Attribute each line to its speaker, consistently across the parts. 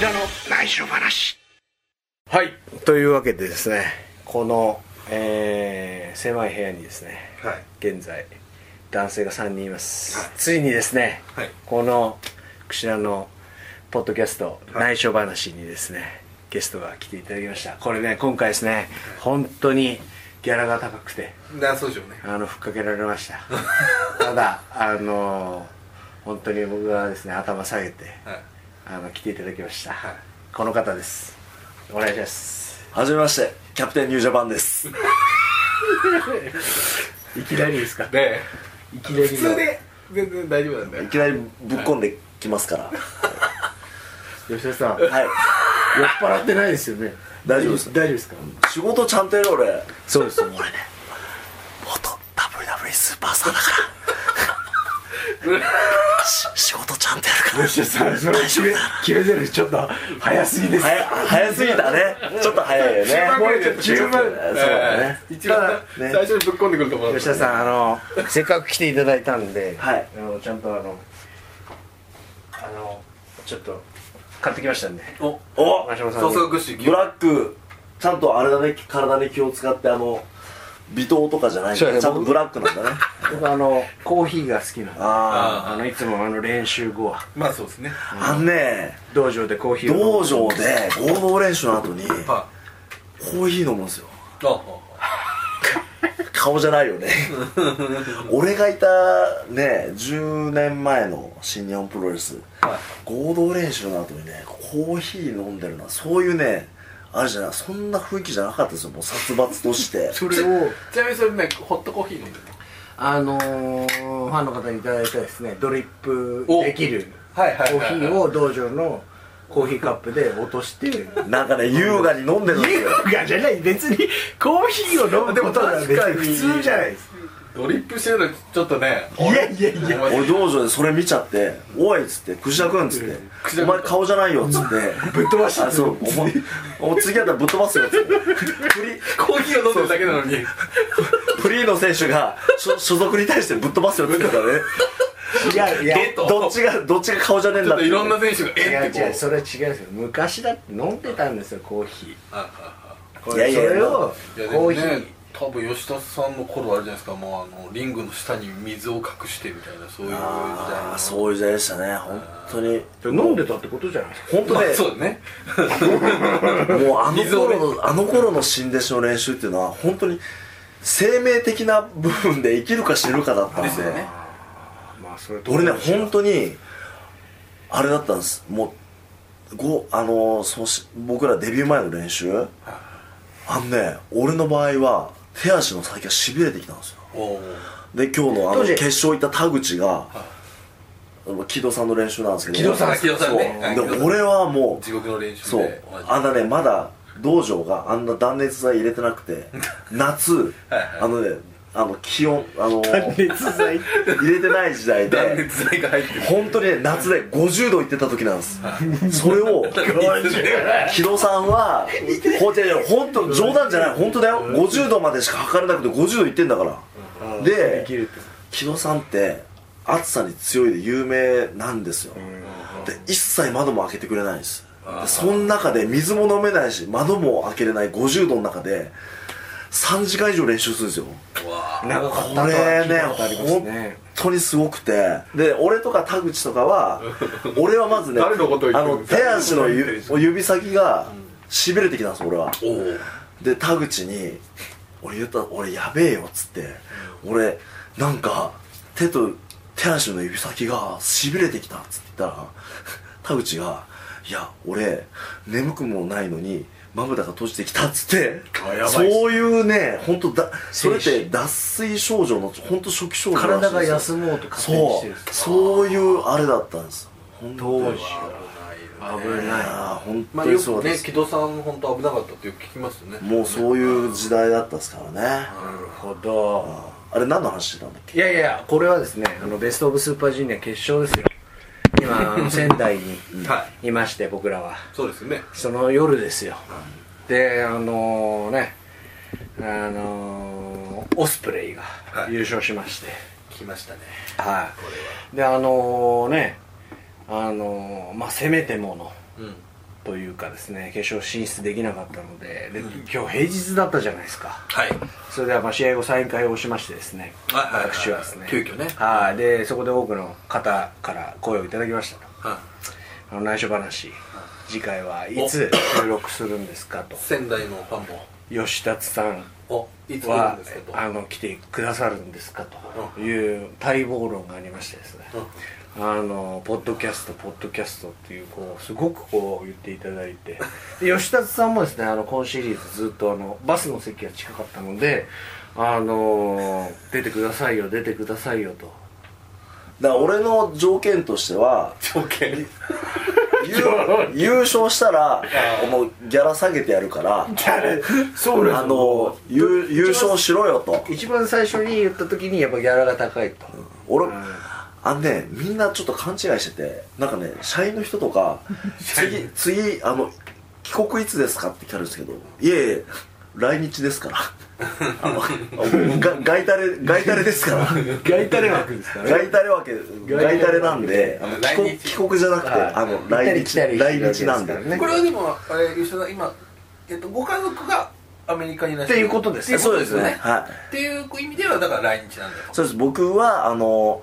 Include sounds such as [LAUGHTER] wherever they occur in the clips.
Speaker 1: 田の内緒話
Speaker 2: はいというわけでですねこの、えー狭い部屋にですね
Speaker 1: はい
Speaker 2: 現在男性が3人います、
Speaker 1: はい
Speaker 2: ついにですね、
Speaker 1: はい
Speaker 2: この櫛田のポッドキャスト、
Speaker 1: はい
Speaker 2: 内緒話にですねゲストが来ていただきましたこれね今回ですね本当にギャラが高くて
Speaker 1: なそうでしょうね
Speaker 2: あのふっかけられま
Speaker 1: [LAUGHS]
Speaker 2: したただあの本当に僕はですね頭下げて
Speaker 1: はい
Speaker 2: あの来ていただきました、
Speaker 1: はい
Speaker 2: この方ですお願いします
Speaker 3: はじめましてキャプテンニュージャパンです
Speaker 2: [LAUGHS] いきなりですか
Speaker 1: で
Speaker 2: いきなりの
Speaker 1: 普通で全然大丈夫なんだよ
Speaker 3: いきなりぶっ込んできますから
Speaker 2: 吉田さん
Speaker 3: は
Speaker 2: 酔
Speaker 3: い
Speaker 2: っ払ってないですよね
Speaker 3: 大丈夫です
Speaker 2: 大丈夫ですか
Speaker 3: 仕事ちゃんとやる俺
Speaker 2: そうですよね
Speaker 3: 元 WW スーパースターだからし仕事ちゃんとやるから
Speaker 2: 吉田さんそれ決め決めゼルちょっと早すぎです
Speaker 3: 早早すぎたねちょっと早いよね
Speaker 2: もうちょっと十分
Speaker 3: そうだね
Speaker 1: えー一番
Speaker 2: ただね
Speaker 1: 最初にぶっ込んでくると思う
Speaker 2: 吉田さんあのせっかく来ていただいたんで、
Speaker 3: はい
Speaker 2: あのちゃんとあのあのちょっと買ってきましたんで
Speaker 3: おお
Speaker 2: 真島さん
Speaker 1: 早
Speaker 2: に
Speaker 1: 速グッシュ
Speaker 3: ブラックちゃんとあれだね体に気を使ってあの微糖とかじゃないんだ
Speaker 2: そうだね
Speaker 3: ちゃんとブラックなんだね
Speaker 2: 僕あのコーヒーが好きなんであ
Speaker 3: あ
Speaker 2: のいつもあの練習後は
Speaker 1: まあそうですね
Speaker 3: ああのね
Speaker 2: 道場でコーヒーを
Speaker 3: 道場で合同練習の後に
Speaker 1: は
Speaker 3: コーヒー飲むんですよ
Speaker 1: いあ
Speaker 3: 顔じゃないよね俺がいたね10年前の新日本プロレス
Speaker 1: はい
Speaker 3: 合同練習の後にねコーヒー飲んでるなそういうねあれじゃないそんな雰囲気じゃなかったですよもう殺伐として
Speaker 2: それを
Speaker 1: ちなみにそれねホットコーヒー飲んでる
Speaker 2: あのー、ファンの方にいただいたですねドリップ
Speaker 1: お
Speaker 2: できるコ
Speaker 1: はいはいはい
Speaker 2: ー
Speaker 1: はい
Speaker 2: ヒーを道場のコーヒーカップで落と [LAUGHS] して優
Speaker 3: なんかね優雅に飲んでるんですよ
Speaker 2: 雅じゃない別にコーヒーを飲むでもただ別に普通じゃないです
Speaker 1: ドリップしてるのちょっとね
Speaker 2: いやいやいや
Speaker 1: お前
Speaker 3: 俺道場でそれ見ちゃって「おい」っつって「クジラくん」っつって「お前顔じゃないよ」っつって
Speaker 2: ぶっ飛ばした
Speaker 3: あそうお前お前次やったらぶっ飛ばすよっつって
Speaker 1: コーヒーを飲んでるだけなのに
Speaker 3: フリーの選手が所所属に対してぶっ飛ばすよって言ってたからね
Speaker 2: いやいや
Speaker 1: えっと
Speaker 3: どっちがどっちが顔じゃねえん
Speaker 1: ちょ
Speaker 3: だ
Speaker 1: っといろんな選手がえ
Speaker 2: 違
Speaker 1: っ
Speaker 2: う
Speaker 1: てこ
Speaker 2: 違
Speaker 1: う
Speaker 2: うそれは違うんですよ昔だって飲んでたんですよコーヒ
Speaker 1: はいはい
Speaker 2: ー
Speaker 3: いやいや
Speaker 2: それを
Speaker 1: はいいやで
Speaker 2: コ
Speaker 1: も
Speaker 2: ーヒー
Speaker 1: ね多分吉田さんの頃あれじゃないですかもうあのリングの下に水を隠してみたいなそういう時代
Speaker 3: あ
Speaker 1: の
Speaker 3: あそういう時代でしたね本当に
Speaker 2: 飲んでたってことじゃないですか
Speaker 3: 本当
Speaker 1: ま
Speaker 3: ね
Speaker 1: あ、そうだね
Speaker 3: もうあの
Speaker 1: 水をね
Speaker 3: 頃のあの頃の新弟子の練習っていうのは本当に生命的な部分で生きるか死ぬかだったん
Speaker 1: ですよね
Speaker 2: まあそれと
Speaker 3: 俺ね
Speaker 2: 同じ
Speaker 3: 本当にあれだったんですもうごあのーそうし僕らデビュー前の練習あのね俺の場合は手足の先がしびれてきたんですよ
Speaker 1: おう
Speaker 3: で今日のあ
Speaker 2: 当
Speaker 3: の
Speaker 2: 時
Speaker 3: 決勝行った田口があの木戸さんの練習なんですけど
Speaker 2: 木戸さん
Speaker 1: 木戸さんねはい
Speaker 3: で
Speaker 1: 木戸さん
Speaker 3: 俺はも
Speaker 1: 地
Speaker 3: う
Speaker 1: 獄の練習
Speaker 3: そ
Speaker 1: で
Speaker 3: う
Speaker 1: 同じ
Speaker 3: あんなねまだ道場があんな断熱材入れてなくて
Speaker 1: [LAUGHS]
Speaker 3: 夏
Speaker 1: はい
Speaker 3: あのねあの気温あの
Speaker 2: 熱剤
Speaker 3: 入れてない時代
Speaker 1: 断
Speaker 3: で
Speaker 1: 熱材が入って
Speaker 3: [LAUGHS]
Speaker 1: る
Speaker 3: 本当にね夏で50度いってた時なんですそれを木戸さんはほんといやいや本当冗談じゃない本当だよ50度までしか測れなくて50度いってんだからで
Speaker 2: できるって
Speaker 3: 木戸さんって暑さに強いで有名なんですよ、で一切窓も開けてくれないんですでその中で水も飲めないし窓も開けれない50度の中で3時間以上練習するんですよ
Speaker 2: 長かった
Speaker 3: こと
Speaker 2: は
Speaker 3: れ
Speaker 2: 聞い
Speaker 3: ね
Speaker 2: たことありますね
Speaker 3: 本当にすごくてで俺とか田口とかは俺はまずね
Speaker 1: 誰のことを言
Speaker 3: あ
Speaker 1: ってる
Speaker 3: の
Speaker 1: んですか
Speaker 3: 手足のゆ指先がしびれてきたんです俺は
Speaker 1: おお
Speaker 3: で田口に俺言った俺やべえよっつって俺なんか手と手足の指先がしびれてきたっつって言ったら [LAUGHS] 田口が「いや俺眠くもないのにまぶたが閉じてきた」っつって
Speaker 1: あやばい
Speaker 3: そういうね本当だそれっ
Speaker 2: 精
Speaker 3: て脱水症状の本当初期症状らしいんで
Speaker 2: 体
Speaker 3: すよ
Speaker 2: が休もうと勝手にしてる
Speaker 3: そ
Speaker 2: ん
Speaker 3: う
Speaker 2: です
Speaker 3: そういうあれだったんです本当に
Speaker 2: 当時
Speaker 3: い
Speaker 1: 危
Speaker 2: 危
Speaker 1: ない
Speaker 2: ない
Speaker 3: やー本
Speaker 1: まあ
Speaker 3: 当に
Speaker 1: よ
Speaker 3: そう
Speaker 1: く
Speaker 3: で
Speaker 1: ね
Speaker 3: す、
Speaker 1: 木戸さん本当危なかったってよく聞きますよね
Speaker 3: もうそういう時代だったですからね
Speaker 2: なるほど
Speaker 3: あれ何の話してたんだっけ
Speaker 2: いやいやこれはですねあのベスト・オブ・スーパージュニア決勝ですよ今あの仙台に
Speaker 1: はい
Speaker 2: まして僕らは
Speaker 1: そうですよね
Speaker 2: その夜ですよであのねあのオスプレイが
Speaker 1: はい
Speaker 2: 優勝しまして
Speaker 1: 来ましたね
Speaker 2: は
Speaker 1: こ
Speaker 2: いであのねあのまあせめてもの
Speaker 1: れはうん
Speaker 2: というかですね決勝進出できなかったのでで今日平日だったじゃないですか
Speaker 1: はい
Speaker 2: それではまあ試合後サイン会をしましてですね
Speaker 1: はいはいはいはい
Speaker 2: 私はですね
Speaker 1: 急遽ね
Speaker 2: はいでそこで多くの方から声をいただきました
Speaker 1: は
Speaker 2: あの内緒話次回はいつ収録するんですかと
Speaker 1: い仙台のファン
Speaker 2: 吉達さん
Speaker 1: もおいつ来るん
Speaker 2: は
Speaker 1: ですけど
Speaker 2: あの来てくださるんですかという待望論がありましてですね、あのポッドキャストポッドキャストっていうこうすごくこう言っていただいてで吉田さんもですねあの今シリーズずっとあのバスの席が近かったのであの出てくださいよ出てくださいよと
Speaker 3: だから俺の条件とし
Speaker 2: [LAUGHS]
Speaker 3: ては
Speaker 1: 条件
Speaker 3: 優優勝したらもうギャラ下げてやるから
Speaker 2: そ
Speaker 3: あの優優勝しろよと
Speaker 2: 一番最初に言った時にやっぱギャラが高いと、
Speaker 3: 俺
Speaker 2: ん
Speaker 3: あのねみんなちょっと勘違いしててなんかね社員の人と
Speaker 2: [LAUGHS]
Speaker 3: か次次あの帰国いつですかって聞かれるんですけどいえいえ来日で
Speaker 2: [LAUGHS]
Speaker 3: すからあのが外タレ外タレですから
Speaker 2: [LAUGHS] 外タレ枠ですからね
Speaker 3: 外タレわけ外タレなんであの帰国
Speaker 1: 来日
Speaker 3: 帰国じゃなくて
Speaker 2: はい
Speaker 3: あの
Speaker 2: 行った
Speaker 3: 来
Speaker 2: り来た
Speaker 3: 日
Speaker 2: りしてるわけ
Speaker 3: 来
Speaker 2: です
Speaker 3: 日
Speaker 2: から
Speaker 3: なんで
Speaker 2: ね
Speaker 1: これはでもあれ吉田さん今、えっと、ご家族がアメリカにいらっしゃ
Speaker 2: ってい
Speaker 1: る
Speaker 2: うことですね
Speaker 1: ねそうですよね
Speaker 3: はい
Speaker 1: っていう意味ではだから来日なんだよ
Speaker 3: そうです僕はあの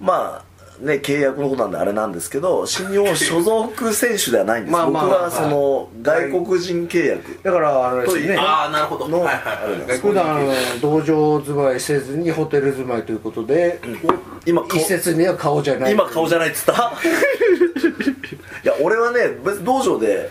Speaker 3: まあね契約のことなんであれなんですけど新日本所属選手ではないんです
Speaker 2: まあまあ
Speaker 3: 僕
Speaker 2: は
Speaker 3: はいその外国人契約
Speaker 2: だからあれです
Speaker 3: と
Speaker 2: ね
Speaker 3: い
Speaker 1: ああなるほど
Speaker 3: の
Speaker 1: はいはいはい
Speaker 2: 普段あの道場住まいせずにホテル住まいということで、
Speaker 3: 今顔
Speaker 2: 一説には顔じゃない
Speaker 3: 今顔じゃない
Speaker 2: [LAUGHS]
Speaker 3: っつったいや俺はね別に道場で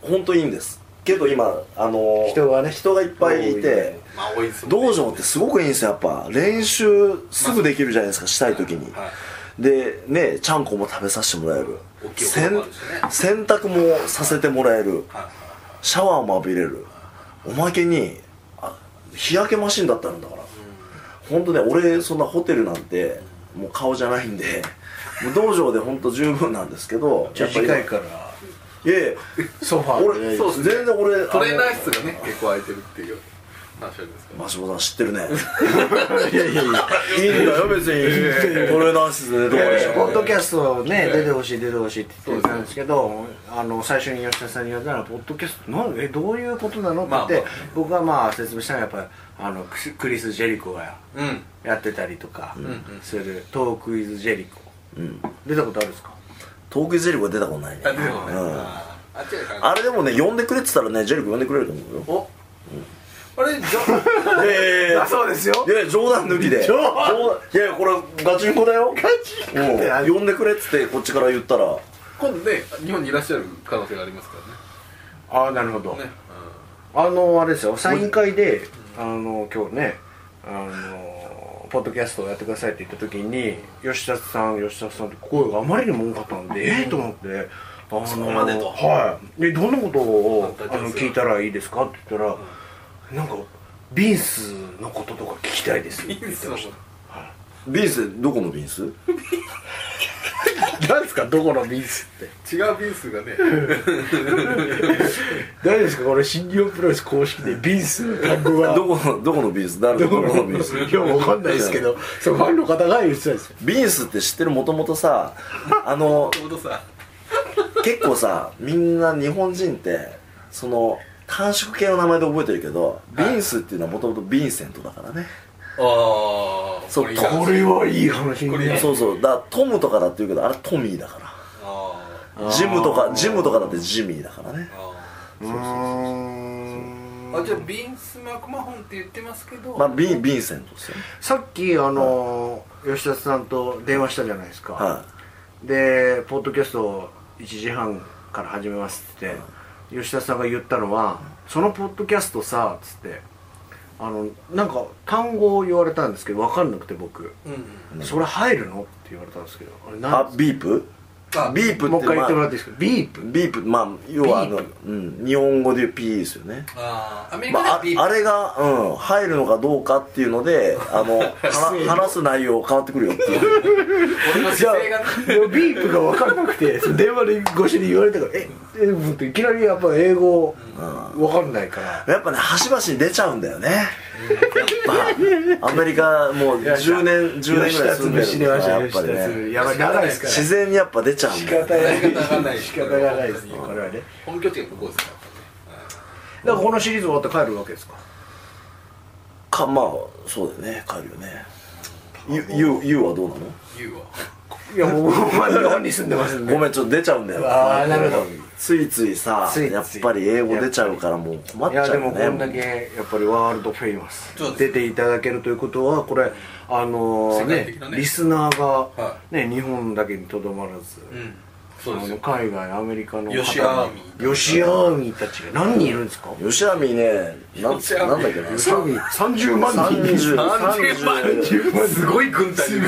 Speaker 3: 本当いいんですけど今あの
Speaker 2: 人がね
Speaker 3: 人がいっぱいい
Speaker 2: 多い
Speaker 3: て
Speaker 2: ね
Speaker 1: まあ多いですもんね
Speaker 3: 道場ってすごくいいんですよやっぱ練習すぐできるじゃないですかしたい時に、
Speaker 1: はい
Speaker 3: でねちゃんこも食べさせてもらえる
Speaker 1: 大きいお風
Speaker 3: せ
Speaker 1: 呂
Speaker 3: ん
Speaker 1: もあるしね
Speaker 3: 洗濯もさせてもらえる
Speaker 1: はいはい
Speaker 3: シャワーも浴びれるおまけにあ日焼けマシンだったんだから本当ね俺そんなホテルなんてもう顔じゃない
Speaker 1: [LAUGHS]
Speaker 3: んでもう道場で本当十分なんですけど
Speaker 2: じゃあ
Speaker 3: やっ
Speaker 2: 次
Speaker 3: ぱり
Speaker 2: 回から
Speaker 3: いや
Speaker 1: [LAUGHS]
Speaker 3: いや
Speaker 2: ソファー
Speaker 3: 俺
Speaker 2: で
Speaker 1: そうっすね
Speaker 3: 全然俺
Speaker 1: トレーナー
Speaker 3: あの
Speaker 1: 室がね結構空いてるっていう話なんですけど
Speaker 3: マシモさん知ってるね [LAUGHS] いやいやいやいいんだよ別にトレーナー室でどうでしょ
Speaker 2: ポッド
Speaker 3: う
Speaker 2: キャストね出てほしい出てほしいって言ってたんですけどあの最初に吉田さんに言われたら「ポッドキャストなんえどういうことなの?」って言って、
Speaker 1: まあまあ
Speaker 2: 僕はまあ説明したのはやっぱりあのクスクリス・ジェリコが
Speaker 1: うん
Speaker 2: やってたりとか
Speaker 1: ん
Speaker 2: する、トークイズ・ジェリコ
Speaker 3: うん
Speaker 2: 出たことあるんですか
Speaker 3: トークゼリコ出たことないね
Speaker 1: あでもね
Speaker 3: うん
Speaker 1: あーあっちやから
Speaker 3: あれでもね呼んでくれてたらねジェリコ呼んでくれると思うよ
Speaker 1: おあれじゃ
Speaker 3: え
Speaker 2: あそうですよ
Speaker 3: いやいや冗談抜きで
Speaker 2: 冗談
Speaker 3: いやいやこれガチンコだよガチ
Speaker 2: ンコだよ
Speaker 3: 呼んでくれっつってこっちから言ったら
Speaker 1: 今度ね日本にいらっしゃる可能性がありますか
Speaker 2: ああなるほど、
Speaker 1: らねね
Speaker 2: あのあれですよサイン会であの今日ねあのポッドキャストをやってくださいって言った時に吉田さん吉田さんって声があまりにも多かったんでええと思ってあの
Speaker 3: そこまでと
Speaker 2: はいでどんなことを
Speaker 1: あん
Speaker 2: あ
Speaker 1: た
Speaker 2: の聞いたらいいですかって言ったら、なんかビンスのこととか聞きたいです
Speaker 1: う
Speaker 2: っ
Speaker 1: んいい
Speaker 2: て言
Speaker 1: で
Speaker 2: っ
Speaker 1: す
Speaker 2: て
Speaker 1: よ
Speaker 2: まし
Speaker 3: ビンスどこのビンス
Speaker 2: た何ですかどこのビンスって
Speaker 1: 違うビースがね
Speaker 2: 大丈夫ですかこれ新日本プロレス公式でビンスの単語
Speaker 3: どこのどこのビンス誰
Speaker 2: ど
Speaker 3: の
Speaker 2: この
Speaker 3: どこの
Speaker 2: ビ
Speaker 3: ビ
Speaker 2: ン
Speaker 3: ン
Speaker 2: ス
Speaker 3: ス
Speaker 2: いやわかんないですけど [LAUGHS] そうファンの方が言ってたんですよ
Speaker 3: ビンスって知ってるもともとさあの
Speaker 1: ちょうどさ
Speaker 3: 結構さみんな日本人ってその短縮系の名前で覚えてるけどビンスっていうのはもともとビンセントだからね
Speaker 1: ああ
Speaker 3: そう
Speaker 1: これいい話
Speaker 2: これはいい話に
Speaker 1: これいい
Speaker 2: ね
Speaker 1: ね
Speaker 3: そうそうだからトムとかだって言うけどあれトミーだか
Speaker 1: あー
Speaker 3: らジムと
Speaker 2: あ
Speaker 3: か
Speaker 2: ー
Speaker 3: ジムとかだってジミーだからね
Speaker 1: あ
Speaker 2: うーん
Speaker 1: ーあじゃあビンス・マクマホンって言ってますけど
Speaker 3: まあビンビンセントですよね
Speaker 2: さっきあのー吉田さんと電話したじゃないですか、
Speaker 3: はい
Speaker 2: でポッドキャストを1時半から始めますって言って、吉田さんが言ったのは「そのポッドキャストさ」っつってあのなんか単語を言われたんですけど分かんなくて僕
Speaker 1: うんうん
Speaker 2: 「それ入るの?」って言われたんですけどあれ
Speaker 3: あ
Speaker 2: 何
Speaker 3: ビープ
Speaker 1: あ
Speaker 3: ビープって
Speaker 2: もう一回言ってもら
Speaker 3: ま
Speaker 2: っていいですかビープ
Speaker 3: あビープまあ要はあ
Speaker 2: ビ
Speaker 3: の
Speaker 2: ー
Speaker 3: うん日本語で言う P ですよね
Speaker 1: あーアメリ
Speaker 3: ま
Speaker 1: カで
Speaker 3: あ
Speaker 1: は
Speaker 3: あ
Speaker 1: ビープ
Speaker 3: あれがうん入るのかどうかっていうのであ
Speaker 2: [LAUGHS]
Speaker 3: の話話す内容変わってくるよっていう
Speaker 1: 俺の姿勢がね
Speaker 2: でもビープが分からなくてその電話で越しに言われたから「ええうんといきなりやっぱ英語分かんないから
Speaker 3: やっぱね端々に出ちゃうんだよねぱアメリカもう10年10年ぐらい住んでるん
Speaker 2: 吉田潰し
Speaker 3: で
Speaker 2: ですました
Speaker 3: やっぱり
Speaker 2: 吉田潰
Speaker 3: ね
Speaker 2: しやばい長いですから
Speaker 3: 自然にやっぱ出ちゃうん
Speaker 2: 仕
Speaker 3: だよ
Speaker 2: 方ない
Speaker 1: 仕方ない
Speaker 2: 仕方がないですねこれはね
Speaker 1: 本拠地が向こうですから
Speaker 2: だからこのシリーズ終わって帰るわけですか
Speaker 3: かまあそうだよね帰るよねゆゆゆうはどうなの
Speaker 1: 言うわ
Speaker 2: いやもうまだ日本に住んでますんで
Speaker 3: ごめんちょっと出ちゃうんだよ
Speaker 2: あーなるほど
Speaker 3: ついついさ
Speaker 2: ついつい
Speaker 3: やっぱり英語出ちゃうからもう困っ
Speaker 2: い
Speaker 3: ちゃ
Speaker 2: や
Speaker 3: う
Speaker 2: で
Speaker 3: よ
Speaker 2: も
Speaker 3: ね
Speaker 2: こんだけやっぱりワールドフェイマス
Speaker 1: そうです
Speaker 2: 出ていただけるということはこれあのー
Speaker 1: 世界的なね
Speaker 2: リスナーが
Speaker 1: は
Speaker 2: ね日本だけにとどまらず、
Speaker 1: うんそうで
Speaker 2: あ
Speaker 1: す
Speaker 2: の
Speaker 1: よ
Speaker 2: 海外アメリカの
Speaker 1: ヨシアーミー
Speaker 2: 吉アーミーたちが何人いるんですか
Speaker 3: 吉網ねなん
Speaker 1: 吉網
Speaker 3: なんだっけな
Speaker 1: 吉網
Speaker 2: 30万
Speaker 3: 30
Speaker 1: 30万人すごい軍隊で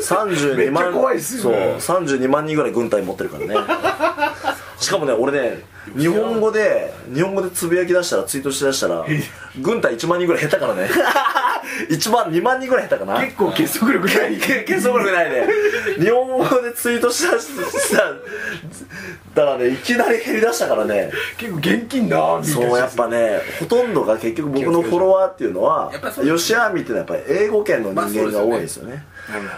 Speaker 1: す
Speaker 3: 32
Speaker 2: めっちゃ
Speaker 3: 万
Speaker 2: 怖いっすよ
Speaker 3: そう
Speaker 2: ね
Speaker 3: 32万人ぐらい軍隊持ってるから
Speaker 2: [LAUGHS]
Speaker 3: ねしかもね俺ね日本語で日本語でつぶやき出したらツイートしだしたら軍隊1万人ぐらい減ったから
Speaker 2: [LAUGHS]
Speaker 3: ね1万2万人ぐらい減ったかな
Speaker 2: 結構結束力ない
Speaker 3: 結束力ないね日本語でツイートしだしただからねいきなり減りだしたからね
Speaker 2: 結構現金なアーミーたち
Speaker 3: そうやっぱねほとんどが結局僕のフォロワーっていうのは
Speaker 1: やっぱそうです
Speaker 3: 吉アーミーっていうのはやっぱり英語圏の人間が多いんですよね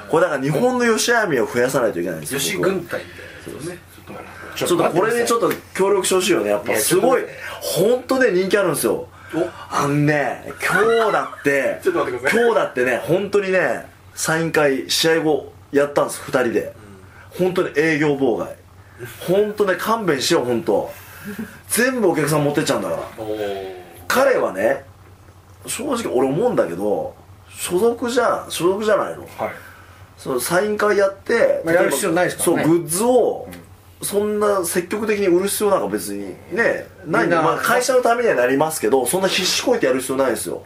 Speaker 3: これだから日本の吉アーミーを増やさないといけないんですよ
Speaker 1: よし
Speaker 3: 僕は
Speaker 1: 軍隊みたいなやつですねちょっと
Speaker 3: ちょっとこれでちょっと協力してほしいよねやっぱすごい本当ね人気あるんですよあのね今日だって
Speaker 1: [LAUGHS] ちょっと待ってください
Speaker 3: 今日だってね本当にねサイン会試合後やったんです2人で本当に営業妨害本当ね勘弁しよう本当全部お客さん持ってっちゃうんだから
Speaker 1: おー
Speaker 3: 彼はね正直俺思うんだけど所属じゃ所属じゃないの
Speaker 2: はい
Speaker 3: そのサイン会やって、
Speaker 2: まあやる必要ないですからね
Speaker 3: そうグッズを、そんな積極的に売る必要なんか別にねない
Speaker 2: みんな
Speaker 3: まあ、会社のためにはなりますけどそんな必死こいてやる必要ないですよ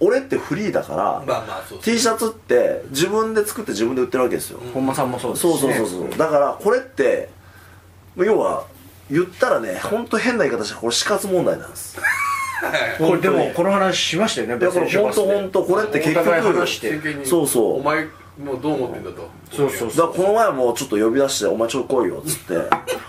Speaker 3: 俺ってフリーだから、
Speaker 1: まあまあそうです
Speaker 3: T シャツって自分で作って自分で売ってるわけですよ、
Speaker 2: 本間さんもそうですし
Speaker 3: そう
Speaker 2: ね
Speaker 3: そうそうそう、だからこれって要は言ったらね本当変な言い方したらこれ死活問題なんです
Speaker 2: これでもこの話しましたよね
Speaker 3: いやこれ本当本当これって結局
Speaker 2: お互い話して
Speaker 1: 世間に
Speaker 3: そうそう
Speaker 1: お前もうどう思ってんだと
Speaker 2: そうそう
Speaker 3: だからこの前もちょっと呼び出して「お前ちょっと来いよ」っつって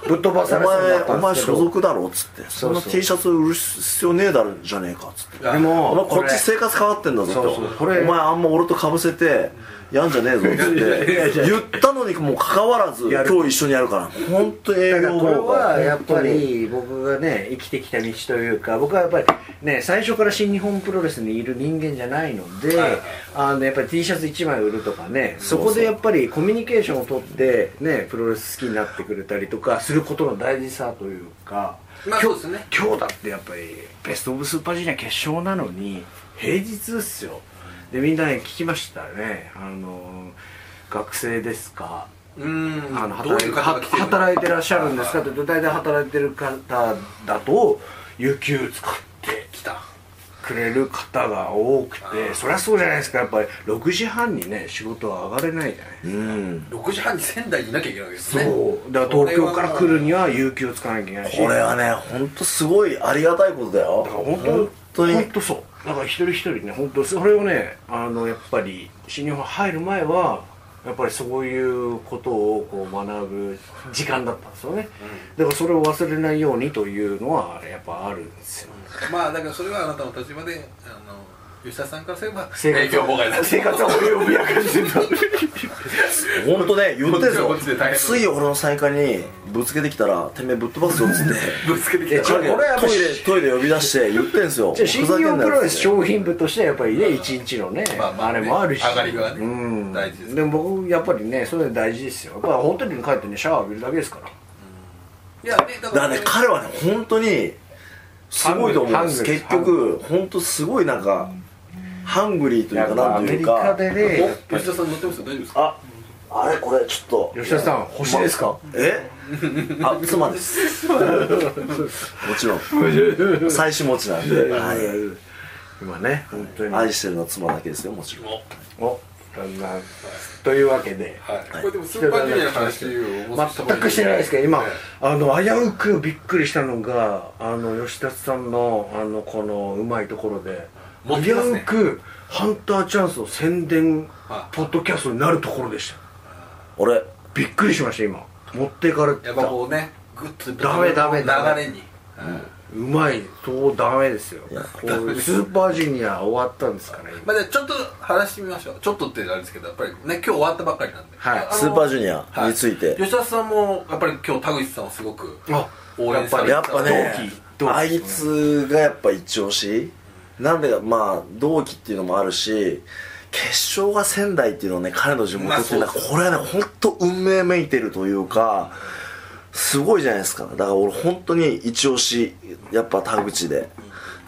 Speaker 2: ぶっ飛ば
Speaker 3: お
Speaker 2: されそうに
Speaker 3: 前
Speaker 2: なっ
Speaker 3: お
Speaker 2: たん
Speaker 3: 前
Speaker 2: ですけど
Speaker 3: 所属だろっつってそ
Speaker 2: そ
Speaker 3: ん
Speaker 2: う
Speaker 3: な
Speaker 2: そう
Speaker 3: T シャツ売る必要ねえだろじゃねえかっつって
Speaker 2: で
Speaker 3: お前
Speaker 2: も
Speaker 3: こっち生活変わってんだぞ
Speaker 2: そう
Speaker 3: と
Speaker 2: そう
Speaker 3: お
Speaker 2: これ
Speaker 3: 前あんま俺とかぶせてやんじゃねえぞっつっ
Speaker 2: いやいやい
Speaker 3: て
Speaker 2: や
Speaker 3: 言ったのにもかかわらず
Speaker 2: やる
Speaker 3: 今日一緒にやるから本当に営
Speaker 2: だから
Speaker 3: 業
Speaker 2: これ
Speaker 3: 妨
Speaker 2: は
Speaker 3: 害
Speaker 2: やっぱり僕がね生きてきた道というか僕はやっぱりね最初から新日本プロレスにいる人間じゃないので、あのやっぱり T シャツ1枚売るとかねそこでやっぱりコミュニケーションを取ってねプロレス好きになってくれたりとかすることの大事さというか、
Speaker 1: まあそうですね
Speaker 2: 今日だってやっぱりベスト・オブ・スーパージュニア決勝なのに平日っすよでみんなね聞きましたねあの学生ですか
Speaker 1: うーん
Speaker 2: あの
Speaker 1: どう
Speaker 2: 働
Speaker 1: い
Speaker 2: いう
Speaker 1: 方が来てる
Speaker 2: 働いてらっしゃるんですかって大体働いてる方だと有給使って
Speaker 1: 来た
Speaker 2: くれる方が多くてそりゃそうじゃないですかやっぱり6時半にね仕事は上がれないじゃない
Speaker 3: うん
Speaker 1: 6時半に仙台にいなきゃいけないわけですね
Speaker 2: そうだから東京から来るには有給使わなきゃいけないし
Speaker 3: これはね本当すごいありがたいことだよ
Speaker 2: だから本
Speaker 3: 本
Speaker 2: 当
Speaker 3: 当
Speaker 2: に
Speaker 3: に
Speaker 2: 本当そうだから一人一人ね本当それをねあのやっぱり新日本入る前はやっぱりそういうことをこう学ぶ時間だったんですよね、だからそれを忘れないようにというのはやっぱあるんです [LAUGHS] よ
Speaker 1: まあだからそれはあなたの立場であの吉田さんからすれば
Speaker 2: 生活
Speaker 1: 営業妨害だ
Speaker 2: 生活を脅かしてた
Speaker 3: 本当
Speaker 2: [LAUGHS]
Speaker 3: ね言ってる
Speaker 1: こ
Speaker 3: ぞ
Speaker 1: っちで大変
Speaker 3: つい俺の再会にぶつけてきたらてめえぶっ飛ばすぞっつって
Speaker 2: [LAUGHS]
Speaker 1: ぶつけてきた
Speaker 2: いや違うこれはやっぱ
Speaker 3: トイレトイレ呼び出して言ってんすよ
Speaker 2: [LAUGHS] じゃあ新日本プロレス
Speaker 3: ょ
Speaker 2: 商品部としてはやっぱりね一日のね,、
Speaker 1: まあ
Speaker 2: あ
Speaker 1: まあね
Speaker 2: れもあるし
Speaker 1: 上がりがね
Speaker 2: うん、
Speaker 1: 大事です
Speaker 2: でも僕やっぱりねそれ大事ですよやっぱホテルに帰ってねシャワー浴びるだけですから
Speaker 1: いやねだ
Speaker 3: だからね彼はね本当にすごいと思うんで
Speaker 2: ハン
Speaker 3: す
Speaker 2: グリー
Speaker 3: 結局本当すごいなんかハングリーというかなんという
Speaker 2: やっぱ
Speaker 3: か
Speaker 2: アメリカでね
Speaker 1: お吉田さん乗ってますよ大丈夫ですか
Speaker 3: ああれこれちょっと
Speaker 2: 吉田さん星ですか、
Speaker 3: えあ妻です
Speaker 2: [LAUGHS]
Speaker 3: もちろん妻子持ちなんで、はい、
Speaker 2: 今ね本当に
Speaker 3: 愛してるのは妻だけですよもちろん
Speaker 2: おだんだんというわけで
Speaker 1: はいこれでもスーパージュニアの話を
Speaker 2: 全くしてないですけど今
Speaker 1: はい
Speaker 2: あの危うくびっくりしたのがあの吉田さんのあのこのうまいところで
Speaker 1: 持って
Speaker 2: 危
Speaker 1: きます
Speaker 2: う
Speaker 1: ね
Speaker 2: くハンターチャンスの宣伝
Speaker 1: はい
Speaker 2: ポッドキャストになるところでした
Speaker 3: 俺
Speaker 2: びっくりしました今持っていかれて
Speaker 1: や
Speaker 2: た
Speaker 1: っぱこうねグッと
Speaker 2: ダメダメダメ
Speaker 1: 流れにはい
Speaker 2: うまいそうダメですよ
Speaker 3: いや
Speaker 2: こういうスーパージュニア終わったんですから今
Speaker 1: まあ、でちょっと話してみましょうちょっとってあれですけどやっぱりね今日終わったばっかりなんで
Speaker 2: はい
Speaker 1: あの
Speaker 3: スーパージュニアについて
Speaker 1: 吉田さんもやっぱり今日田口さんをすごく
Speaker 2: あ
Speaker 1: 応援されて
Speaker 3: やっぱね
Speaker 2: 同期同期
Speaker 3: あいつがやっぱ一押しなんでかまあ同期っていうのもあるし決勝が仙台っていうのをね彼の地元っていうの
Speaker 1: まあ
Speaker 3: は
Speaker 1: そうです
Speaker 3: これはね本当運命めいてるというかすごいじゃないですかだから俺本当に一押しやっぱ田口で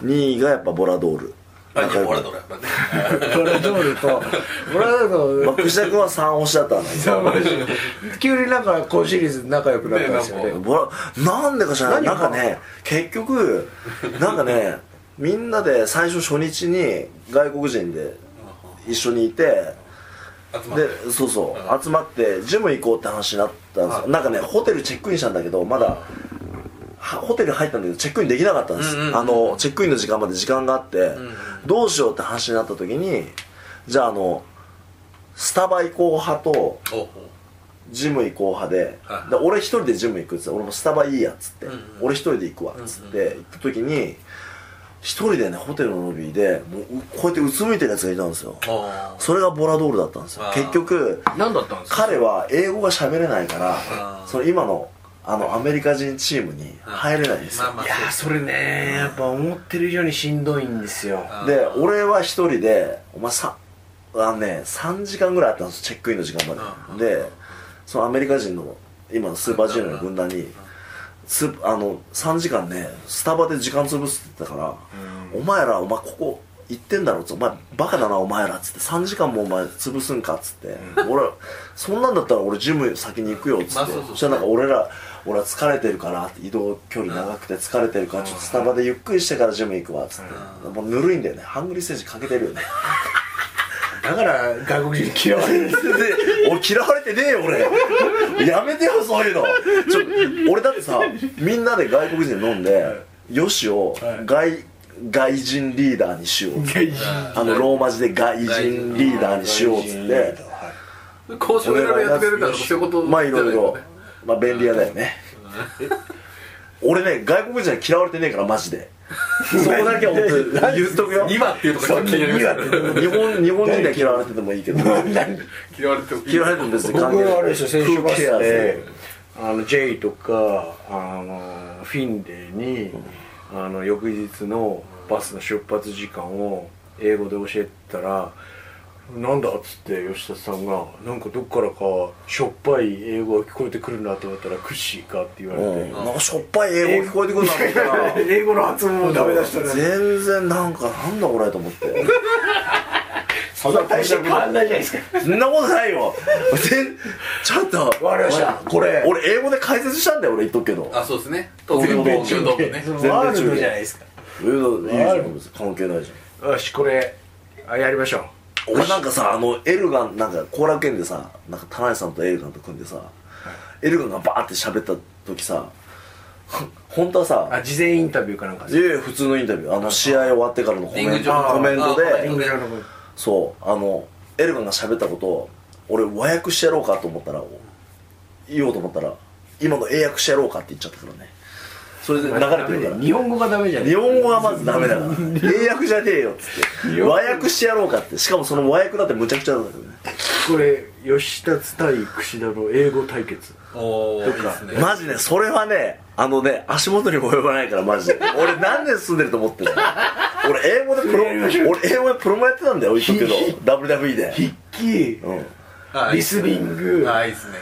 Speaker 3: 2位がやっぱボラドール
Speaker 1: あ
Speaker 3: 中
Speaker 1: でも
Speaker 3: 山
Speaker 1: 俺だ俺やっぱね
Speaker 2: ボラドールとボラドー
Speaker 3: [LAUGHS] まあ
Speaker 2: ル
Speaker 3: 串田君は3押しだったんだけど
Speaker 2: と [LAUGHS] 急になんか今シリーズ仲良くなったんですよ
Speaker 1: ね
Speaker 2: ね
Speaker 3: ボラなんでか知らないなん
Speaker 2: 何
Speaker 3: かね結局なんかねみんなで最初初日に外国人で一緒にいて
Speaker 1: 集まって
Speaker 3: でそうそう集まってジム行こうって話になったんですよなんかねホテルチェックインしたんだけどまだはホテル入ったんだけどチェックインできなかったんです、
Speaker 1: うんうんうん
Speaker 3: あのチェックインの時間まで時間があって、
Speaker 1: ん
Speaker 3: どうしようって話になった時にじゃああのスタバ行こう派と
Speaker 1: おう
Speaker 3: ジム行こう派で,、
Speaker 1: はい
Speaker 3: で俺一人でジム行くっつって俺もスタバいいやっつって、
Speaker 1: うんうん
Speaker 3: 俺一人で行くわっつって行った時に一人でねホテルのロビーでもうこうやってうつむいてるやつがいたんですよ
Speaker 1: おうあ
Speaker 3: それがボラドールだったんですよ
Speaker 1: あー
Speaker 3: 結局
Speaker 2: 何だったんですか
Speaker 3: 彼は英語が喋れないか
Speaker 1: あー
Speaker 3: らその今のあのアメリカ人チームに入れないんですよ
Speaker 1: まあま
Speaker 2: いやーそれねやっぱ思ってる以上にしんどいんですよ
Speaker 1: あ
Speaker 3: で俺は一人でお前さあのね3時間ぐらいあったんですチェックインの時間
Speaker 1: う
Speaker 3: ま
Speaker 1: ん
Speaker 3: ででそのアメリカ人の今のスーパージュニアの軍団にスーあの3時間ねスタバで時間潰すって言ってたからお前らお前ここ行ってんだろっつってお前バカだなお前らっつって3時間もお前潰すんかっつって俺そんなんだったら俺ジム先に行くよっつ
Speaker 1: ま
Speaker 3: っ
Speaker 1: あ
Speaker 3: て
Speaker 1: そうそう
Speaker 3: そしたらなんか俺ら俺は疲れてるから移動距離長くて疲れてるからちょっとスタバでゆっくりしてからジム行くわっつってもうぬるいんだよねハングリーステージかけてるよね
Speaker 2: だから外国人嫌われる
Speaker 3: で俺嫌われてねえよ俺やめてよそういうのちょ俺だってさみんなで外国人飲んでよしを外外人リーダーにしよ [LAUGHS] うっつってあのローマ字で外人リーダーにしようっつって
Speaker 1: 交渉いろいろやってくれるからそういうこと
Speaker 3: まあいろいろ
Speaker 1: じゃない
Speaker 3: まあ便利屋だよね俺ね外国人は嫌われてねえからマジでそこだけは本当
Speaker 1: [LAUGHS]
Speaker 3: に言っとくよ
Speaker 1: のね
Speaker 3: 日
Speaker 1: 今っていうとこが気になりますよね
Speaker 3: 本日本人では嫌われててもいいけど
Speaker 1: 嫌われてもいい
Speaker 3: 嫌われても別に
Speaker 2: 僕
Speaker 3: 関係ない
Speaker 2: はあれですよ選手バス
Speaker 3: Who cares？
Speaker 2: であの J とかあのフィンデーにあの翌日のバスの出発時間を英語で教えてたら「なんだ?」っつって吉田さんが「なんかどっからかしょっぱい英語が聞こえてくるな」と思ったら「クッシーか」って言われて
Speaker 3: うん、なんかしょっぱい英語聞こえてくるなと思ったら
Speaker 2: [LAUGHS] 英語の発音を [LAUGHS] ダメ出したね
Speaker 3: 全然なんかなんだこれと思って
Speaker 2: そんな大して変わんないじゃないですか
Speaker 3: そんなことないよ全ちょっと
Speaker 2: わかりましたこれ
Speaker 3: 俺英語で解説したんだよ俺言っとくけど
Speaker 1: あそうですね東京ド
Speaker 3: 全米
Speaker 1: ームドームね
Speaker 3: 全
Speaker 2: ワ
Speaker 3: 然
Speaker 2: ールドじゃないですか
Speaker 3: いやいいじゃん別に関係ないじゃん
Speaker 2: よしこれあやりましょう
Speaker 3: 俺なんかさあのエルガンなんか後楽園でさなんか田中さんとエルガンと組んでさ、エルガンがバーって喋った時さほ本当は
Speaker 2: あ
Speaker 3: さ
Speaker 2: 事前インタビューかなんか
Speaker 3: いやいや普通のインタビューあの試合終わってからのコメ
Speaker 1: リン
Speaker 3: ン
Speaker 1: グ
Speaker 3: ト
Speaker 1: 上の
Speaker 3: コメント
Speaker 1: あコメ
Speaker 3: で
Speaker 1: ント
Speaker 3: そうあのエルガンが喋ったことを俺和訳してやろうかと思ったら言おうと思ったら今の英訳してやろうかって言っちゃったからねそれで流れてるから
Speaker 2: 日本語がダメじゃない
Speaker 3: 日本語はまずダメだから英訳じゃねえよっつって和訳してやろうかってしかもその和訳だってむちゃくちゃなんだけどね
Speaker 2: これ吉田対櫛田の英語対決
Speaker 1: おおいいですね
Speaker 3: マジねそれはねあのね足元にも及ばないからマジで俺何年住んでると思ってんの俺英語でプロ俺英語でプロもやってたんだよ言っとくけど WWE で
Speaker 2: 筆記
Speaker 3: うん
Speaker 1: あ
Speaker 2: リスニング
Speaker 1: あいいですね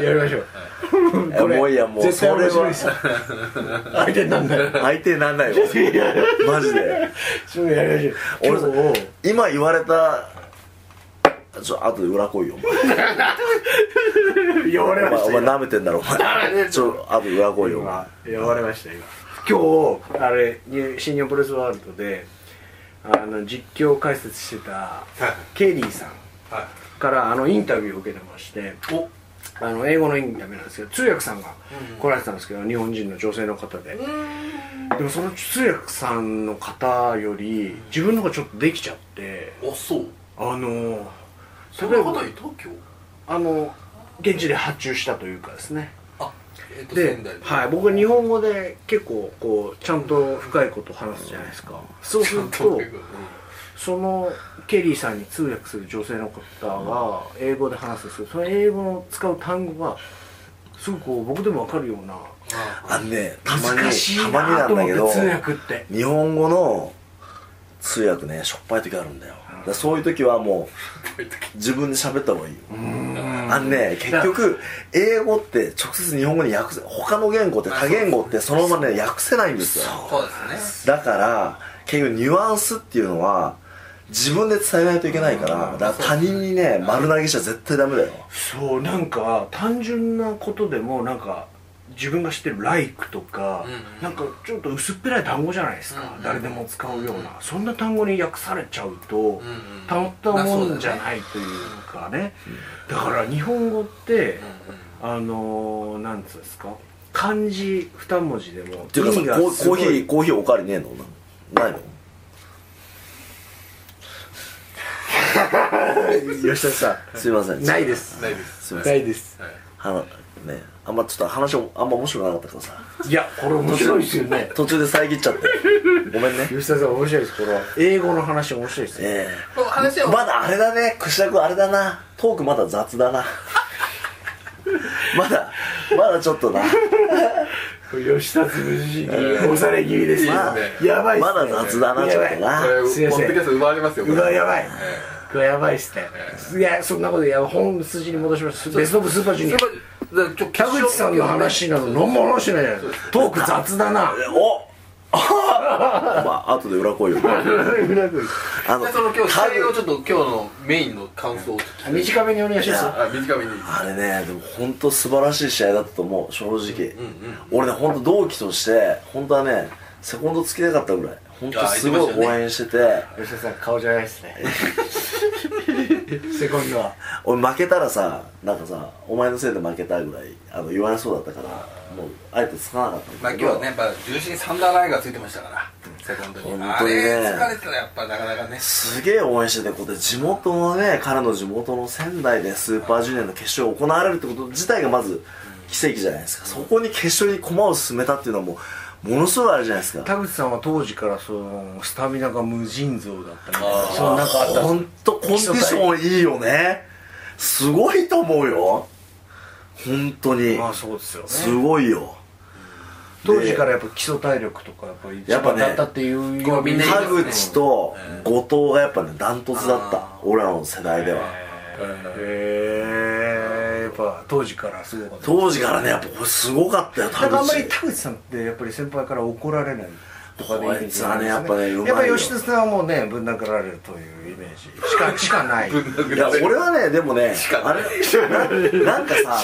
Speaker 2: やりましょう
Speaker 3: いやもういいやもう
Speaker 2: 絶
Speaker 3: そ
Speaker 2: 対
Speaker 3: れ
Speaker 2: 面白い
Speaker 3: は
Speaker 2: ですよ相手になんだよ
Speaker 3: 相手になんないわマジで
Speaker 2: ちょっとやりましょう今
Speaker 3: 俺
Speaker 2: [LAUGHS]
Speaker 3: 今言われたちょあとで裏来いよお前
Speaker 2: 日呼ばれま
Speaker 3: お
Speaker 2: し
Speaker 3: 前
Speaker 2: た
Speaker 3: 舐めてんだろお前ちょあと裏来いよお前
Speaker 2: 今呼ばれました今今日あれニュ新日本プロレスワールドであの実況解説してたケリーさん
Speaker 1: はい
Speaker 2: からあのインタビューを受けてまして
Speaker 1: お
Speaker 2: あの英語のインタビューなんですけど通訳さんが来られてたんですけど、日本人の女性の方で、でもその通訳さんの方より自分の方がちょっとできちゃって
Speaker 1: おそう
Speaker 2: あの
Speaker 1: それ
Speaker 2: 例え
Speaker 1: は
Speaker 2: ば
Speaker 1: ない東京
Speaker 2: あの現地で発注したというかですね
Speaker 1: あえっと
Speaker 2: で
Speaker 1: 仙台、
Speaker 2: はい、僕は日本語で結構こうちゃんと深いことを話すじゃないですか、そうするとそのケリーさんに通訳する女性の方が英語で話すんですけどその英語の使う単語がすごくこう僕でも分かるような
Speaker 3: あのねたまに
Speaker 2: 難しい
Speaker 3: たまに
Speaker 2: な
Speaker 3: な
Speaker 2: と
Speaker 3: ん
Speaker 2: 思
Speaker 3: だ
Speaker 2: っ
Speaker 3: け
Speaker 2: て
Speaker 3: ど
Speaker 2: 通訳って
Speaker 3: 日本語の通訳ねしょっぱい時あるんだよだからそういう時はもう自分で喋った方がいいよあのね結局英語って直接日本語に訳せ他の言語って他言語ってそのままね訳せないんですよ
Speaker 1: そうですね
Speaker 3: だから結局ニュアンスっていうのは自分で伝えないといけないからだから他人にね丸投げしちゃ絶対ダメだよ
Speaker 2: そうなんか単純なことでもなんか自分が知ってる「like」とか、
Speaker 1: うんうん
Speaker 2: なんかちょっと薄っぺらい単語じゃないですか、
Speaker 1: うんうん
Speaker 2: 誰でも使うようなそんな単語に訳されちゃうと、
Speaker 1: うんうん
Speaker 2: たまったもんじゃないというかねだから日本語って
Speaker 1: うん、うん
Speaker 2: あのー、なんつうんですか漢字二文字でも
Speaker 3: っていうかさコー
Speaker 2: す
Speaker 3: コ
Speaker 2: ご
Speaker 3: ーヒー
Speaker 2: い
Speaker 3: コーヒーおかわりねえのない
Speaker 2: [LAUGHS]
Speaker 3: の吉田さんすいません
Speaker 2: ないです
Speaker 1: ないです
Speaker 3: すいません
Speaker 2: です
Speaker 1: はい
Speaker 3: はなねあんまちょっと話もあんま面白くなかったからさ
Speaker 2: いやこれ面白いですよね
Speaker 3: 途中で遮っちゃってごめんね
Speaker 2: [LAUGHS] 吉田さん面白いですこれは英語の話面白いですね
Speaker 3: え
Speaker 1: この話
Speaker 3: え
Speaker 1: は
Speaker 3: まだあれだね串田君あれだなトークまだ雑だなまだまだちょっとな
Speaker 2: 吉田つぶし気押され気味です
Speaker 1: ね
Speaker 3: まあ
Speaker 2: やばいっす
Speaker 3: ま
Speaker 2: ね
Speaker 3: だ雑だなちょっとな
Speaker 1: これポ
Speaker 2: すいません
Speaker 1: ッドキャスト奪われますよこれ
Speaker 2: ばい
Speaker 1: え
Speaker 2: これやばいっすねいやそんなこといや本筋に戻しますベストオブスーパージ
Speaker 1: え
Speaker 2: ュニ
Speaker 1: や
Speaker 2: ア
Speaker 1: っぱりだからちょ
Speaker 2: 田口さんの話なの何も話してないじゃないですかトーク雑だな
Speaker 3: [LAUGHS] おまあ後で裏来いよあ
Speaker 1: でその今日
Speaker 3: 多
Speaker 1: 最
Speaker 3: 分
Speaker 1: 後ちょっと今日のメインの感想を聞きたい
Speaker 2: [LAUGHS] 短めにお願いします
Speaker 1: あ短めに
Speaker 3: あれねでも本当素晴らしい試合だったと思う正
Speaker 1: う
Speaker 3: 直、
Speaker 1: んうん
Speaker 3: 俺ね本当同期として本当はねセコンドつけたかったぐらい本当すごい応援してて
Speaker 2: 吉田さん顔じゃないです [LAUGHS] ねセコンドは
Speaker 3: 俺負けたらさなんかさお前のせいで負けたぐらいあの言われそうだったからもうあえてつかなかったん
Speaker 1: まあ今
Speaker 3: だけ
Speaker 1: 日
Speaker 3: ど、
Speaker 1: はねやっぱ重心サンダーラインがついてましたからセコンドに
Speaker 3: 本当にね
Speaker 1: あれ疲れてたらやっぱなかなかね
Speaker 3: すげえ応援しててこれ地元のね彼の地元の仙台でスーパージュニアの決勝が行われるってこと自体がまず奇跡じゃないですかそこに決勝に駒を進めたっていうのはもうものすごいあれじゃないですか
Speaker 2: 田口さんは当時からそのスタミナが無尽蔵だったみたい
Speaker 1: あ
Speaker 2: な
Speaker 1: ー
Speaker 2: そのなんかあった
Speaker 3: 本当コンディションいいよねすごいと思うよ本当に
Speaker 2: まあそうですよね
Speaker 3: すごいよ
Speaker 2: 当時からやっぱ基礎体力とかやっぱ一
Speaker 3: やっぱ
Speaker 2: 番
Speaker 3: ね
Speaker 2: だったっていうよ
Speaker 1: こう
Speaker 2: うに
Speaker 1: みんな
Speaker 3: 田
Speaker 1: 言いますね
Speaker 3: 口と後藤がやっぱねダントツだった俺らの世代では
Speaker 2: へえやっぱ当時からすごかった
Speaker 3: 当時からねやっぱこれすごかったよ
Speaker 2: な
Speaker 3: 田
Speaker 2: んかあんま
Speaker 3: 口
Speaker 2: り田口さんってやっぱり先輩から怒られないとかでイメージあるんです
Speaker 3: こいつはねやっぱねうまい
Speaker 2: や
Speaker 3: よ
Speaker 2: っぱ吉田さんはもうねぶん殴られるというイメージしかしかない
Speaker 3: いや [LAUGHS] 俺はねでもねあれ [LAUGHS] ななんかさ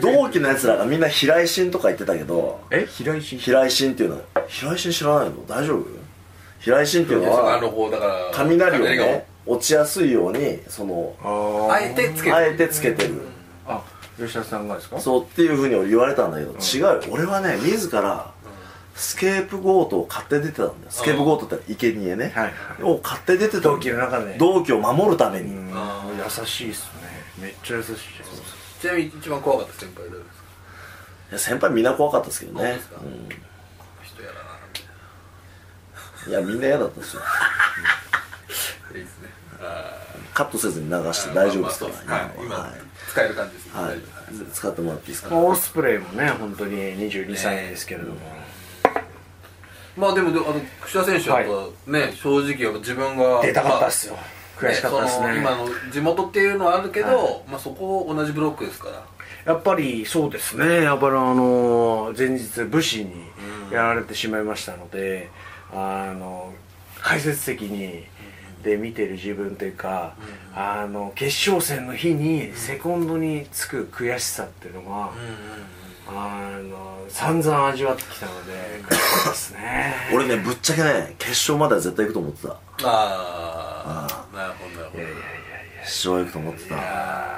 Speaker 3: 同期のやつらがみんな平井心とか言ってたけど
Speaker 2: え平井心
Speaker 3: 平井心っていうのは平井心知らないの大丈夫平井心っていうの
Speaker 1: あの
Speaker 3: は
Speaker 1: 方だから
Speaker 3: 雷を
Speaker 1: が
Speaker 3: ね落ちやすいようにその
Speaker 2: あ
Speaker 1: あえてつけ
Speaker 3: あ
Speaker 1: て
Speaker 3: えてつけてる
Speaker 2: あ吉田さんがですか
Speaker 3: そうっていうふうに俺言われたんだけど、違うよ俺はね自らスケープゴートを買って出てたんだよスケープゴートって生贄ね、
Speaker 2: はい
Speaker 3: を買って出てたんだよ
Speaker 2: 同期の中で
Speaker 3: 同期を守るために、
Speaker 2: うん
Speaker 1: あ
Speaker 2: 優しいっすねめっちゃ優しい
Speaker 1: ちなみに一番怖かった先輩誰ですか
Speaker 3: いや先輩みんな怖かったですけど
Speaker 1: そう
Speaker 3: ね
Speaker 1: ですか人やらなみたい
Speaker 3: うんいやみんな嫌だったですよ
Speaker 1: ないいですねあ
Speaker 3: カットせずに流して大丈夫ですか
Speaker 1: まあ
Speaker 3: ら
Speaker 1: まあそうですはい今使える感じですね
Speaker 3: はいはい
Speaker 1: 大丈夫です
Speaker 3: 使ってもらっていいです
Speaker 2: まあ
Speaker 3: か
Speaker 2: オスプレイもね本当に22歳ですけれども
Speaker 1: まあでもであの櫛田選手はやっぱね正直やっぱ自分が
Speaker 2: 出たかったっすよ悔しかったです
Speaker 1: その
Speaker 2: ね
Speaker 1: 今の地元っていうのはあるけど、まあ、そこ同じブロックですから
Speaker 2: やっぱりそうですねやっぱりあの前日武士にやられてしまいましたので、あの解説席にで見てる自分というか、あの決勝戦の日にセコンドにつく悔しさっていうのが、あの散々味わってきたので悔しかったですね
Speaker 3: 俺ねぶっちゃけね決勝までは絶対行くと思ってた
Speaker 1: ああなるほどなるほど
Speaker 3: 決勝行くと思ってた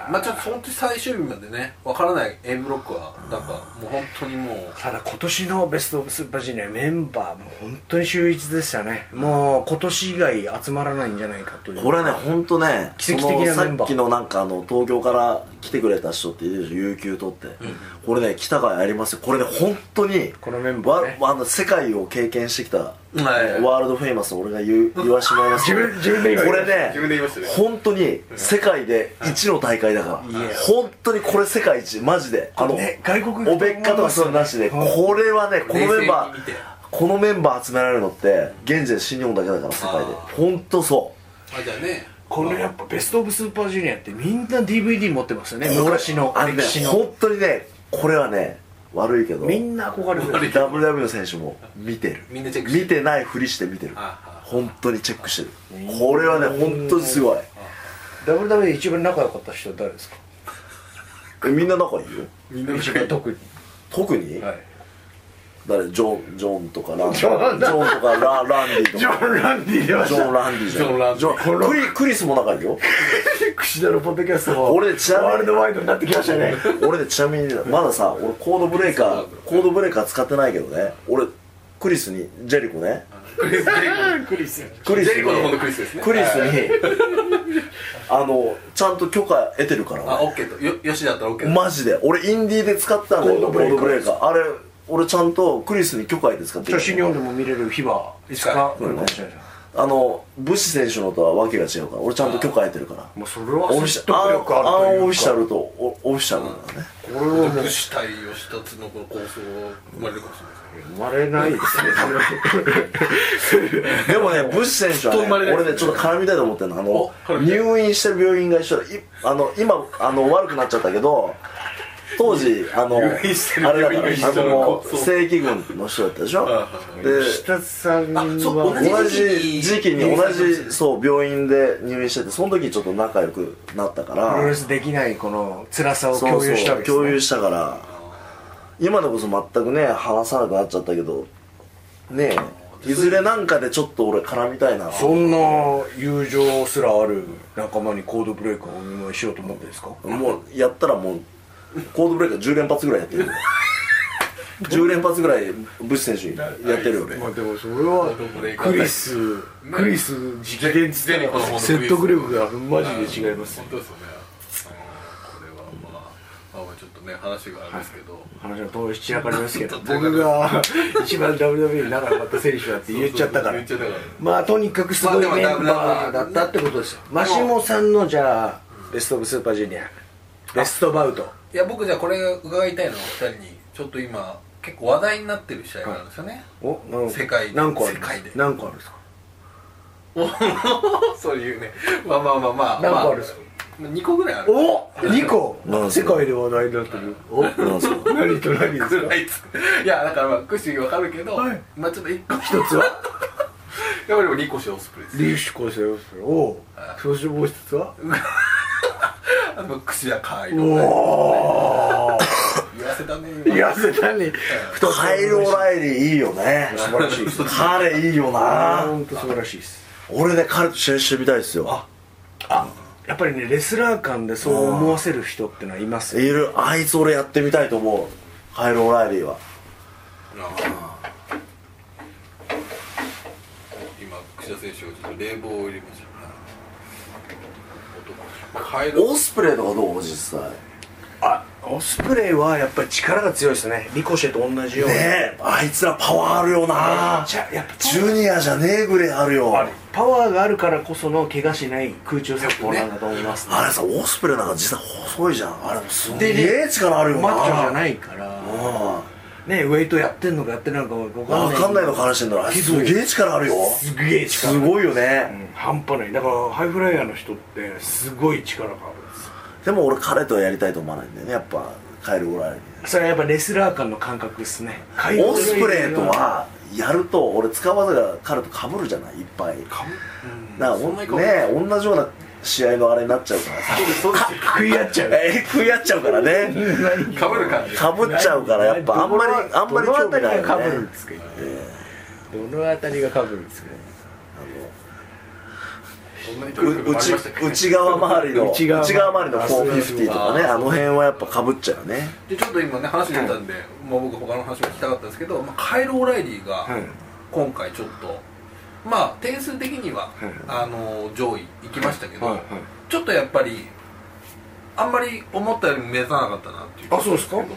Speaker 2: あ
Speaker 1: まあちょっと本当に最終日までねわからない A ブロックはなんかもう本当にもう
Speaker 2: ただ今年のベスト・オブ・スーパージュニアメンバーも本当に秀逸でしたねもう今年以外集まらないんじゃないかという
Speaker 3: これね本当ね
Speaker 2: 奇跡的な
Speaker 3: そ
Speaker 2: メン
Speaker 3: の
Speaker 2: バー
Speaker 3: さっきのなんかあの東京から来てくれた人っているでしょ有給取って、これね来たからやりますよこれね本当に
Speaker 2: このメンバーね
Speaker 3: わあの世界を経験してきた、
Speaker 1: い
Speaker 3: ワールドフェイマスを俺が言う言わしてもらいますけど
Speaker 2: 自分自分で今
Speaker 3: これね
Speaker 1: 自分で言いましたね
Speaker 3: 本当に世界で一の大会だから、
Speaker 2: いや
Speaker 3: 本当にこれ世界一マジであの、
Speaker 2: ね外国行くと思
Speaker 3: お
Speaker 2: います
Speaker 3: べっかとかそういうのなしで、これはねこのメンバ
Speaker 1: 冷静に見て
Speaker 3: ーこのメンバー集められるのって現在新日本だけだから世界で
Speaker 1: あー
Speaker 3: 本当そう
Speaker 1: あじゃあね
Speaker 2: このやっぱベスト・オブ・スーパージュニアってみんな DVD 持ってますよね昔の
Speaker 3: あの
Speaker 2: 歴
Speaker 3: ね
Speaker 2: 史の
Speaker 3: 本当にねこれはね悪いけど
Speaker 2: みんな憧れてる
Speaker 3: WW の選手も見てる
Speaker 1: みんなチェックしてる
Speaker 3: 見てないふりして見てる
Speaker 1: ああ
Speaker 3: 本当にチェックしてるこれはね本当にすごい
Speaker 2: WW で一番仲良かった人は誰ですか
Speaker 3: えみんな仲いいよ
Speaker 1: みん [LAUGHS] な
Speaker 2: 一番特に
Speaker 3: 特に、
Speaker 2: はい
Speaker 3: 誰ジョンジョンとかラン
Speaker 2: ジョン
Speaker 3: ジョンとかラランディとか
Speaker 2: ン・ランディでは
Speaker 3: ジョン・ランディじゃん
Speaker 1: ジョンランディ
Speaker 3: ンクリクリスも仲いいよ
Speaker 2: クシダのポッドキャストも
Speaker 3: 俺ちなみに
Speaker 2: ワールドワイドになってきましたね
Speaker 3: [LAUGHS] 俺ねちなみにまださ俺コードブレーカーコードブレーカー使ってないけどね俺クリスにジェリコね
Speaker 1: クリス・ジェ
Speaker 2: クリス
Speaker 3: クリ
Speaker 1: リコジ
Speaker 3: スに
Speaker 1: ェリコの方のクリスですね
Speaker 3: クリスに、あの、ちゃんと許可得てるから、
Speaker 1: あ
Speaker 3: 俺
Speaker 1: オッケーとよよしだったらオッケーだ
Speaker 3: マジで。俺、インディーで使ったんだ
Speaker 2: コー
Speaker 3: よ、
Speaker 2: ドブレイカー
Speaker 3: コーカー。あれ、俺ちゃんとクリスに許可得て使って
Speaker 2: 写
Speaker 3: る。
Speaker 2: 真日本でも見れる日はいつか来るかもしれない
Speaker 3: あの、武士選手のとはわけが違うから、俺ちゃんと許可得てるから。
Speaker 2: もうそれは
Speaker 3: オフィシ
Speaker 2: 説
Speaker 3: ャル、
Speaker 2: 得
Speaker 3: アン
Speaker 2: 力あ
Speaker 3: ア
Speaker 2: る
Speaker 3: ン
Speaker 2: とい
Speaker 3: オフィ
Speaker 2: う
Speaker 3: シャ
Speaker 2: か
Speaker 3: ルとオオフィシャルなんだね。
Speaker 2: これはもう
Speaker 1: 武士対吉田のこの構想を生まれるかもしれないですね
Speaker 2: 生まれないですね
Speaker 3: でもね、ブッシュ選手は、
Speaker 1: きっと生まれな
Speaker 3: ね、
Speaker 1: い
Speaker 3: 俺ね、ちょっと絡みたいと思ってるの。あ
Speaker 1: お絡
Speaker 3: の、
Speaker 1: みたい
Speaker 3: 入院してる病院が一緒で、いあの、今、あの、悪くなっちゃったけど、当時、あの、あ
Speaker 1: 入院してる
Speaker 3: れだから、
Speaker 1: 病院が
Speaker 3: あ
Speaker 1: 一緒な
Speaker 3: の
Speaker 1: の、
Speaker 3: 正規軍の人だったでしょ
Speaker 1: ん
Speaker 3: で、
Speaker 2: 下さんは
Speaker 1: あそう同
Speaker 3: 同
Speaker 1: じ
Speaker 3: じ時期に同じ、そう、病院で入院してて、その時ちょっと仲良くなったか
Speaker 2: プロレ
Speaker 3: ら、
Speaker 2: スできないこの辛さを
Speaker 3: そう
Speaker 2: 共有した
Speaker 3: そ
Speaker 2: わ
Speaker 3: う、
Speaker 2: けですね
Speaker 3: 共有したから、今でこそ全くね、話さなくなっちゃったけど、ねえ、いずれなんかでちょっと俺絡みたいな。
Speaker 2: そんな友情すらある仲間にコードブレイクをお見舞いしようと思ってですか
Speaker 3: もうやったらもうコードブレーカー10連発ぐらいやってるよ
Speaker 2: [LAUGHS]
Speaker 3: 10連発ぐらいブッシュ選手やってるよね
Speaker 2: まあでもそれはクリスクリス直伝っつったら説得力がマジで違います
Speaker 1: 本当ですよねうんこれはまあまあちょっとね話があるんですけど
Speaker 2: 話が遠い散らかりま
Speaker 1: [LAUGHS]
Speaker 2: すけど僕が一番 WWE に仲良かった選手だって言っちゃったから
Speaker 1: 言っちゃったから
Speaker 2: まあとにかくすごい
Speaker 1: まあ
Speaker 2: メ
Speaker 1: で
Speaker 2: ン
Speaker 1: も
Speaker 2: バーだったってことですよマシモさんのじゃあベスト・オブ・スーパージュニアベストバウト
Speaker 1: いや僕じゃあこれ伺いたいのはお二人にちょっと今結構話題になってる試合があるんですよね、
Speaker 2: おなんか
Speaker 1: 世界
Speaker 2: 何個あるん
Speaker 1: 世界で
Speaker 2: 何個あるんですか
Speaker 1: そういうねまあまあまあまあ
Speaker 2: 何個あるんですか
Speaker 1: まあ、2個ぐらいある
Speaker 2: お
Speaker 1: [LAUGHS]
Speaker 2: 二個
Speaker 3: なんす
Speaker 2: 世
Speaker 3: か
Speaker 2: 界で話題になってるお
Speaker 3: なんすか
Speaker 2: 何と何です
Speaker 1: ぐ
Speaker 2: から
Speaker 1: いっついやだからまあクッシーわかるけど、
Speaker 2: はい
Speaker 1: まあちょっと1個
Speaker 2: 一つは
Speaker 1: やっぱりもう2個してオスプレイです
Speaker 2: リーシュ構成をするおうそしてもう一つは
Speaker 1: あのクッシーは可愛いの
Speaker 2: おお
Speaker 1: 言わせたね今
Speaker 2: 痩せたね太っ
Speaker 3: カイル・オライリーいいよね
Speaker 2: 素晴らしいです
Speaker 3: 彼いいよ
Speaker 2: あ
Speaker 3: な
Speaker 2: 本当素晴らしいです
Speaker 3: 俺ね彼と試合してみたいですよ
Speaker 2: やっぱりねレスラー間でそう思わせる人ってのはいます
Speaker 3: い
Speaker 2: よ
Speaker 3: るあいつ俺やってみたいと思うカイル・オライリーは
Speaker 1: あー今クシ田選手がちょっと冷房を入れましたねカイロ
Speaker 3: オスプレイとかどう実際ね
Speaker 2: あオスプレイはやっぱり力が強いですねリコシェと同じように、
Speaker 3: えあいつらパワーあるよな
Speaker 2: じゃあやっぱ
Speaker 3: ジュニアじゃねえぐらいあるよ
Speaker 2: パワーがあるからこその怪我しない空中殺法なんだと思います、
Speaker 3: あれさオスプレイなんか実際細いじゃんあれもすげえ力あるよな
Speaker 2: マッチョじゃないいから
Speaker 3: うん
Speaker 2: ねウェイトやってんのかやってないのか分かんない
Speaker 3: わかんないの話してんだろあれすげえ力あるよ
Speaker 2: すげえ力
Speaker 3: す
Speaker 2: い、
Speaker 3: ごいよね、
Speaker 2: 半端ないだからハイフライヤーの人ってすごい力があるんですよ
Speaker 3: でも俺彼とはやりたいと思わないんだよねやっぱカエル・オライ
Speaker 2: それはやっぱレスラー間の感覚ですね
Speaker 3: リーオスプレイとはやると俺使わずが彼と被るじゃないいっぱいだ
Speaker 1: か
Speaker 3: か
Speaker 1: ぶ
Speaker 3: ら
Speaker 1: そんなに被る
Speaker 3: ね同じような試合のあれになっちゃうからさ
Speaker 1: そうです
Speaker 2: 食い合っちゃう
Speaker 3: えー [LAUGHS] 食い合っちゃうからね
Speaker 1: かぶる感じ
Speaker 3: 被っちゃうからやっぱあんまりあんまり興味ないよね
Speaker 2: ですかどの辺りがかぶるんですか
Speaker 1: そんなにくるくる
Speaker 3: う
Speaker 1: 回り
Speaker 3: 内
Speaker 1: ましたっけ
Speaker 3: 内側周りの
Speaker 2: 内
Speaker 3: 内
Speaker 2: 側
Speaker 3: 側
Speaker 2: 周り
Speaker 3: 周りの450とかねあの辺はやっぱかぶっちゃうね
Speaker 1: でちょっと今ね話出たんで、まあ、僕他の話も聞きたかったんですけど、まあ、カイロ・オライリーが
Speaker 2: はい
Speaker 1: 今回ちょっと、まあ点数的には、
Speaker 2: い
Speaker 1: あの上位行きましたけど、
Speaker 2: はいはい
Speaker 1: ちょっとやっぱりあんまり思ったより目指さなかったなっていう
Speaker 2: あそうですかうん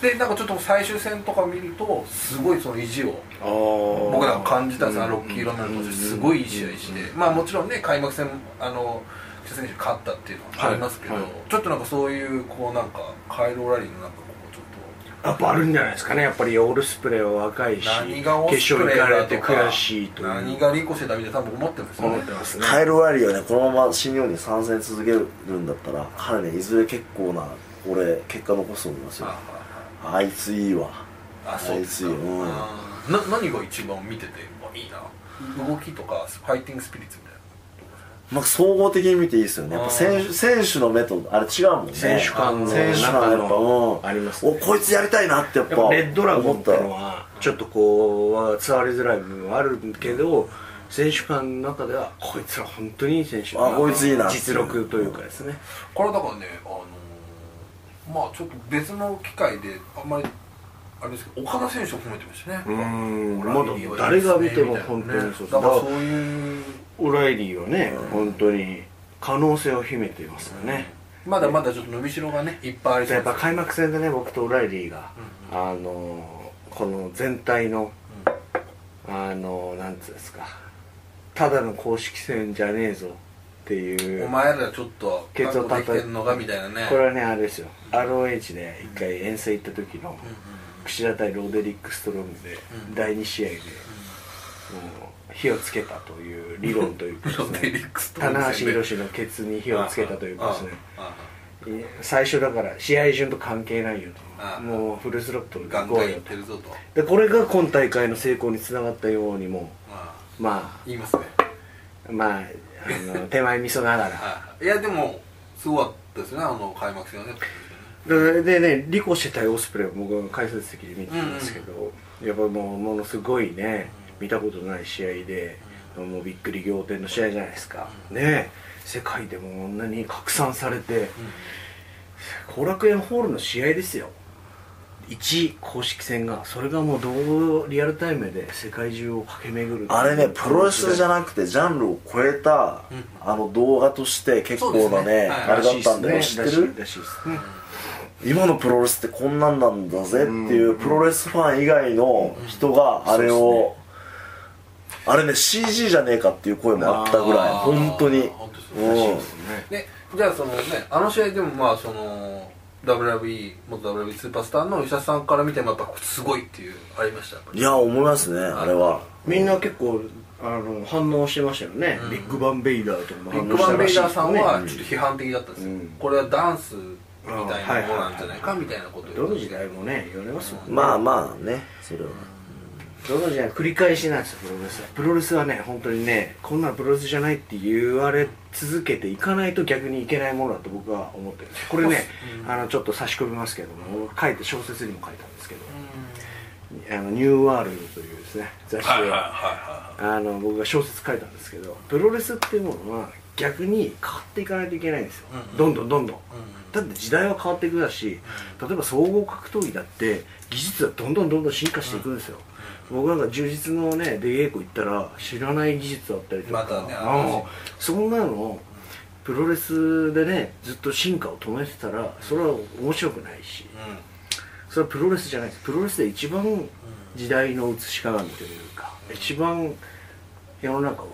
Speaker 1: でなんかちょっと最終戦とか見るとすごいその意地を
Speaker 2: ああ
Speaker 1: 僕らが感じたさ、ロッキー・ロメロ投手すごいいい試合して、まあもちろんね開幕戦あの菊池選手勝ったっていうのはありますけど、
Speaker 2: はいはい
Speaker 1: ちょっとなんかそういうこうなんかカイロ・オライリーのなんかこうちょっ
Speaker 2: やっぱあるんじゃないですかねやっぱりオールスプレーは若いし
Speaker 1: と何がオス
Speaker 2: 決
Speaker 1: プ
Speaker 2: 勝
Speaker 1: レ
Speaker 2: 行
Speaker 1: イ
Speaker 2: かれ
Speaker 1: だ
Speaker 2: て
Speaker 1: とか
Speaker 2: 悔しいという
Speaker 1: 何がリコしてたみたいな多分思ってますよ
Speaker 2: 思
Speaker 1: ね
Speaker 2: ってますね
Speaker 3: カエル・ワリーはねこのまま新日本に参戦続けるんだったら彼ねいずれ結構な俺結果残すと思いますよ
Speaker 1: あ
Speaker 3: あいついいわ
Speaker 1: あああそうですか、
Speaker 3: あいついいようん
Speaker 1: あーな何が一番見ててあいいな動きとかファイティングスピリッツみたいな
Speaker 3: まあ、総合的に見ていいですよねやっぱ選
Speaker 1: う
Speaker 3: 手選手の目とあれ違うもんね
Speaker 2: 選手間の
Speaker 3: 選手間
Speaker 2: 中
Speaker 3: やっぱ
Speaker 2: の
Speaker 3: うん
Speaker 2: ありますね
Speaker 3: おこいつやりたいなってやっ
Speaker 2: やっぱ
Speaker 3: ぱ
Speaker 2: レッドラゴン
Speaker 3: 思
Speaker 2: っ
Speaker 3: ってた
Speaker 2: のはちょっとこうは伝わりづらい部分はあるけど選手間の中ではこいつら本当にいい選手だ
Speaker 3: あこいついいな
Speaker 2: 実力というかですね
Speaker 1: これだからねあのーまあちょっと別の機会であんまりあれですけど岡田選手を褒めてましたね
Speaker 2: うん
Speaker 1: オ
Speaker 2: ま
Speaker 1: ラ
Speaker 2: だ
Speaker 1: イリーはいいで
Speaker 2: 誰
Speaker 1: すね
Speaker 2: が見ても
Speaker 1: みたいなね
Speaker 2: 本当にそうです
Speaker 1: だからそういう
Speaker 2: オライリーはね本当に可能性を秘めていますよね
Speaker 1: まだまだちょっと伸びしろがねいっぱいありそう
Speaker 2: やっ
Speaker 1: です
Speaker 2: ぱ開幕戦でね僕とオライリーがあのこの全体のあのなんつうんですかただの公式戦じゃねえぞっていう
Speaker 1: お前らちょっと
Speaker 2: ケツを叩
Speaker 1: 覚
Speaker 2: い
Speaker 1: 悟できてんのがみたいなね
Speaker 2: これはねあれですよ ROH で一回遠征行った時の
Speaker 1: うんうん
Speaker 2: 櫛田対ローデリック・ストロングで
Speaker 1: うん
Speaker 2: 第2試合でもう火をつけたという理論というかで
Speaker 1: [LAUGHS]
Speaker 2: す
Speaker 1: ローデリックストロング
Speaker 2: 棚橋
Speaker 1: 戦で
Speaker 2: 宏のケツに火をつけたというかですね
Speaker 1: あ
Speaker 2: いや最初だから試合順と関係ないよ
Speaker 1: あ
Speaker 2: と
Speaker 1: あ
Speaker 2: もうフルスロットルで
Speaker 1: ガン
Speaker 2: 行
Speaker 1: ガ
Speaker 2: こ
Speaker 1: ン
Speaker 2: う
Speaker 1: いっ
Speaker 2: よ
Speaker 1: てるぞと
Speaker 2: とでこれが今大会の成功につながったようにも
Speaker 1: まあ
Speaker 2: ま
Speaker 1: 言いますね
Speaker 2: あまああの手前味噌ながら
Speaker 1: はいいやでもすごかったですねあの開幕戦はね
Speaker 2: ででねリコシェ対オスプレイを僕は解説席で見てたんですけど、やっぱもうものすごいね見たことない試合で、もうびっくり仰天の試合じゃないですか、ねえ世界でもこんなに拡散されて後楽園ホールの試合ですよ1公式戦がそれがもうどうリアルタイムで世界中を駆け巡る
Speaker 3: あれねプロレスじゃ
Speaker 2: ない
Speaker 3: なくてジャンルを超えた、
Speaker 1: うん
Speaker 3: あの動画として結構
Speaker 1: そ
Speaker 3: な
Speaker 1: うですね
Speaker 3: ね
Speaker 1: はい
Speaker 3: あれだったんだよ、
Speaker 2: らしい
Speaker 3: 知
Speaker 2: で
Speaker 3: って
Speaker 2: すね
Speaker 3: る
Speaker 2: らしいですね
Speaker 3: 今のプロレスってこんなんなんだぜっていう、プロレスファン以外の人があれ
Speaker 2: そうっ
Speaker 3: を、あれね CG じゃねえかっていう声もあったぐらい
Speaker 1: あー
Speaker 3: 本当に
Speaker 1: 本当です
Speaker 3: う
Speaker 1: ね
Speaker 3: ん
Speaker 2: そうですね
Speaker 1: でじゃあそのねあの試合でもまあその WWE 元 WWE スーパースターの吉田さんから見てもやっぱすごいっていうありましたやっぱり
Speaker 3: いや思いますねあれは
Speaker 2: みんな結構あの反応してましたよね、
Speaker 1: うん
Speaker 2: ビッグバンベイダーとかも
Speaker 1: ビ
Speaker 2: 反
Speaker 1: ッ
Speaker 2: 応
Speaker 1: グ
Speaker 2: し
Speaker 1: バ
Speaker 2: た
Speaker 1: ン
Speaker 2: ら
Speaker 1: ベ
Speaker 2: し
Speaker 1: イ
Speaker 2: いで
Speaker 1: ダーさんはちょっと批
Speaker 2: すよね
Speaker 1: 判的だったんですよ、
Speaker 2: うん
Speaker 1: これはダンスみたいなものなんじゃないかみたいなことを
Speaker 2: どの時代もね言われますもんね、
Speaker 3: まあまあねそれは
Speaker 2: どの時代も繰り返しなんですよプロレスはプロレスはね本当にねこんなのプロレスじゃないって言われ続けていかないと逆にいけないものだと僕は思ってるんですこれね、あのちょっと差し込みますけども書いて小説にも書いたんですけど「あのニューワールド」というですね雑誌を、
Speaker 1: はいはいは
Speaker 2: あの僕が小説書いたんですけどプロレスっていうものは逆に変わっていかないといけないんですよ、
Speaker 1: うんうん
Speaker 2: どんどんどんどん、
Speaker 1: ん
Speaker 2: だって時代は変わっていくだし例えば総合格闘技だって技術はどんどんどんどん進化していくんですよ、僕なんか充実のね出稽古行ったら知らない技術だったりとか、
Speaker 1: またね
Speaker 2: うんそんなのプロレスでねずっと進化を止めてたらそれは面白くないし、
Speaker 1: いはいうん
Speaker 2: それはプロレスじゃないですプロレスで一番時代の写し鏡というか一番世の中を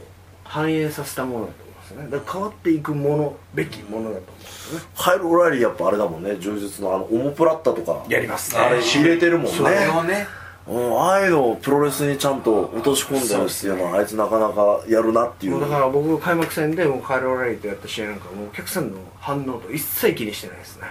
Speaker 2: 反映させたものだと思いますねだから変わっていくものべきものだと思うんですよね
Speaker 3: カイル・オライリーやっぱあれだもんね柔術のあのオモプラッタとか
Speaker 2: やりますね
Speaker 3: あれ入れてるもんね
Speaker 1: それをね
Speaker 3: うんああいうのをプロレスにちゃんと落とし込んでるっていうのはあいつなかなかやるなってい
Speaker 2: もう
Speaker 3: う
Speaker 2: だから僕開幕戦でもうカイロ・ラリーとやった試合なんかもうお客さんの反応と一切気にしてないですね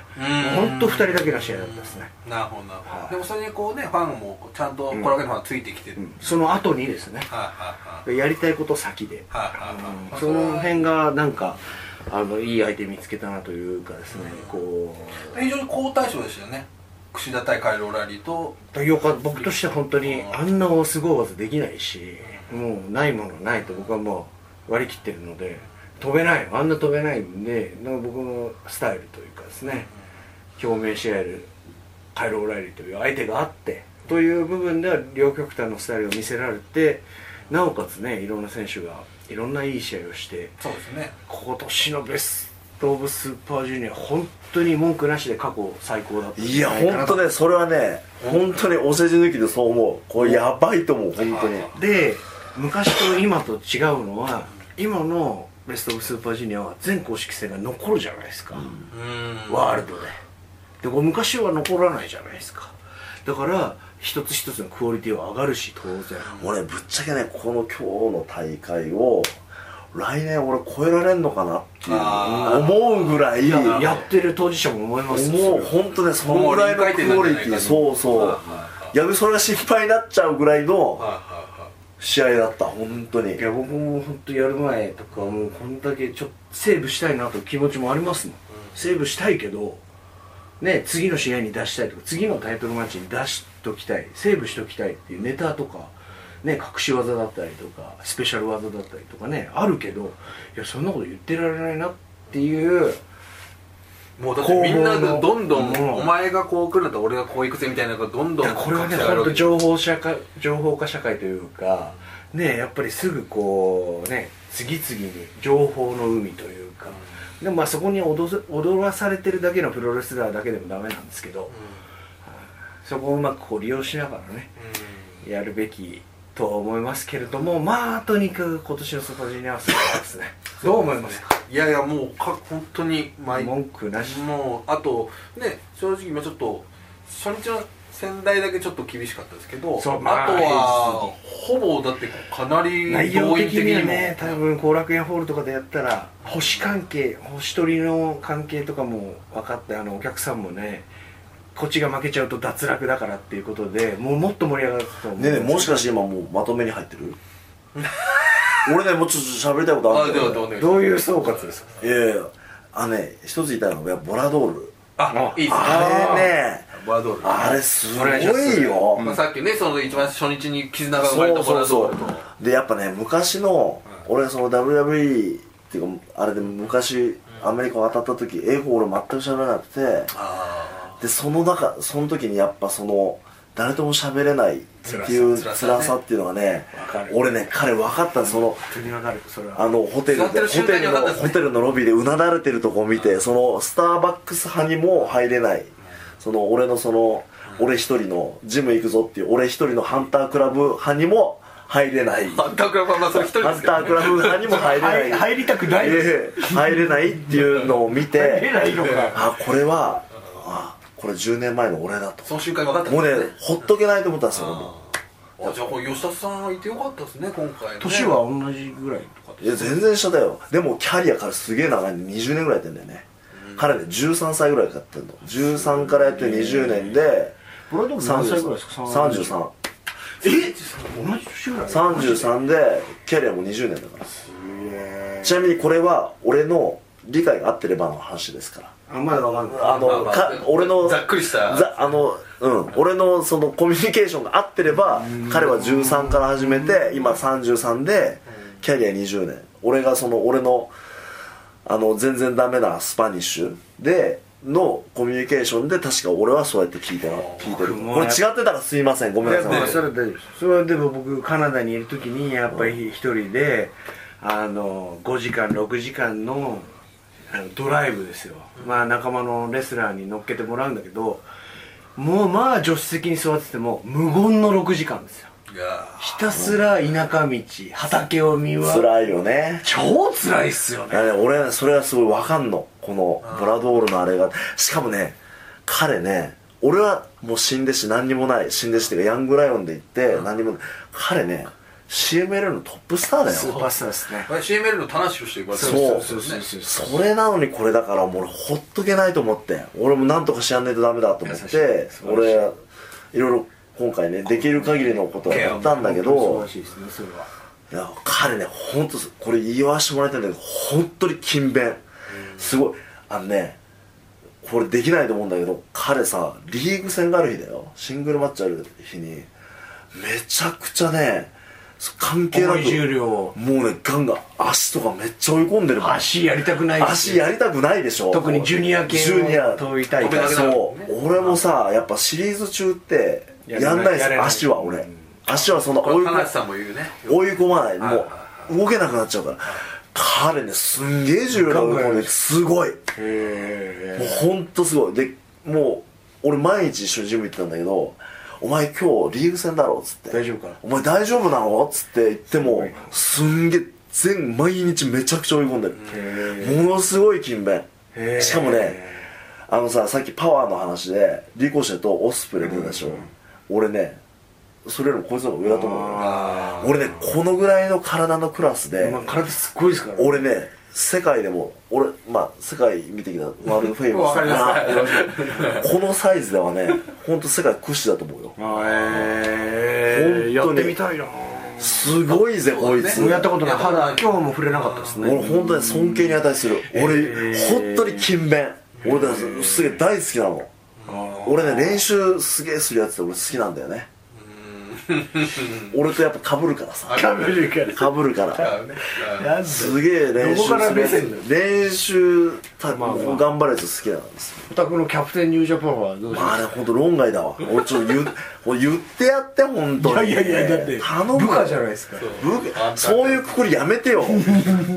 Speaker 2: もうほんと2人だけの試合だったですね
Speaker 1: なるほどなるほど、
Speaker 2: はい
Speaker 1: でもそれにこうねファンもちゃんとこれだけのファンついてきてる、
Speaker 2: その後にですね
Speaker 1: はいはい
Speaker 2: やりたいこと先で
Speaker 1: はいはいはいはい
Speaker 2: その辺がなんかあのいい相手見つけたなというかですねこう
Speaker 1: 非常に好対象でしたよね櫛田対カイロ・オライリーと
Speaker 2: よか僕としては本当にあんなすごい技できないしもうないものはないと僕はもう割り切ってるので飛べないあんな飛べないんでなんか僕のスタイルというかですね表明し合えるカイロ・オライリーという相手があってという部分では両極端のスタイルを見せられてなおかつねいろんな選手がいろんないい試合をして
Speaker 1: そうですね
Speaker 2: 今年のベスト・オブ・スーパージュニア本当に文句なしで過去最高だったん
Speaker 3: い
Speaker 2: じゃ
Speaker 3: や
Speaker 2: なかな
Speaker 3: 本当ねそれはね本当にお世辞抜きでそう思うこれやばいと思う本当に
Speaker 2: で昔と今と違うのは今のベスト・オブ・スーパージュニアは全公式戦が残るじゃないですか、
Speaker 1: うん
Speaker 2: ワールドででこれ昔は残らないじゃないですかだから一つ一つのクオリティは上がるし当然
Speaker 3: 俺ぶっちゃけねこの今日の大会を来年俺超えられんのかなって
Speaker 1: あ
Speaker 3: いう思うぐらい
Speaker 2: ややってる当事者も思います
Speaker 3: もう本当ねそのぐらいのクオリティそうそう逆にそれが心配になっちゃうぐらいの試合だった本当に
Speaker 2: いや僕も本当やる前とかもうこんだけちょっとセーブしたいなという気持ちもありますもん、セーブしたいけどね次の試合に出したいとか次のタイトルマッチに出しときたいセーブしときたいっていうネタとかね隠し技だったりとかスペシャル技だったりとかねあるけどいやそんなこと言ってられないなっていう
Speaker 1: もうだってみんながどんど
Speaker 2: うん
Speaker 1: んお前がこう来るんだったら俺がこういくぜみたいなのがどん
Speaker 2: い
Speaker 1: どん
Speaker 2: やこれはね
Speaker 1: 各社やるわけ
Speaker 2: 本当
Speaker 1: で
Speaker 2: 情報社会情報化社会というかねやっぱりすぐこうね次々に情報の海というか、でもまあそこに踊せ踊らされてるだけのプロレスラーだけでもダメなんですけど、そこをうまくこう利用しながらねやるべきとは思いますけれどもまあとにかく今年のソファジに合わせです [LAUGHS] ねどう思いますか
Speaker 1: いやいやもうか本当に毎
Speaker 2: 文句なし
Speaker 1: もうあとね正直今ちょっと初日の仙台だけちょっと厳しかったですけどあと
Speaker 2: そうまあ
Speaker 1: はほぼだってかなり
Speaker 2: 内容
Speaker 1: 動員
Speaker 2: 的
Speaker 1: 的に
Speaker 2: には
Speaker 1: も
Speaker 2: ね多分後楽園ホールとかでやったら星関係星取りの関係とかも分かってあのお客さんもねこっちが負けちゃうと脱落だからっていうことでもうもっと盛り上がると思う
Speaker 3: ねえねえもしかして今もうまとめに入ってる俺ねもうちょっと喋りたいことあ
Speaker 1: あ
Speaker 3: るん
Speaker 1: で
Speaker 3: だ
Speaker 1: は
Speaker 3: よ、
Speaker 1: ではでは
Speaker 2: どういう総括ですか
Speaker 3: いやいやあのね一つ言いたいのがやっぱボラドール
Speaker 1: あいいですね
Speaker 3: あれね
Speaker 1: バドル
Speaker 3: あれすご
Speaker 2: お願いしま
Speaker 3: い
Speaker 2: す
Speaker 3: よ、
Speaker 1: まあ、さっきねその一番初日に絆が生まれ
Speaker 3: そ
Speaker 1: た
Speaker 3: うそうそ
Speaker 1: バドルと
Speaker 3: うでやっぱね昔の、俺その WWE っていうかあれで昔アメリカを当たった時英語俺全く喋れなくて
Speaker 1: あ
Speaker 3: でその中その時にやっぱその誰とも喋れないっていう
Speaker 1: 辛さ辛
Speaker 3: 辛
Speaker 1: さね
Speaker 3: さっていうのがね
Speaker 2: わかる
Speaker 3: 俺ね彼分かったその
Speaker 2: 本当に分かるそれは
Speaker 3: あのホテルで
Speaker 1: 座ってる
Speaker 3: ホ
Speaker 1: 瞬間
Speaker 3: テ
Speaker 1: に
Speaker 3: ル
Speaker 1: 分かった
Speaker 3: の
Speaker 1: んですね
Speaker 3: ホテルのロビーでうなだれてるとこを見てそのスターバックス派にも入れないその俺のその俺一人のジム行くぞっていう俺一人のハンタークラブ派にも入れない
Speaker 1: あハンタークラブはまあそれ一人
Speaker 3: ハ
Speaker 1: で
Speaker 3: ン
Speaker 1: すけ
Speaker 3: タ
Speaker 1: ど、
Speaker 3: ークラブ派にも入れな
Speaker 2: 入
Speaker 3: い
Speaker 2: 入りたくない
Speaker 3: ええ入れないっていうのを見
Speaker 2: 入れ
Speaker 3: て
Speaker 2: ないのか
Speaker 3: あこれはあこれ10年前の俺だと
Speaker 1: その瞬間に分かった
Speaker 3: もうね
Speaker 1: です
Speaker 3: ほっとけないと思ったんですよ
Speaker 1: あーあじゃあこれ吉田さんいてよかったですね今回ね
Speaker 2: 年は同じぐらいとか
Speaker 3: いや全然下だよでもキャリアからすげえ長いんで20年ぐらいやってんだよね彼ね13歳ぐらいからやってんの13からやって20年で
Speaker 2: ブラドル何歳ぐらいですか
Speaker 3: 3333
Speaker 2: え同じ年ぐらい
Speaker 3: 33でキャリアも20年だから
Speaker 2: え
Speaker 3: ちなみにこれは俺の理解が合ってればの話ですから
Speaker 2: あまだ分かんない
Speaker 3: あの、
Speaker 1: まあまあ
Speaker 3: か俺の
Speaker 1: ざっくりした
Speaker 3: ざあのうん俺のそのコミュニケーションが合ってれば彼は13から始めて今33でキャリア20年俺がその俺のあの全然ダメなスパニッシュでのコミュニケーションで確か俺はそうやって聞いてな聞いてる
Speaker 2: 僕も
Speaker 3: これ違ってたらすいませんごめんな
Speaker 2: で
Speaker 3: さ
Speaker 2: も
Speaker 3: い
Speaker 2: それは大丈夫ですそれはでも僕カナダにいる時にやっぱり一人であの5時間6時間のあのドライブですよまあ仲間のレスラーに乗っけてもらうんだけどもうまあ助手席に座ってても無言の6時間ですよ
Speaker 1: いや
Speaker 2: ひたすら田舎道畑を見は
Speaker 3: 辛いよね
Speaker 2: 超辛いっすよ
Speaker 3: いや
Speaker 2: ね
Speaker 3: ね俺はねそれはすごいわかんのこのブラドールのあれがしかもね彼ね俺はもう死んでし何にもない死んでしっていうかヤングライオンで行って何にもない彼ね CML のトップスターだ
Speaker 2: スー
Speaker 3: よ
Speaker 2: パースターですね
Speaker 1: ーこれ CML の棚主として呼ばれて
Speaker 3: そう
Speaker 1: そうそうそう
Speaker 3: それなのにこれだからもう俺ほっとけないと思って俺もなんとかしやんないとダメだと思っ
Speaker 2: 優しい素
Speaker 3: て
Speaker 2: 晴らしい
Speaker 3: 俺いろいろ今回ねできる限りのことはやったんだけ
Speaker 2: 素晴
Speaker 3: ど
Speaker 2: らしいですねそれはい
Speaker 3: や彼ね本当これ言わしてもらいたいんだけど本当に勤勉すごいあのねこれできないと思うんだけど彼さリーグ戦がある日だよシングルマッチある日にめちゃくちゃね関係な
Speaker 2: 重い重
Speaker 3: く
Speaker 2: 量を
Speaker 3: もうねガンガン足とかめっちゃ追い込んでるもん
Speaker 2: 足やりたくない
Speaker 3: 足やりたくないでしょ
Speaker 2: 特にジュニア系の
Speaker 3: ジュニア
Speaker 2: 遠い大
Speaker 1: 会
Speaker 3: そう俺もさやっぱシリーズ中って
Speaker 2: や
Speaker 3: や
Speaker 2: らない
Speaker 3: んないで
Speaker 2: や
Speaker 3: す
Speaker 2: れない
Speaker 3: 足は俺、
Speaker 2: うん
Speaker 3: 足はそんな
Speaker 1: これ
Speaker 3: 追い
Speaker 1: 田
Speaker 3: 込
Speaker 1: 中さんも言うね
Speaker 3: 追い込まない
Speaker 1: はい
Speaker 3: もう動けなくなっちゃうから彼ねすんげえ重量が追い込ん
Speaker 2: ガンガンや
Speaker 3: で
Speaker 2: る
Speaker 3: すごいも
Speaker 2: へ
Speaker 3: う
Speaker 2: え
Speaker 3: ほんとすごいでもう俺毎日一緒にジム行ってたんだけどお前今日リーグ戦だろっつって
Speaker 2: 大丈夫かな
Speaker 3: お前大丈夫なのっつって言ってもすんげえ全毎日めちゃくちゃ追い込んでる
Speaker 2: へ
Speaker 3: ものすごい勤勉
Speaker 2: へー
Speaker 3: しかもねあのささっきパワーの話でリコシェとオスプレイ出たでしょ、俺ねそれよりもこいつの方が上だと思う
Speaker 2: あ
Speaker 3: よ俺ねこのぐらいの体のクラスで、
Speaker 2: まあ、体すっごいですから
Speaker 3: 俺ね世界でも俺まあ世界見てきたワ
Speaker 1: [LAUGHS]
Speaker 3: ールドフェイム
Speaker 1: わかります
Speaker 3: このサイズではね本当世界屈指だと思うよ
Speaker 2: あへえや
Speaker 3: 本当
Speaker 2: っ
Speaker 3: に
Speaker 2: てみたいな
Speaker 3: すごいぜこいつ
Speaker 2: もうやったことない肌今日も触れなかったですね
Speaker 3: 俺本当に尊敬に値する俺本当に勤勉俺だからすげえ大好きなの俺ね練習すげえするやつって俺好きなんだよね [LAUGHS] 俺とやっぱ被るからさ
Speaker 2: カメルから
Speaker 3: 被る
Speaker 1: [LAUGHS]
Speaker 3: か
Speaker 1: だ
Speaker 3: ら
Speaker 1: よね
Speaker 2: なん
Speaker 3: すげえ練習
Speaker 2: どこから
Speaker 3: する
Speaker 2: 目
Speaker 3: や
Speaker 2: 線だよ
Speaker 3: つ練習た
Speaker 2: まあまあ
Speaker 3: 頑張るやつ好きなんですよ
Speaker 2: お宅のキャプテンニュージャパンはどうし
Speaker 3: まああれ本当論外だわ俺ちょっと言う [LAUGHS] もう言ってやって本当に頼む
Speaker 2: 部下じゃないですか
Speaker 3: 部下そういうくくりやめて
Speaker 2: [LAUGHS]
Speaker 3: よ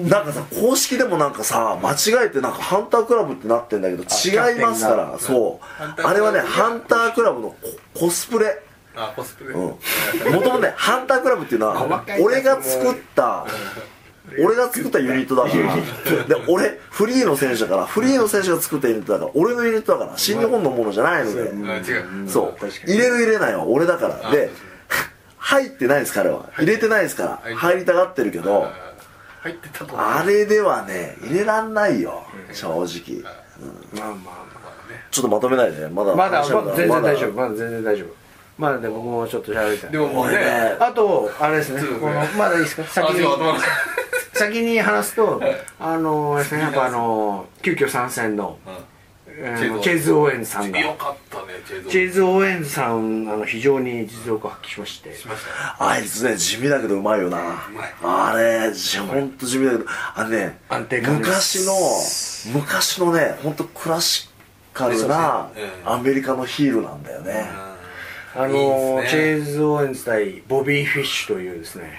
Speaker 3: なんかさ公式でもなんかさ間違えてなんかハンタークラブってなってんだけど違いますか
Speaker 2: キャプテンが
Speaker 3: らそう
Speaker 1: ハンタークラブ
Speaker 3: あれはねハンタークラブのココスプレ
Speaker 1: あコスプレ
Speaker 3: うんもともとねハンタークラブっていうの
Speaker 2: 細
Speaker 3: は
Speaker 2: かいな
Speaker 3: 俺が作った俺が作ったユニットだからで俺フリーの選手だからフリーの選手が作ったユニットだから俺のユニットだから新日本のものじゃないので
Speaker 1: あ違う
Speaker 3: そう
Speaker 2: 確かに
Speaker 3: 入れる入れないは俺だから
Speaker 1: あ
Speaker 3: で入ってないです彼は入れてないですか
Speaker 1: 入って
Speaker 3: ら入りたがってるけど
Speaker 1: 入ってたと思う
Speaker 3: あれではね入れらんないよ正直ちょ
Speaker 2: まあまあま
Speaker 3: っとまとめないでまだ
Speaker 2: あまだ
Speaker 3: 話は
Speaker 2: まだ全然大丈夫まだ全然大丈夫まだで僕もちょっと喋りたい
Speaker 1: でももう
Speaker 3: 俺ね
Speaker 1: ね
Speaker 2: あとあれですね
Speaker 1: そうですね
Speaker 2: このまだいいですか先
Speaker 1: 味
Speaker 2: に
Speaker 1: が頭の中
Speaker 2: 先に話すとあのですねやっぱあの急遽参戦のえーチェイズ・オーエンズさんが
Speaker 1: よかったねチェイズ
Speaker 2: チェイズ・オーエンズさんあの非常に実力を発揮しまして
Speaker 1: しました
Speaker 3: あいつね地味だけどうまいよな
Speaker 1: まい
Speaker 3: あれじゃほんと地味だけどあのね
Speaker 2: 安定感です
Speaker 3: 昔の昔のねほんとクラシカルな
Speaker 1: ですよねうん
Speaker 3: アメリカのヒールなんだよね
Speaker 2: あの
Speaker 1: いいですね
Speaker 2: チェイズ・オーエンズ対ボビー・フィッシュというですね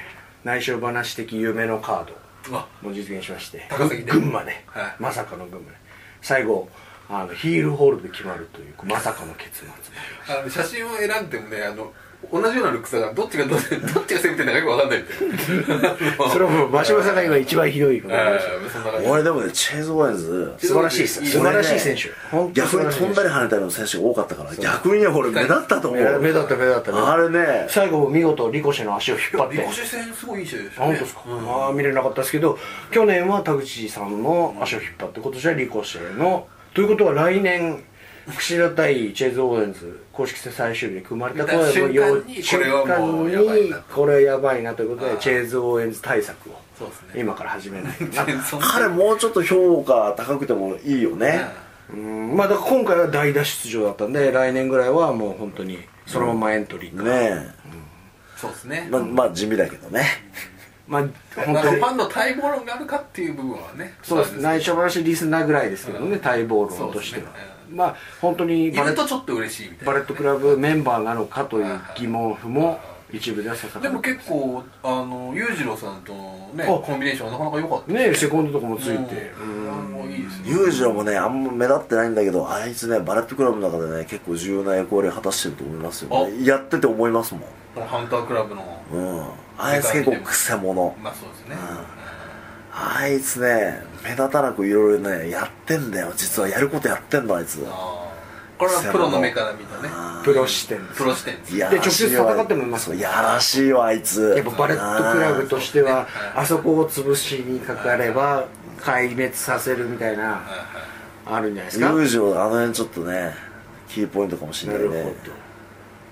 Speaker 2: 内緒話的夢のカー
Speaker 1: うんあ
Speaker 2: ドも実現しまして
Speaker 1: 高崎ね
Speaker 2: 群馬ね、
Speaker 1: はい
Speaker 2: まさかの群馬ね最後あのヒールホールで決まるというまさかの結 [LAUGHS] 末
Speaker 1: あの写真を選んでもねあの同じようなルックスだからどっちがどっちどっちが攻めてるのかよくわかんないみたいな
Speaker 2: それはもう真島さんが今一番ひどいことを言いまし
Speaker 1: [LAUGHS]
Speaker 2: た
Speaker 1: ええそんな感じ
Speaker 3: 俺でもねチェイズ・オーエンズ
Speaker 2: 素晴らしいです素晴らしい選手本当に素
Speaker 3: 逆
Speaker 2: 晴
Speaker 3: に
Speaker 2: らしい
Speaker 3: 飛
Speaker 2: 選手
Speaker 3: んだり跳ねたりの選手が多かったから逆にね俺目立ったと思う
Speaker 2: 目立った目立った目立った
Speaker 3: あれね
Speaker 2: 最後見事リコシェの足を引っ張っ
Speaker 1: リ
Speaker 2: て
Speaker 1: コシェ戦すごいいい試合でした
Speaker 2: あ
Speaker 1: ね
Speaker 2: 本当ですか、ああ見れなかったですけど去年は田口さんの足を引っ張って今年はリコシェのということは来年櫛田対チェイズ・オーエンズ公式戦最終日に組まれたこれはもう要
Speaker 1: 見た瞬間にこれはもうやばいな
Speaker 2: 瞬間にこれはやばいなということ
Speaker 1: あ
Speaker 2: で
Speaker 1: ー
Speaker 2: チェイズ・オーエンズ対策を
Speaker 1: そうですね
Speaker 2: 今から始めない
Speaker 1: [LAUGHS]
Speaker 2: とな
Speaker 1: そんな
Speaker 3: 彼もうちょっと評価高くてもいいよね
Speaker 2: うんまあだから今回は代打出場だったんで来年ぐらいはもう本当にそのままエントリーか、
Speaker 3: ね
Speaker 1: そうです
Speaker 3: え
Speaker 1: ね
Speaker 3: ままあ地味だけどね
Speaker 2: まあ
Speaker 1: なん
Speaker 2: 本
Speaker 1: か
Speaker 2: 当
Speaker 1: フ
Speaker 2: に
Speaker 1: ァンの待望論があるかっていう部分はね
Speaker 2: そうです内緒話リスナーぐらいですけどね、待望論としては、
Speaker 1: そうですね
Speaker 2: まあ本当に
Speaker 1: い
Speaker 2: バレ
Speaker 1: るとちょっと嬉しいみたいな
Speaker 2: バレットクラブメンバーなのかという疑問符も一部ではささ
Speaker 1: でも結構あの裕次郎さんとのね
Speaker 2: あ
Speaker 1: コンビネーションはなかなか良かった
Speaker 2: ねえセコンドとかもついて
Speaker 1: うんあのいいですね
Speaker 3: 裕次郎もねあんま目立ってないんだけどあいつねバレットクラブの中でね結構重要な役割を果たしてると思いますよ、ね、やってて思いますもん
Speaker 1: このハンタークラブの
Speaker 3: うんあいつ結構くせ者
Speaker 1: まあそうですね
Speaker 3: あいつね目立たなくいろいろねやってんだよ実はやることやってんだあいつ
Speaker 1: あーこれはプロの目から見たね
Speaker 2: プロ視点です
Speaker 1: プロ視点です
Speaker 3: いや
Speaker 2: で直接戦ってもいます
Speaker 3: そうやらしいわあいつ
Speaker 2: やっぱバレットクラブとして
Speaker 1: あー
Speaker 2: は
Speaker 1: そうですね
Speaker 2: あそこを潰しにかかれば壊滅させるみたいな
Speaker 1: はいはい
Speaker 2: あるんじゃないですか
Speaker 3: 裕次郎あの辺ちょっとねキーポイントかもしれ
Speaker 2: な
Speaker 3: な
Speaker 2: る
Speaker 3: い
Speaker 2: ほ
Speaker 3: ね
Speaker 2: ど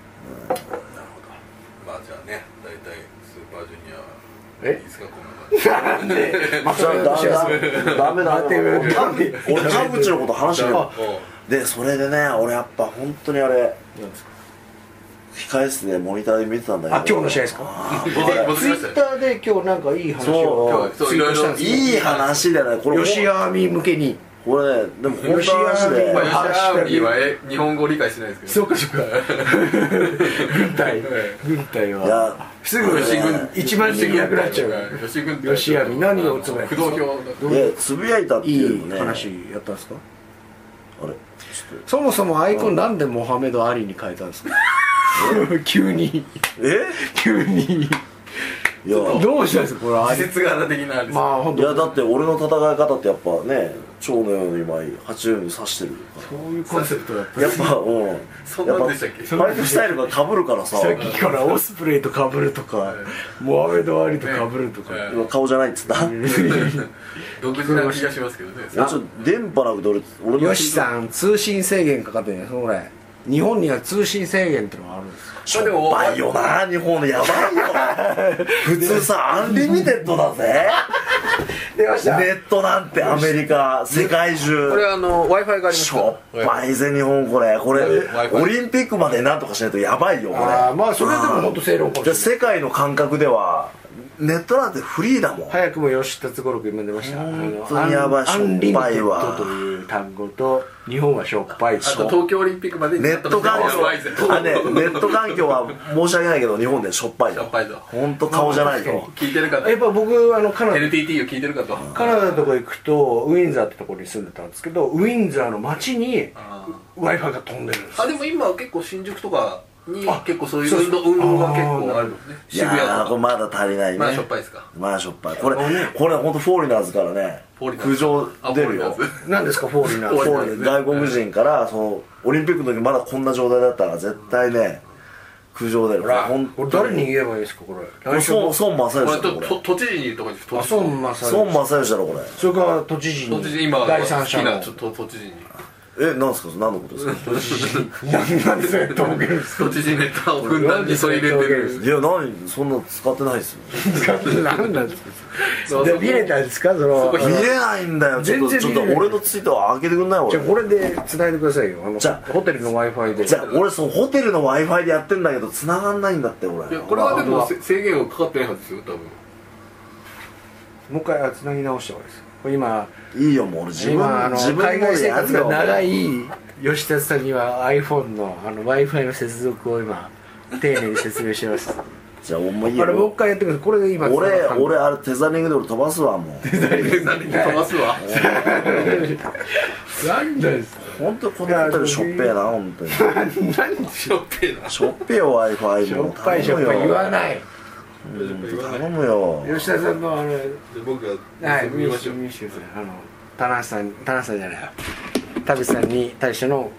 Speaker 1: なるほどまあじゃあね大体スーパージュニア
Speaker 2: え
Speaker 1: いつかこの中
Speaker 2: なんでまあ
Speaker 3: じゃあダメだダメだ
Speaker 2: 待て
Speaker 3: 俺
Speaker 2: ダメ
Speaker 3: [LAUGHS] 俺田口のこと話して
Speaker 2: [LAUGHS]
Speaker 3: る
Speaker 2: あ
Speaker 1: でおう
Speaker 3: でそれでね俺やっぱ本当にあれ
Speaker 2: なんですか
Speaker 3: 控え室でモニターで見てたんだけど
Speaker 2: あ今日の試合ですか
Speaker 3: あー
Speaker 1: 戻って
Speaker 2: ツ
Speaker 1: き
Speaker 2: イ
Speaker 1: ました
Speaker 2: ッ
Speaker 1: よ
Speaker 2: ターで今日なんかいい話を
Speaker 1: そう今日そう
Speaker 2: ツイートしたんですよ
Speaker 1: いろいろ
Speaker 3: いい話だねこれ
Speaker 2: 吉アーミー向けに
Speaker 3: これねでも本当の話
Speaker 2: 吉
Speaker 3: で
Speaker 1: まあ
Speaker 2: 谷
Speaker 1: 吉田アーミーはえ日本語理解してないですけど
Speaker 2: そうかそうか軍隊軍隊
Speaker 3: い
Speaker 2: は
Speaker 3: や
Speaker 2: すぐ
Speaker 1: 吉軍
Speaker 2: 一番すぐなくなっちゃうから
Speaker 1: 吉軍
Speaker 2: 吉谷美何をつぶやく
Speaker 1: 不動票
Speaker 2: どう
Speaker 3: でつぶやいたって
Speaker 2: い
Speaker 3: いう
Speaker 2: い
Speaker 3: のね
Speaker 2: 話やったんですか
Speaker 3: あれちょっ
Speaker 2: そもそもアイコンなんでモハメド・アリに変えたんですか [LAUGHS] 急に
Speaker 3: とえ
Speaker 2: 急に
Speaker 3: いや
Speaker 2: どうしたんですかこれア
Speaker 1: 季
Speaker 2: リ
Speaker 1: 節柄的なあれです
Speaker 2: まあ本
Speaker 3: いやだ
Speaker 2: 当
Speaker 3: って俺の戦い方ってやっぱね蝶のように今八のように刺してる
Speaker 2: そういうコンセプトだった
Speaker 3: やっぱうん
Speaker 1: そんなんでしたっけ
Speaker 3: やぱファイトスタイルが被るからさ
Speaker 2: さっきからオスプレイとかぶるとかモハメド・アリとかぶるとか
Speaker 1: ね
Speaker 3: 今顔じゃないっつった
Speaker 1: 独自な気がしますけどね
Speaker 3: [LAUGHS] いやちょっと電波なくどれ俺の
Speaker 2: よしさん通信制限かかってんじゃんそれ日本には通信制限ってのがあるんですか
Speaker 3: しょっぱいよな日本のやばいよ [LAUGHS] 普通さアンリミテッドだぜ
Speaker 2: 出ま
Speaker 3: ネットなんてアメリカ世界
Speaker 1: これ
Speaker 3: 中
Speaker 1: あの w i f i があります
Speaker 3: し
Speaker 1: から
Speaker 3: ょっぱいぜ日本これこれ
Speaker 1: はい
Speaker 3: オリンピックまでなんとかしないとやばいよこれ
Speaker 2: ああまあそれでも本当正論かもし
Speaker 3: じ
Speaker 2: れな
Speaker 3: ゃ
Speaker 2: い
Speaker 3: 世界の感覚ではネットなんてフリーだもん、
Speaker 2: 早くも吉達五六今出ました
Speaker 3: 本当にやばい
Speaker 2: あのアンリミテ
Speaker 3: しょっぱい
Speaker 2: ッ
Speaker 3: わ
Speaker 2: ドという単語と日本はしょっぱい
Speaker 1: あと東京オリンピックまで
Speaker 3: ネット環境
Speaker 1: やばいぜ
Speaker 3: あ、ね、ネット環境は申し訳ないけど日本でしょっぱい
Speaker 1: や
Speaker 3: よ
Speaker 1: ばいぞ
Speaker 3: 本当顔じゃないよ
Speaker 1: 聞いてるかと
Speaker 2: やっぱ僕あのカナダ
Speaker 1: NTT を聞いてるかと
Speaker 2: カナダのとこ行くとウィンザーってとこに住んでたんですけどウィンザーの街に
Speaker 1: あ
Speaker 2: w i f i が飛んでるんです
Speaker 1: ーあでも今結構新宿とかに
Speaker 2: あ
Speaker 1: 結構そういう
Speaker 2: そう
Speaker 1: 運
Speaker 2: そう
Speaker 1: 動運動が結構あるもんね
Speaker 3: い
Speaker 1: 渋谷
Speaker 3: やーこ
Speaker 1: と
Speaker 3: れ
Speaker 1: か
Speaker 3: まだ足りないね
Speaker 1: まあしょっぱいですか
Speaker 3: まあしょっぱいこれ
Speaker 2: あね
Speaker 3: これ本当フォーリナーズからね
Speaker 1: フォーリナーズ
Speaker 3: 苦情
Speaker 1: あ
Speaker 3: 出るよ
Speaker 1: フォーリナーズ
Speaker 2: 何ですかフォーリーナ
Speaker 1: フォ
Speaker 2: ー
Speaker 1: ーリナーズ
Speaker 3: フォーリナーズ外国人からそのオリンピックの時まだこんな状態だったら絶対ね苦情出る
Speaker 2: ほら
Speaker 3: 本
Speaker 2: これ
Speaker 3: 当
Speaker 2: 誰に言えばいいですかこれ
Speaker 3: これ孫孫正
Speaker 1: こ
Speaker 3: 義
Speaker 1: れ
Speaker 3: だろ
Speaker 1: と
Speaker 3: これ
Speaker 1: と都知事にいるとこです
Speaker 2: あ
Speaker 1: 都知事
Speaker 2: 孫正
Speaker 3: 孫
Speaker 2: 義
Speaker 3: 正義だろこ
Speaker 2: それから都知事
Speaker 1: 都知事
Speaker 2: に
Speaker 1: 今
Speaker 2: 第
Speaker 1: 好
Speaker 2: 三者
Speaker 1: き
Speaker 2: の
Speaker 1: なちょっと都知事に
Speaker 3: れえなんですか何のことですか
Speaker 1: [LAUGHS]
Speaker 2: 何なんでそれとぼけるんですか
Speaker 1: 都知事ネタをふんだんに取り入れてる
Speaker 3: いや何そんな使ってないですよ
Speaker 2: 何なんです
Speaker 1: そ
Speaker 2: か
Speaker 1: う
Speaker 2: で見れたんですかその
Speaker 1: そこ
Speaker 3: 見れないんだよちょっと
Speaker 2: 全
Speaker 3: ちょ
Speaker 2: 然
Speaker 3: っ
Speaker 2: 見れな
Speaker 3: と
Speaker 2: い
Speaker 3: 俺のツイートは開けてくんない
Speaker 2: じゃ
Speaker 3: 俺
Speaker 2: あこれで繋いでくださいよあの
Speaker 3: じゃあ
Speaker 2: ホテルの w i f i で
Speaker 3: じゃあ俺そのホテルの w i f i でやってんだけど繋がんないんだって俺
Speaker 1: いやこれはで
Speaker 2: ま
Speaker 1: も
Speaker 2: あ
Speaker 1: せ制限はかかってないはずですよ多分
Speaker 2: もう一回あ繋ぎ直した方がいいですこれ今
Speaker 3: いいよもう俺自
Speaker 2: 今あ
Speaker 3: 分
Speaker 2: の
Speaker 3: 自分
Speaker 2: 海
Speaker 3: の
Speaker 2: 外生
Speaker 3: でやる
Speaker 2: 活が
Speaker 3: よ
Speaker 2: 長い吉田さんには iPhone のあの w i f i の接続を今丁寧に説明してますあ
Speaker 3: じゃあお前いい
Speaker 2: れもう一
Speaker 3: よ
Speaker 2: 回やってくださいこれで今
Speaker 3: 俺
Speaker 2: 繋がったんで
Speaker 3: 俺あれテザリングで俺飛ばすわ
Speaker 2: [LAUGHS]
Speaker 3: もう
Speaker 1: 飛ばすわ
Speaker 2: なんだですか
Speaker 3: 本当このホテルしょっぺえな本当に
Speaker 2: [LAUGHS] 何
Speaker 1: しょっぺーな
Speaker 3: しょっぺえよ w i f i
Speaker 2: し
Speaker 3: も
Speaker 2: ょっぱいしょっぱい言わない
Speaker 3: 頼むよ
Speaker 2: 吉田さんのあの
Speaker 1: 僕
Speaker 2: はい、
Speaker 1: は
Speaker 2: 見
Speaker 1: 見ま
Speaker 2: ま
Speaker 1: し
Speaker 2: し
Speaker 1: ょ
Speaker 2: ょう
Speaker 1: う
Speaker 2: 見ましょうそれあの棚橋さん棚橋さんじゃないや田口さんに対しての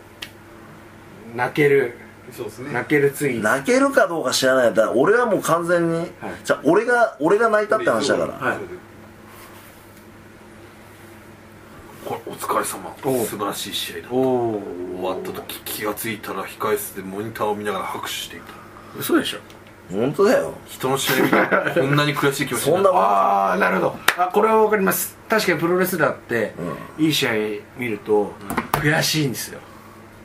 Speaker 2: 泣ける
Speaker 1: そうですね
Speaker 2: 泣けるツイート
Speaker 3: 泣けるかどうか知らないだから俺はもう完全に、じゃあ俺が俺が泣いたって話だから、
Speaker 1: はいこれお疲れ様
Speaker 2: おう
Speaker 1: 素晴らしい試合だ
Speaker 2: おお
Speaker 1: 終わった時気がついたら控室でモニターを見ながら拍手してい
Speaker 2: [LAUGHS]
Speaker 1: た
Speaker 2: 嘘でしょ
Speaker 3: 本当だよ
Speaker 1: 人の試合見たらこんなに悔しい気持ちに
Speaker 3: そん
Speaker 1: な
Speaker 3: な
Speaker 1: る
Speaker 2: ああなるほどあこれは分かります確かにプロレスラーって、いい試合見ると、悔しいんですよ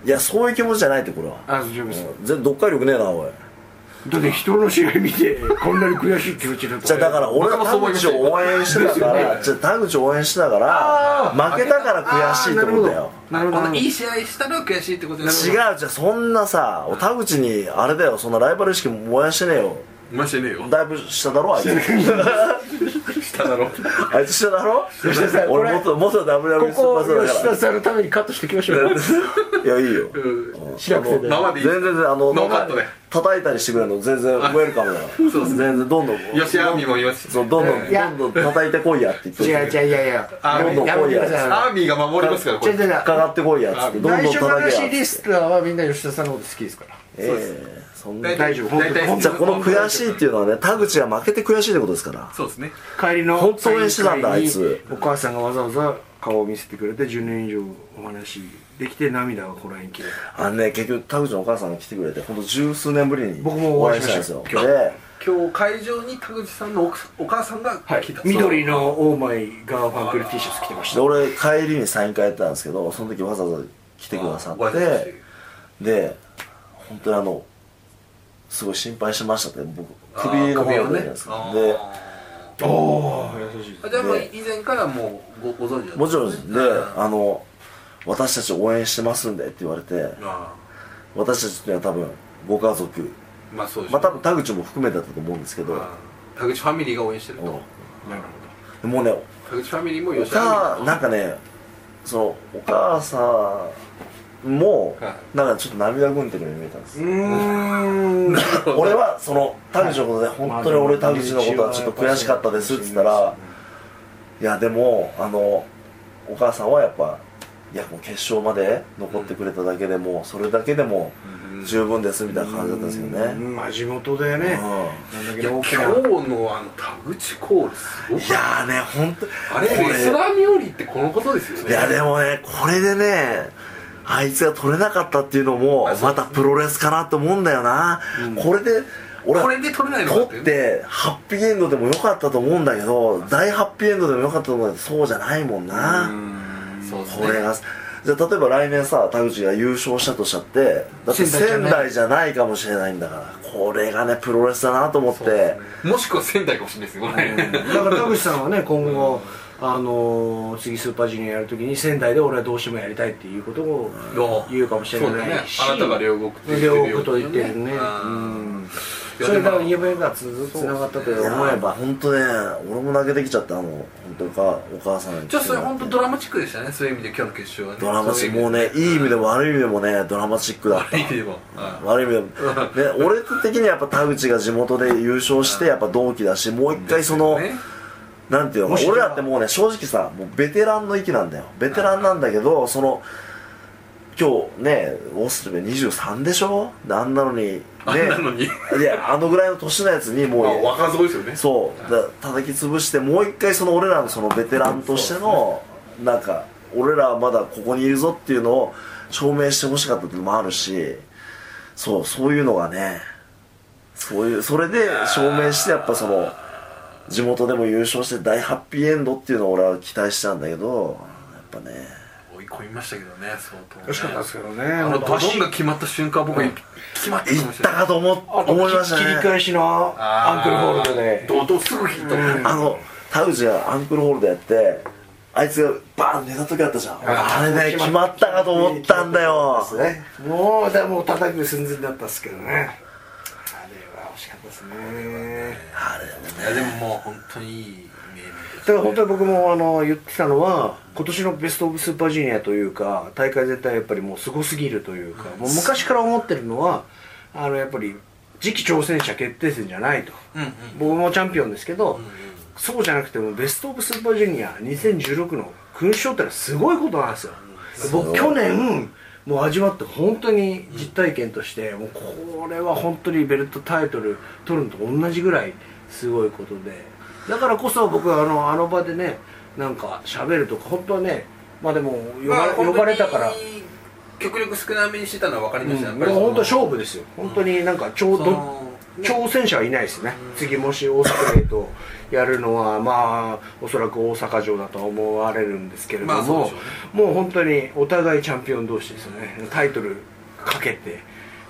Speaker 3: いやそういう気持ちじゃないってこれは
Speaker 2: あ大丈夫です
Speaker 3: 全読解力ねえなおい
Speaker 2: だって人の試合見てこんなに悔しい気持ちになった
Speaker 3: じゃあだから俺は田口を応援してたから、じゃあ田口を応援してたから負けたから悔しいってことだよ
Speaker 2: な
Speaker 1: こ
Speaker 2: るほどなんる
Speaker 1: な
Speaker 2: ほ
Speaker 1: い
Speaker 2: ど
Speaker 1: い試合したら悔しいってことにな
Speaker 3: 違う
Speaker 1: る
Speaker 3: じゃあそんなさ田口にあれだよそんなライバル意識燃やしてねえよ
Speaker 1: ましてねえよ
Speaker 3: だいぶ下だろあいつ
Speaker 1: 下だろ
Speaker 3: あいつ下だろ
Speaker 2: 吉田さん
Speaker 3: 俺
Speaker 2: こ
Speaker 3: 元元 WWE スーパ
Speaker 2: こ
Speaker 3: ースター
Speaker 2: こ
Speaker 3: だ
Speaker 2: 吉
Speaker 3: か
Speaker 2: 田さんのためにカットしていきましょう
Speaker 3: らいやいいよ
Speaker 2: しなくてね
Speaker 1: 生でいい
Speaker 3: 全然あの
Speaker 1: ノーカットで
Speaker 3: 叩いたりしてくれるの全然ウェルカムだよ
Speaker 1: そうです
Speaker 3: 全然どんどん
Speaker 1: 吉アーミーもいますし
Speaker 3: そうどんどん
Speaker 2: いや
Speaker 3: どんどん叩いてこいやって言って
Speaker 2: 違う違ういやいや
Speaker 1: あ
Speaker 2: やめ
Speaker 3: どんどん
Speaker 2: やめてください
Speaker 1: アーミーが守りますからこ
Speaker 2: 違う
Speaker 1: れ
Speaker 2: 違う違
Speaker 3: かかってこいやつってどんどん
Speaker 2: 内緒
Speaker 3: 叩け
Speaker 2: 話
Speaker 3: や
Speaker 2: リストはみんな吉田さんのこと好きですから
Speaker 3: ええそんな
Speaker 1: 大
Speaker 2: 大丈夫
Speaker 1: 大体
Speaker 2: 本
Speaker 3: じゃあこの悔しいっていうのはね田口が負けて悔しいってことですから
Speaker 1: そうですね
Speaker 2: 帰りの
Speaker 3: 本当にしてたんだ
Speaker 2: 帰りに
Speaker 3: あいつ
Speaker 2: お母さんがわざわざ顔を見せてくれて10年以上お話できて涙がこらえにきれた
Speaker 3: あのね結局田口のお母さんが来てくれて本当十数年ぶりに
Speaker 2: 僕もお会いしまし
Speaker 3: おん
Speaker 2: た
Speaker 3: ですよ
Speaker 2: 今日
Speaker 3: で
Speaker 1: 今日会場に田口さんの奥さんお母さんが来た
Speaker 2: 緑のオーマイガーファンクル T シャツ着てまし
Speaker 3: で
Speaker 2: た
Speaker 3: 俺帰りにサイン会やってたんですけどその時わざわざ来てくださ
Speaker 1: あご挨拶して
Speaker 3: ってで本当にあのすごい心配しましたって僕
Speaker 1: あー
Speaker 3: 首の方
Speaker 1: 首
Speaker 3: が
Speaker 1: を
Speaker 3: 出
Speaker 1: ね
Speaker 3: るんですけ
Speaker 1: あ
Speaker 3: ど
Speaker 1: ー
Speaker 3: で
Speaker 2: おお優しい
Speaker 1: あじゃあもう以前からもうごご存知だった
Speaker 3: もちろんですね、
Speaker 1: うん
Speaker 3: あの私たち応援してますんでって言われて
Speaker 1: あ
Speaker 3: 私たちっていうのは多分ご家族
Speaker 1: ーまあそうです
Speaker 3: まあ多分田口も含めてだったと思うんですけど、
Speaker 1: 田口ファミリーが応援してると
Speaker 2: なるほ
Speaker 3: うんもうね
Speaker 1: 田口ファミリーも
Speaker 3: お
Speaker 1: 吉田ファミリ
Speaker 3: 母
Speaker 1: ー
Speaker 3: なんかねそのお母さんも
Speaker 1: は
Speaker 3: なんかちょっと涙ぐんでるように見えたんです
Speaker 2: どうーん
Speaker 3: 俺はその田口のことで本当に俺田口のことはちょっと悔しかったですって言ったらいやでもあのお母さんはやっぱいやもう決勝まで残ってくれただけでもそれだけでも
Speaker 1: うん
Speaker 3: 十分ですみたいな感じだったんですよね
Speaker 2: まあ地元でねなんだ
Speaker 1: い
Speaker 2: け
Speaker 1: や今
Speaker 2: ど大き
Speaker 1: 日の
Speaker 2: な
Speaker 1: あの田口コールす
Speaker 3: う
Speaker 1: ご
Speaker 3: ん
Speaker 1: い
Speaker 3: いやーね本当
Speaker 1: あれ
Speaker 3: こ
Speaker 1: レスラーミオリってこのことですよね
Speaker 3: いやでもねこれでねあいつが取れなかったっていうのも
Speaker 1: あそう
Speaker 3: またプロレスかなと思うんだよな、これで俺
Speaker 1: こ
Speaker 3: は
Speaker 1: れで取れないのかって
Speaker 3: 取ってハッピーエンドでもよかったと思うんだけど大ハッピーエンドでもよかったと思うんだけどそうじゃないもんな、
Speaker 1: そうですね
Speaker 3: これがじゃあ例えば来年さ田口が優勝したとしちゃってだって
Speaker 1: 仙台じゃ
Speaker 3: 仙
Speaker 1: ない
Speaker 3: 台じゃないかもしれないんだからこれがねプロレスだなと思っ
Speaker 1: そうで
Speaker 3: て
Speaker 1: すねもしくは仙台かもしれないですよこれ
Speaker 2: だから田口さんはね今後あのー次スーパージュニアやるときに仙台で俺はどうしてもやりたいっていうことを
Speaker 1: どう
Speaker 2: 言うかもしれ
Speaker 1: そうだよ
Speaker 2: な
Speaker 1: ね
Speaker 2: いし
Speaker 1: あなたが両国って言ってるよ
Speaker 2: 両国と言ってるね
Speaker 1: う
Speaker 2: うん
Speaker 1: い
Speaker 2: ん
Speaker 1: や
Speaker 2: それか
Speaker 1: で
Speaker 2: ら
Speaker 1: も
Speaker 2: 夢がつつながったと
Speaker 3: いや
Speaker 2: 思えば
Speaker 3: 本当ね俺も投げてきちゃったあの本当かお母さんに
Speaker 1: ちょっとそれ本当ドラマチックでしたねそういう意味で今日の決勝はね
Speaker 3: ドラマチックも
Speaker 1: そう
Speaker 3: ねいい意味でも悪い意味でもねドラマチックだった
Speaker 1: ういう意味でもうん
Speaker 3: 悪い意味でも、ね、俺的にはやっぱ田口が地元で優勝してやっぱ同期だしもう一回その、
Speaker 1: ね
Speaker 3: なんていうの
Speaker 2: もし
Speaker 3: 俺らってもうね正直さもうベテランの域なんだよベテランなんだけどその今日ねオーストラリア23でしょあんなのにね
Speaker 1: あんなのに
Speaker 3: いやあのぐらいの年のやつにもう
Speaker 1: まあ若造ですよね
Speaker 3: そうだ叩き潰してもう一回その俺らのそのベテランとしてのなんか俺らはまだここにいるぞっていうのを証明してほしかったっていうのもあるしそうそういうのがねそういうそれで証明してやっぱその地元でも優勝して大ハッピーエンドっていうのを俺は期待してたんだけどやっぱね
Speaker 1: 追い込みましたけどね相当ね
Speaker 2: 惜しかったですけどね
Speaker 1: あのドドンが
Speaker 2: あ
Speaker 1: 決まった瞬間僕は決まった
Speaker 3: い
Speaker 1: か
Speaker 3: っ
Speaker 1: もしれ
Speaker 3: た
Speaker 1: ない
Speaker 3: かと思
Speaker 2: と
Speaker 3: 思いましたね
Speaker 2: 切り返しのアンクルホールドで
Speaker 1: 堂々すぐ引いたもん
Speaker 3: あの田口がアンクルホールドやってあいつがバーン寝た時あったじゃんあれね決まったかと思ったんだよ
Speaker 2: そうですねもうでもう叩く寸前だったんですけどねあれは惜しかったですね
Speaker 3: あれも
Speaker 1: いやでももう本当にいい名演
Speaker 2: だから本当に僕もあの言ってたのは今年のベスト・オブ・スーパージュニアというか大会全体やっぱりもうすごすぎるというかもう昔から思ってるのはあのやっぱり次期挑戦者決定戦じゃないと
Speaker 1: うんうん
Speaker 2: 僕もチャンピオンですけどそうじゃなくてもベスト・オブ・スーパージュニア2016の勲章ってのはすごいことなんですよ僕去年もう味わって本当に実体験としてもうこれは本当にベルトタイトル取るのと同じぐらいすごいことでだからこそ僕はあのあの場でねなんか喋るとか本当はねまあでも呼ば,、呼ばれたから
Speaker 1: 極力少なめにしてたのは分かりました、
Speaker 2: うん、
Speaker 1: や
Speaker 2: で
Speaker 1: っぱり
Speaker 2: も本当
Speaker 1: その
Speaker 2: 勝負ですよ本当になんかちょう
Speaker 1: そ
Speaker 2: ど
Speaker 1: の
Speaker 2: 挑戦者はいないですね、次もしオーストラリアとやるのはまあおそらく大阪城だと思われるんですけれども、
Speaker 1: まあそうでしょ
Speaker 2: もう本当にお互いチャンピオン同士ですよねタイトルかけて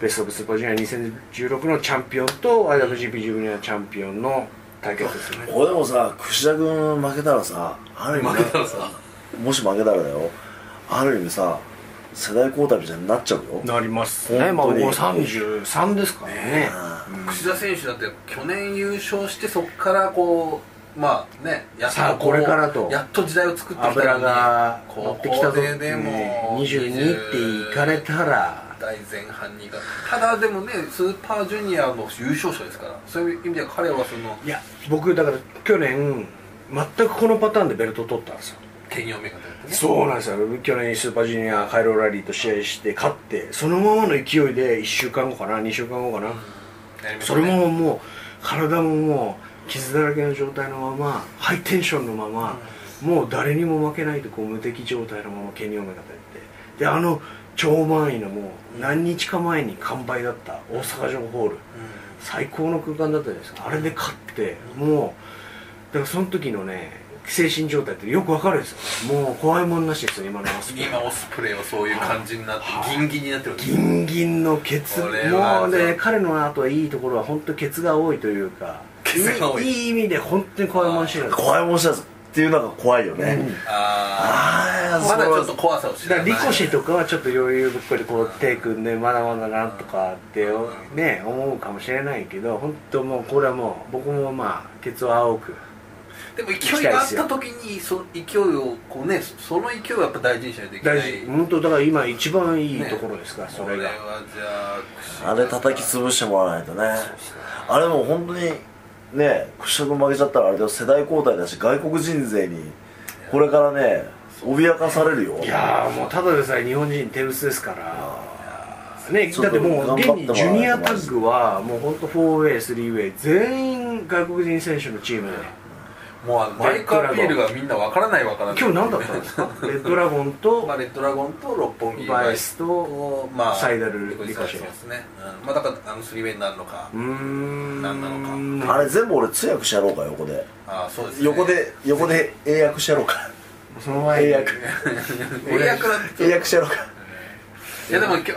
Speaker 2: ベスト・オブ・スーパージュニア2016のチャンピオンと IWGP ジュニアチャンピオンの対決ですよね
Speaker 3: これでもさ櫛田君負けたらさある意味
Speaker 1: 負けたらさ
Speaker 3: もし負けたらだよある意味さ世代交代みたいになっちゃうよ
Speaker 2: なります
Speaker 3: ね
Speaker 2: ねまあ
Speaker 3: 本当に
Speaker 2: もう33ですからね
Speaker 1: 櫛田選手だって去年優勝してそこからこうまあねやっと
Speaker 2: さあ
Speaker 1: こう
Speaker 2: これからと
Speaker 1: やっと時代を作ってきたのに
Speaker 2: 油が
Speaker 1: こ
Speaker 2: 乗ってきたぞ
Speaker 1: こででも
Speaker 2: 22っていかれたら
Speaker 1: 代前半にがただでもねスーパージュニアの優勝者ですからそういう意味では彼はその
Speaker 2: いや僕だから去年全くこのパターンでベルトを取ったんですよ
Speaker 1: 兼用メガネだってね
Speaker 2: そうなんですよ去年スーパージュニアカイロラリーと試合して勝ってそのままの勢いで1週間後かな2週間後かな、
Speaker 1: やりました
Speaker 2: そ
Speaker 1: ね
Speaker 2: れももう体ももう傷だらけの状態のままハイテンションのまま、もう誰にも負けないとこう無敵状態のままケニオメガタやってであの超満員のもう何日か前に完売だった大阪城ホール、最高の空間だったじゃないですかあれで勝ってもうだからその時のね精神状態ってよくわかるんですよもう怖いもんなしですよ今のオスプレイ
Speaker 1: 今オスプレイはそういう感じになってギンギンになってるわけ
Speaker 2: ギンギンのケツも
Speaker 1: これは
Speaker 2: うね彼の後はいいところは本当ケツが多いというか
Speaker 1: ケツが多い
Speaker 2: いい意味で本当に怖いもんしなんです
Speaker 3: 怖いもんしなんですっていうのが怖いよね、
Speaker 1: あ
Speaker 3: ああ
Speaker 1: あまだちょっと怖さを知
Speaker 2: だ
Speaker 1: ら
Speaker 2: か
Speaker 1: な
Speaker 2: ら
Speaker 1: い
Speaker 2: リコシとかはちょっと余裕ぶっこいでこう手組んでまだまだなとかってね思うかもしれないけど本当もうこれはもう僕もまあケツを青く
Speaker 1: でも勢いがあった時にその勢いをこうねその勢いをやっぱ大事にしないといけない
Speaker 2: 大事本当だから今一番いいところですから、そ
Speaker 1: それ
Speaker 2: れが
Speaker 1: はじゃあ串
Speaker 3: あれ叩き潰してもらわないとねあれもう本当にね屈辱負けちゃったらあれだよ世代交代だし外国人勢にこれからね脅かされるよ
Speaker 2: いやーもうただでさえ日本人手薄ですからね
Speaker 3: ちょ
Speaker 2: だ
Speaker 3: っ
Speaker 2: って
Speaker 3: と
Speaker 2: もう
Speaker 3: 頑張って
Speaker 2: 現
Speaker 3: もらわない
Speaker 2: に
Speaker 3: と
Speaker 2: ジュニアタッグはもう本当 4way3way 全員外国人選手のチームで
Speaker 1: もうあのマイク・アピールがみんなわからないわからない
Speaker 2: 今日何だったんです
Speaker 3: [LAUGHS]
Speaker 2: かレッドラゴンと
Speaker 1: まあ、レッドラゴンと六本木
Speaker 2: バイスと
Speaker 1: と、まあ、
Speaker 2: サイダル
Speaker 1: リ
Speaker 2: リ
Speaker 1: コ
Speaker 2: コ
Speaker 1: シ
Speaker 2: シ
Speaker 1: ですね、うんまあ、だからあのスリーウェイになるのか、
Speaker 2: うーん
Speaker 1: 何なのか
Speaker 3: あれ全部俺通訳してやろうか横で
Speaker 1: ああそうですね
Speaker 3: 横で横で英訳してやろうか
Speaker 2: その前
Speaker 3: 英
Speaker 2: に
Speaker 3: 訳
Speaker 1: 英訳だって
Speaker 3: [LAUGHS] 英訳してやろうか
Speaker 1: いやでも今日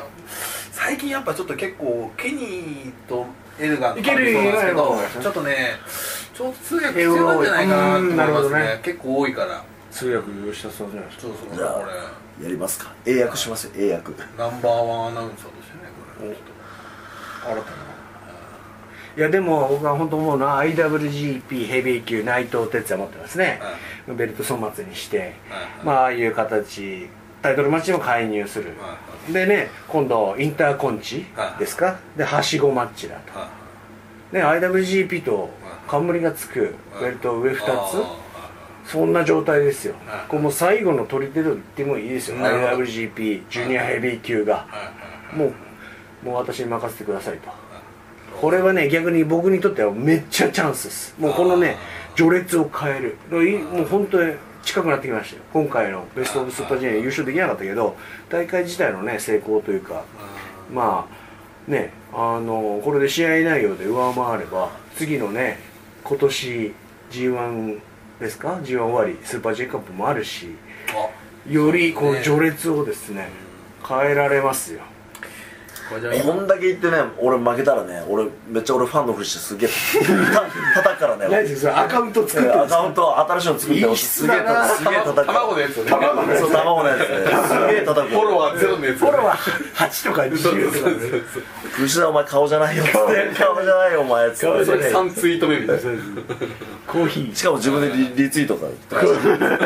Speaker 1: 最近やっぱちょっと結構ケニーとエルガン
Speaker 2: いける
Speaker 1: そうなんですけ
Speaker 2: い
Speaker 1: ど
Speaker 2: ける
Speaker 1: ちょっとねちょっと通訳必要なんじゃないかなって思い
Speaker 2: 英
Speaker 1: ますね
Speaker 2: 語多いうんなるほどね
Speaker 1: 結構多いから
Speaker 2: 通訳利用したそうじゃないです
Speaker 1: そうそう
Speaker 3: じ
Speaker 1: こ
Speaker 3: ゃあ
Speaker 1: れ
Speaker 3: やりますか英訳しますよ英訳
Speaker 1: ナンバーワンアナウンサーとしてねこれちょっと
Speaker 2: か新たないやでも僕は本当思うのは IWGP ヘビー級内藤哲也持ってますね、ベルト粗末にして、
Speaker 1: はい
Speaker 2: まあああいう形タイトルマッチにも介入する、
Speaker 1: は
Speaker 2: でね今度インターコンチですか、ではしごマッチだと
Speaker 1: いはい
Speaker 2: ね IWGP と冠がつくベルト上2つ、そんな状態ですよ、
Speaker 1: はい
Speaker 2: これもう最後の砦と言ってもいいですよ、
Speaker 1: なるほど
Speaker 2: IWGP ジュニアヘビー級が、もうもう私に任せてくださいと、これはね逆に僕にとってはめっちゃチャンスですもうこのね序列を変えるだからいもう本当に近くなってきましたよ今回のベスト・オブ・スーパージュニア優勝できなかったけど大会自体のね成功というかまあねあのこれで試合内容で上回れば次のね今年 g 1ですか g 1終わりスーパー J カップもあるしよりこの序列をですね変えられますよ
Speaker 1: これじゃあ
Speaker 3: こ
Speaker 1: 今
Speaker 3: んだけ言ってね俺負けたらね俺めっちゃ俺ファンのふりしてすげえた叩くからね
Speaker 2: 大丈夫ですアカウント作って
Speaker 3: ア
Speaker 2: ます
Speaker 3: カウント新しいの作って
Speaker 2: いい
Speaker 3: 俺
Speaker 2: 質
Speaker 3: すげえ
Speaker 2: だな
Speaker 3: 叩くすげえ叩く
Speaker 1: 卵のやつよね
Speaker 3: そう卵のやつねすげえ叩く
Speaker 1: フォロワーゼロのやつ
Speaker 2: フォロワー8とか10とかね
Speaker 3: 牛田お前顔じゃないよ顔じゃないよお前つ
Speaker 2: 顔
Speaker 3: っ
Speaker 2: じゃ
Speaker 3: て
Speaker 2: ない
Speaker 1: 3ツイート目みたいな
Speaker 2: コーヒー
Speaker 3: しかも自分でリリツイートか
Speaker 1: [LAUGHS]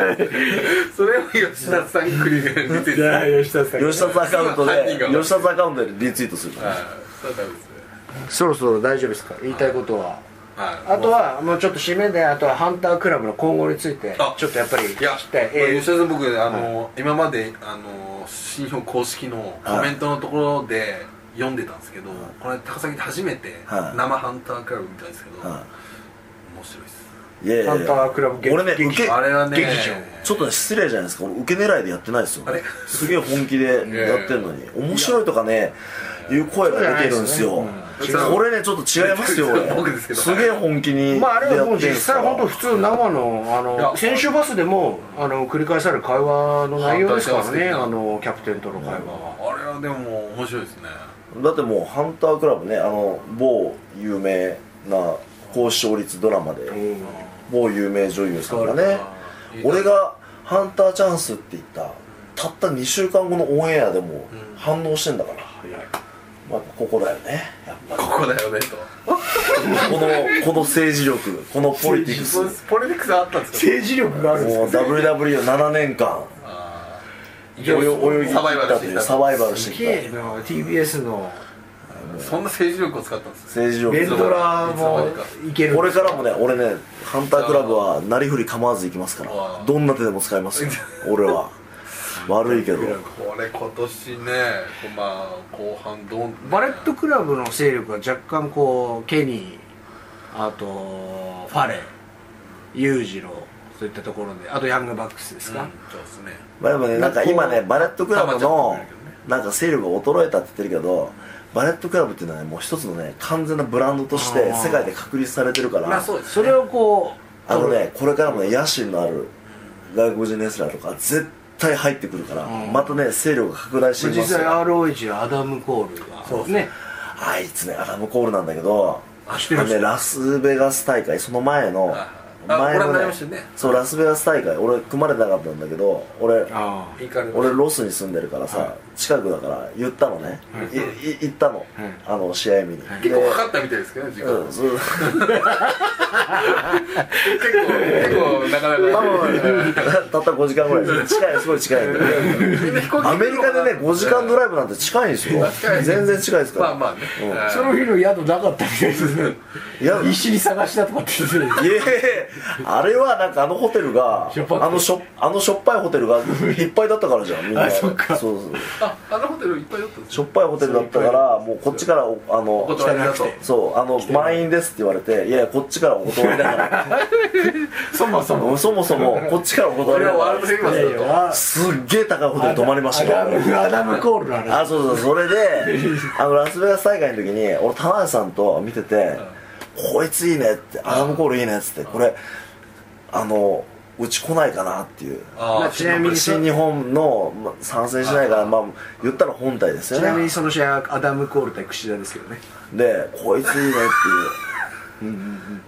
Speaker 1: それを吉田さん繰り返し出てた
Speaker 2: 吉田さ
Speaker 3: 吉田アカウント
Speaker 1: 犯人
Speaker 3: で
Speaker 1: が
Speaker 3: 吉田アカウントでリツイートするから
Speaker 1: そうなんですね
Speaker 2: そろそろ大丈夫ですか言いたいことは
Speaker 1: はい
Speaker 2: あとはもうちょっと締めであとはハンタークラブの今後について
Speaker 1: あ
Speaker 2: ちょっとやっぱり聞
Speaker 1: いや
Speaker 2: きたい
Speaker 1: これ
Speaker 2: え
Speaker 1: 吉田さん僕あの、今まであの新日本公式のコメントのところで読んでたんですけど、これ高崎で初めて
Speaker 3: はい
Speaker 1: 生ハンタークラブ見たんですけど、
Speaker 3: は
Speaker 1: 面白いです
Speaker 3: いやい
Speaker 2: ー
Speaker 3: や
Speaker 2: ハ
Speaker 3: い
Speaker 2: ンタ
Speaker 3: や
Speaker 2: ークラブ劇
Speaker 3: 俺ね
Speaker 2: 劇
Speaker 3: 受け
Speaker 1: あれはね
Speaker 2: 劇場
Speaker 3: ちょっとね失礼じゃないですか俺受け狙いでやってないですよ
Speaker 1: あれ
Speaker 3: すげえ本気でやってるのに面白いとかねいう声が出てるんですよ
Speaker 1: そうじゃないですねうん
Speaker 3: これねちょっと違いますよ俺
Speaker 1: 僕ですけど
Speaker 3: げえ本気に
Speaker 2: まああれはもう実際本当
Speaker 3: 普
Speaker 2: 普通生のあ
Speaker 1: いや
Speaker 2: の選手バスでもあの繰り返される会話の内容ですから
Speaker 1: ハンタークラブ
Speaker 2: ね
Speaker 1: 劇場
Speaker 2: あのキャプテンとの会話は
Speaker 1: あれはでも面白いですね
Speaker 3: だってもう「ハンタークラブね」あの某有名な高視聴率ドラマで
Speaker 2: うん
Speaker 3: 某有名女優さんがね
Speaker 1: そう
Speaker 3: 俺が「ハンターチャンス」って言ったたった2週間後のオンエアでも
Speaker 1: うん
Speaker 3: 反応してんだから、まあ、やっぱここだよねやっぱ
Speaker 1: ここだよねと
Speaker 3: このこの政治力このポリティクスもう
Speaker 1: ポリティクスあったんですか
Speaker 2: 政治力があるんです
Speaker 3: WW7 年間
Speaker 1: あー
Speaker 3: 泳泳ぎ切
Speaker 1: サバイバ
Speaker 3: っ
Speaker 1: ル
Speaker 3: た
Speaker 1: して
Speaker 3: とい
Speaker 1: き
Speaker 3: う
Speaker 1: た
Speaker 3: サバイバル
Speaker 2: す
Speaker 3: して
Speaker 2: げえ
Speaker 3: きた
Speaker 2: な TBS の
Speaker 1: そんな政治力を使ったんです
Speaker 3: 政治
Speaker 2: 連
Speaker 3: 力
Speaker 2: ドラもいける
Speaker 3: これからもね俺ねハンタークラブはなりふり構わず行きますか
Speaker 1: あ
Speaker 3: ら
Speaker 1: ー
Speaker 3: どんな手でも使いますよ俺は悪 [LAUGHS] いけど
Speaker 1: これ今年ねこうまあ後半どん
Speaker 2: バレットクラブの勢力が若干こうケニーあとファレー裕次郎そういったところであとヤングバックスです
Speaker 1: う
Speaker 2: か
Speaker 1: ん、そうですね
Speaker 3: まあでもねなんか今ねバレットクラブ
Speaker 1: 溜まっ
Speaker 3: の
Speaker 1: ちゃってるけどね
Speaker 3: なんか勢力が衰えたって言ってるけどバレットクラブっていうのはねもう一つのね完全なブランドとして
Speaker 2: あー
Speaker 3: 世界で確立されてるか
Speaker 1: まあ
Speaker 3: ら
Speaker 1: そうです
Speaker 2: それをこう
Speaker 3: あのねこれからもね野心のある外国人レスラーとか絶対入ってくるから、
Speaker 2: うん
Speaker 3: またね勢力が拡大していき
Speaker 2: 実
Speaker 3: ます
Speaker 2: 際
Speaker 3: よ
Speaker 2: ROH はアダム・コールが
Speaker 1: そう
Speaker 2: ね
Speaker 3: あいつねアダム・コールなんだけど
Speaker 1: あ知ってま
Speaker 3: あ
Speaker 1: す
Speaker 3: のねラスベガス大会その前の
Speaker 1: ああ
Speaker 3: 前
Speaker 1: ご覧に
Speaker 3: の
Speaker 1: なりましたよね
Speaker 3: そうラスベガス大会俺組まれてなかったんだけど俺
Speaker 2: あ
Speaker 1: いいかれ
Speaker 3: 俺ロスに住んでるからさ、
Speaker 2: は
Speaker 3: 近くだから言ったのね、
Speaker 2: はい
Speaker 3: いい行ったの、
Speaker 2: い
Speaker 3: あの試合見に、
Speaker 2: はい
Speaker 3: で
Speaker 1: 結構かかったみたいですけどね時間、
Speaker 3: うんそう
Speaker 1: 結構結構なかな
Speaker 3: 多
Speaker 1: か
Speaker 3: 分 [LAUGHS] たった5時間ぐらいです近いすごい近いんだけど
Speaker 1: みんな飛 [LAUGHS] 行機
Speaker 3: アメリカでね5時間ドライブなんて近いんですよ
Speaker 1: 近い
Speaker 3: 全然近いですか
Speaker 1: ま
Speaker 3: ら
Speaker 1: あまあね、
Speaker 3: うん
Speaker 1: はい
Speaker 2: その日の宿なかったみたいですね
Speaker 3: いやい
Speaker 2: 石に探したとかって言ってる
Speaker 3: えあれはなんかあのホテルが
Speaker 2: しょっぱくて
Speaker 3: あのしょあのしょっぱいホテルがいっぱいだったからじゃんみんな
Speaker 2: あそっか
Speaker 3: そうそう
Speaker 1: ああのホテルいっぱいだったんです
Speaker 3: しょっぱいホテルだったからもうこっちからおあ
Speaker 1: お
Speaker 3: の
Speaker 1: 断りだ
Speaker 2: 汚
Speaker 1: と
Speaker 2: く
Speaker 3: そうあの満員ですって言われていやいやこっちからお断りだから
Speaker 2: そもそも
Speaker 3: そもそもこっちからお断
Speaker 1: こ
Speaker 3: り
Speaker 1: れ
Speaker 3: だ
Speaker 1: はワ
Speaker 3: か
Speaker 1: ールドフェイマ
Speaker 2: いやい
Speaker 1: スだと
Speaker 2: や
Speaker 3: らすっげえ高いホテル泊まりました
Speaker 2: アダ
Speaker 3: よ
Speaker 2: ムアダム・コールの話
Speaker 3: あそうそうそ
Speaker 2: [LAUGHS]
Speaker 3: れであのラスベガス大会の時に俺田中さんと見てて「こいついいね」って「アダム・コールいいね」っつってこれあのうち来ないかなっていう
Speaker 1: ああ
Speaker 2: ちなみに
Speaker 3: 新日本のま参戦しないからまあ言ったら本体ですよ
Speaker 2: ちなみ
Speaker 3: ね
Speaker 2: にその試合はアダム・コール対櫛田ですけどね
Speaker 3: で「こいついいね」っていう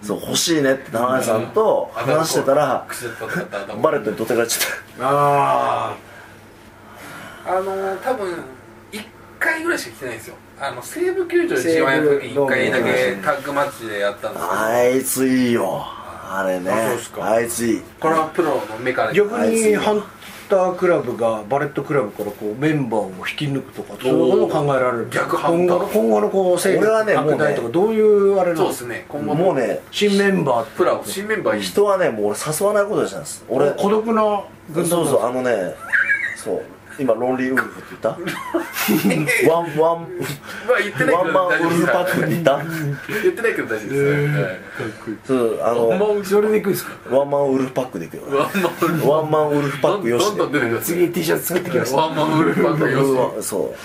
Speaker 3: そう欲しいねって田中さんと話してたら
Speaker 1: 口だったら
Speaker 3: バレットにどてかれちゃっ
Speaker 2: あ
Speaker 1: あのー、多分1回ぐらいしか来てないんですよあの西武球場で G1 やった時1回だけタッグマッチでやったんですけど
Speaker 3: たあいついいよあれね
Speaker 2: あそうっすか
Speaker 3: あいついい
Speaker 1: これはプロの目から
Speaker 2: あ
Speaker 1: です
Speaker 2: 逆にハンタークラブがバレットクラブからこうメンバーを引き抜くとかそういうことも考えられる
Speaker 1: 逆ハ
Speaker 2: 今
Speaker 1: ンター
Speaker 2: 後の今後のこう勢力
Speaker 3: 俺はね
Speaker 2: 拡大と
Speaker 3: もう
Speaker 2: か
Speaker 3: ね
Speaker 2: どういうあれな
Speaker 1: そう
Speaker 2: の
Speaker 1: ですね今後
Speaker 3: もうね
Speaker 2: 新メンバー
Speaker 1: プラを新メンバーに
Speaker 3: 人はねもう俺誘わないことにしたんです俺
Speaker 2: 孤独な
Speaker 3: そう
Speaker 2: 軍団
Speaker 3: そう
Speaker 2: う
Speaker 3: あのねそう今ロンリーウルフって言ったワンワン
Speaker 1: まあ言ってない
Speaker 3: ワ
Speaker 1: けど
Speaker 3: ンマ
Speaker 1: 大
Speaker 3: ン
Speaker 1: 丈
Speaker 3: ウ
Speaker 1: 夫
Speaker 3: ル
Speaker 1: ですから
Speaker 3: フパックって言った
Speaker 1: 言ってないけど大丈夫ですはい
Speaker 3: そうあの
Speaker 2: それでいくんですか
Speaker 3: ワンマンウルフパックでいくよ
Speaker 1: ワンマンウルフ
Speaker 3: ワンマンウルフパックよし
Speaker 1: どんどん出てくださ
Speaker 2: 次 T シャツ作ってきま
Speaker 1: い
Speaker 2: した
Speaker 1: ワンマンウルフパックよし
Speaker 3: うんそ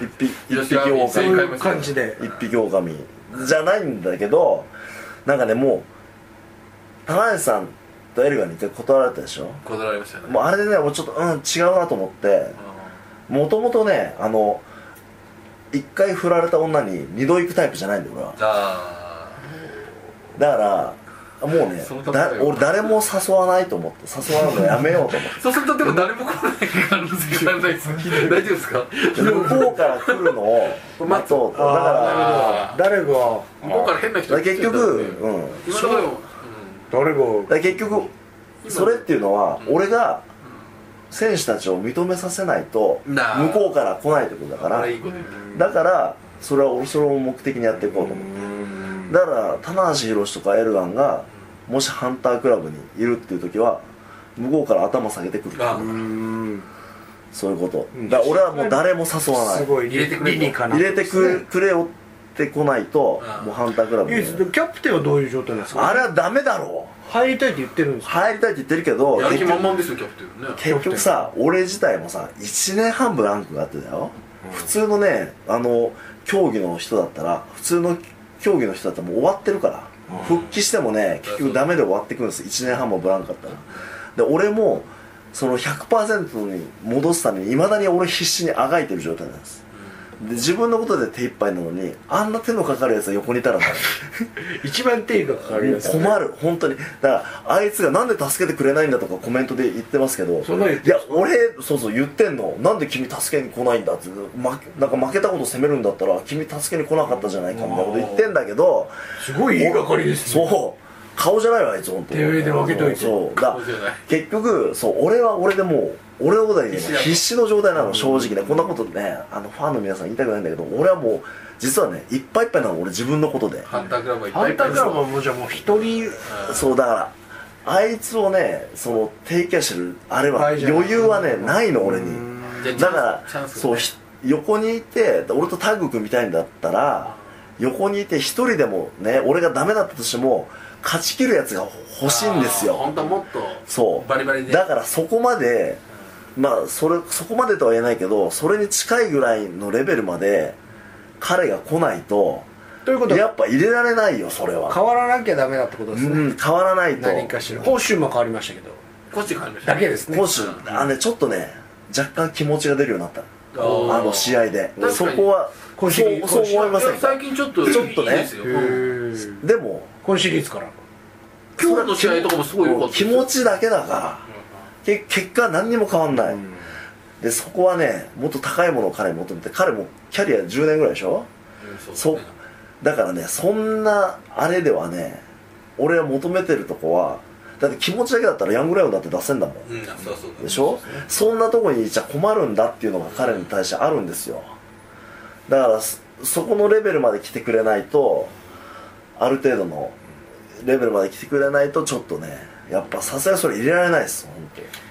Speaker 3: う一匹一匹
Speaker 1: よし
Speaker 2: そう
Speaker 1: あ
Speaker 3: 狼
Speaker 2: いう感じで
Speaker 3: 一匹狼じゃないんだけどなんかねもう田辺さんとエルガに一回断られたでしょ
Speaker 1: こだわりましたね
Speaker 3: もうあれでね俺ちょっとうん違うなと思ってもともとねあの一回振られた女に二度行くタイプじゃないんだよ俺は
Speaker 1: じゃあ
Speaker 3: だからもうね
Speaker 1: その例え
Speaker 3: だ
Speaker 1: を
Speaker 3: 俺誰も誘わないと思って誘わないのやめようと思っ
Speaker 1: そうするとでも誰も来ない可能性がないです大丈夫ですか
Speaker 3: て向こうから来るのを待とうとだ
Speaker 2: あ
Speaker 3: か
Speaker 2: ー誰が
Speaker 1: 向こうから変な
Speaker 3: らだ
Speaker 1: 人
Speaker 3: から結局、うん、だ
Speaker 1: 今のところ
Speaker 2: 誰が
Speaker 3: から結局
Speaker 1: 今
Speaker 3: それっていうのは
Speaker 1: うん
Speaker 3: 俺が選手たちを認めさせないと
Speaker 1: なあ
Speaker 3: 向こうから来ないってことだか
Speaker 1: あ
Speaker 3: ら
Speaker 1: れいいこと言っ
Speaker 3: だからそれは俺それを目的にやっていこうと思って。だから棚橋宏とかエルガンがもしハンタークラブにいるっていう時は向こうから頭下げてくる
Speaker 1: たあ
Speaker 2: うん
Speaker 3: そういうこと
Speaker 2: うん
Speaker 3: だから俺はもう誰も誘わな
Speaker 2: す
Speaker 3: い
Speaker 2: ごい
Speaker 1: 入れてくれ
Speaker 2: 理にかな
Speaker 3: 入れてくくれよってこないと
Speaker 1: うん
Speaker 3: もうハンタークラブ
Speaker 2: 唯一で
Speaker 3: に
Speaker 2: もキャプテンはどういう状態なんですか
Speaker 3: あれはダメだろ
Speaker 2: 入りたいって言ってるんですか
Speaker 3: 入りたいって言ってるけど
Speaker 1: やる
Speaker 3: 結
Speaker 1: 気満
Speaker 3: 局
Speaker 1: 々ですよキャプテンね
Speaker 3: 結局さ俺自体もさ1年半分ランクがあってだよ普通のねあの競技の人だったら普通の競技の人だったらもう終わってるから
Speaker 2: うん
Speaker 3: 復帰してもね結局ダメで終わってくるんです1年半もブランクあったらで俺もその100%に戻すためにいまだに俺必死にあがいてる状態なんですで自分のことで手一杯なのにあんな手のかかるやつが横にいたらな
Speaker 2: 一番手がかかる
Speaker 3: も
Speaker 2: や
Speaker 3: う
Speaker 2: つね
Speaker 3: 困る本当にだからあいつがなんで助けてくれないんだとかコメントで言ってますけど
Speaker 2: そんなの言っ
Speaker 3: いや俺そうそう言ってんのなんで君助けに来ないんだって、ま、なんか負けたこと責めるんだったら君助けに来なかったじゃないかみたいなこと言ってんだけど
Speaker 2: すごい言いがかりですね
Speaker 3: そう顔じゃないわあいつ本当
Speaker 2: 手上で分けといて
Speaker 3: そうだ
Speaker 1: 顔じゃない
Speaker 3: 結局そう俺は俺でもう俺は俺でね
Speaker 1: 必死だ
Speaker 3: 必死の状態なの正直ねこんなことねあのファンの皆さん言いたくないんだけど俺はもう実はねいっぱいいっぱいなの俺自分のことで
Speaker 1: ハンタークラブはいっ
Speaker 2: ハ
Speaker 1: ぱいい
Speaker 2: ン
Speaker 1: っ
Speaker 2: タ
Speaker 1: ぱい
Speaker 2: ークラブはもうじゃあもう一人
Speaker 3: そうだからあいつをねその提携してるあれは
Speaker 2: はいじ
Speaker 3: 余
Speaker 2: ゃない
Speaker 3: 裕はねないの俺
Speaker 1: う
Speaker 3: に
Speaker 1: ん
Speaker 3: だから
Speaker 1: チャンス
Speaker 3: そうひ横にいて俺とタッグ組みたいんだったら横にいて一人でもね俺がダメだったとしても勝ち切るやつが欲しいんですよ
Speaker 1: 本当はもっと
Speaker 3: そう
Speaker 1: バリバリで
Speaker 3: だからそこまでまあそれそこまでとは言えないけどそれに近いぐらいのレベルまで彼が来ないと
Speaker 2: ということは
Speaker 3: やっぱ入れられないよそれは
Speaker 2: 変わらなきゃダメだってことですね、
Speaker 3: うん変わらないと
Speaker 2: 何かしら報酬も変わりましたけど
Speaker 1: こっち感じ
Speaker 2: だけですね
Speaker 3: もしあのねちょっとね若干気持ちが出るようになった
Speaker 1: あー
Speaker 3: あの試合で
Speaker 1: 確かに
Speaker 3: そこは
Speaker 2: 今シリーズ
Speaker 3: そうそう思いませんか
Speaker 1: 最近ちょっと
Speaker 3: ちょっとね
Speaker 1: いいですようん
Speaker 3: でも
Speaker 2: 今シリーズから
Speaker 1: 今日の試合とかもすごい良かったです
Speaker 3: 気
Speaker 1: よ
Speaker 3: 持ちだけだからけ結果何にも変わんない、でそこはねもっと高いものを彼に求めて彼もキャリア10年ぐらいでしょ
Speaker 1: うんそう
Speaker 3: そうだからねそんなあれではね俺は求めてるとこはだって気持ちだけだったらヤングライオンだって出せんだもん
Speaker 1: うんそうそう
Speaker 3: でしょそんなとこにいちゃ困るんだっていうのが彼に対してあるんですよだからそそこのレベルまで来てくれないとある程度のレベルまで来てくれないとちょっとねやっぱさすがにそれ入れられないです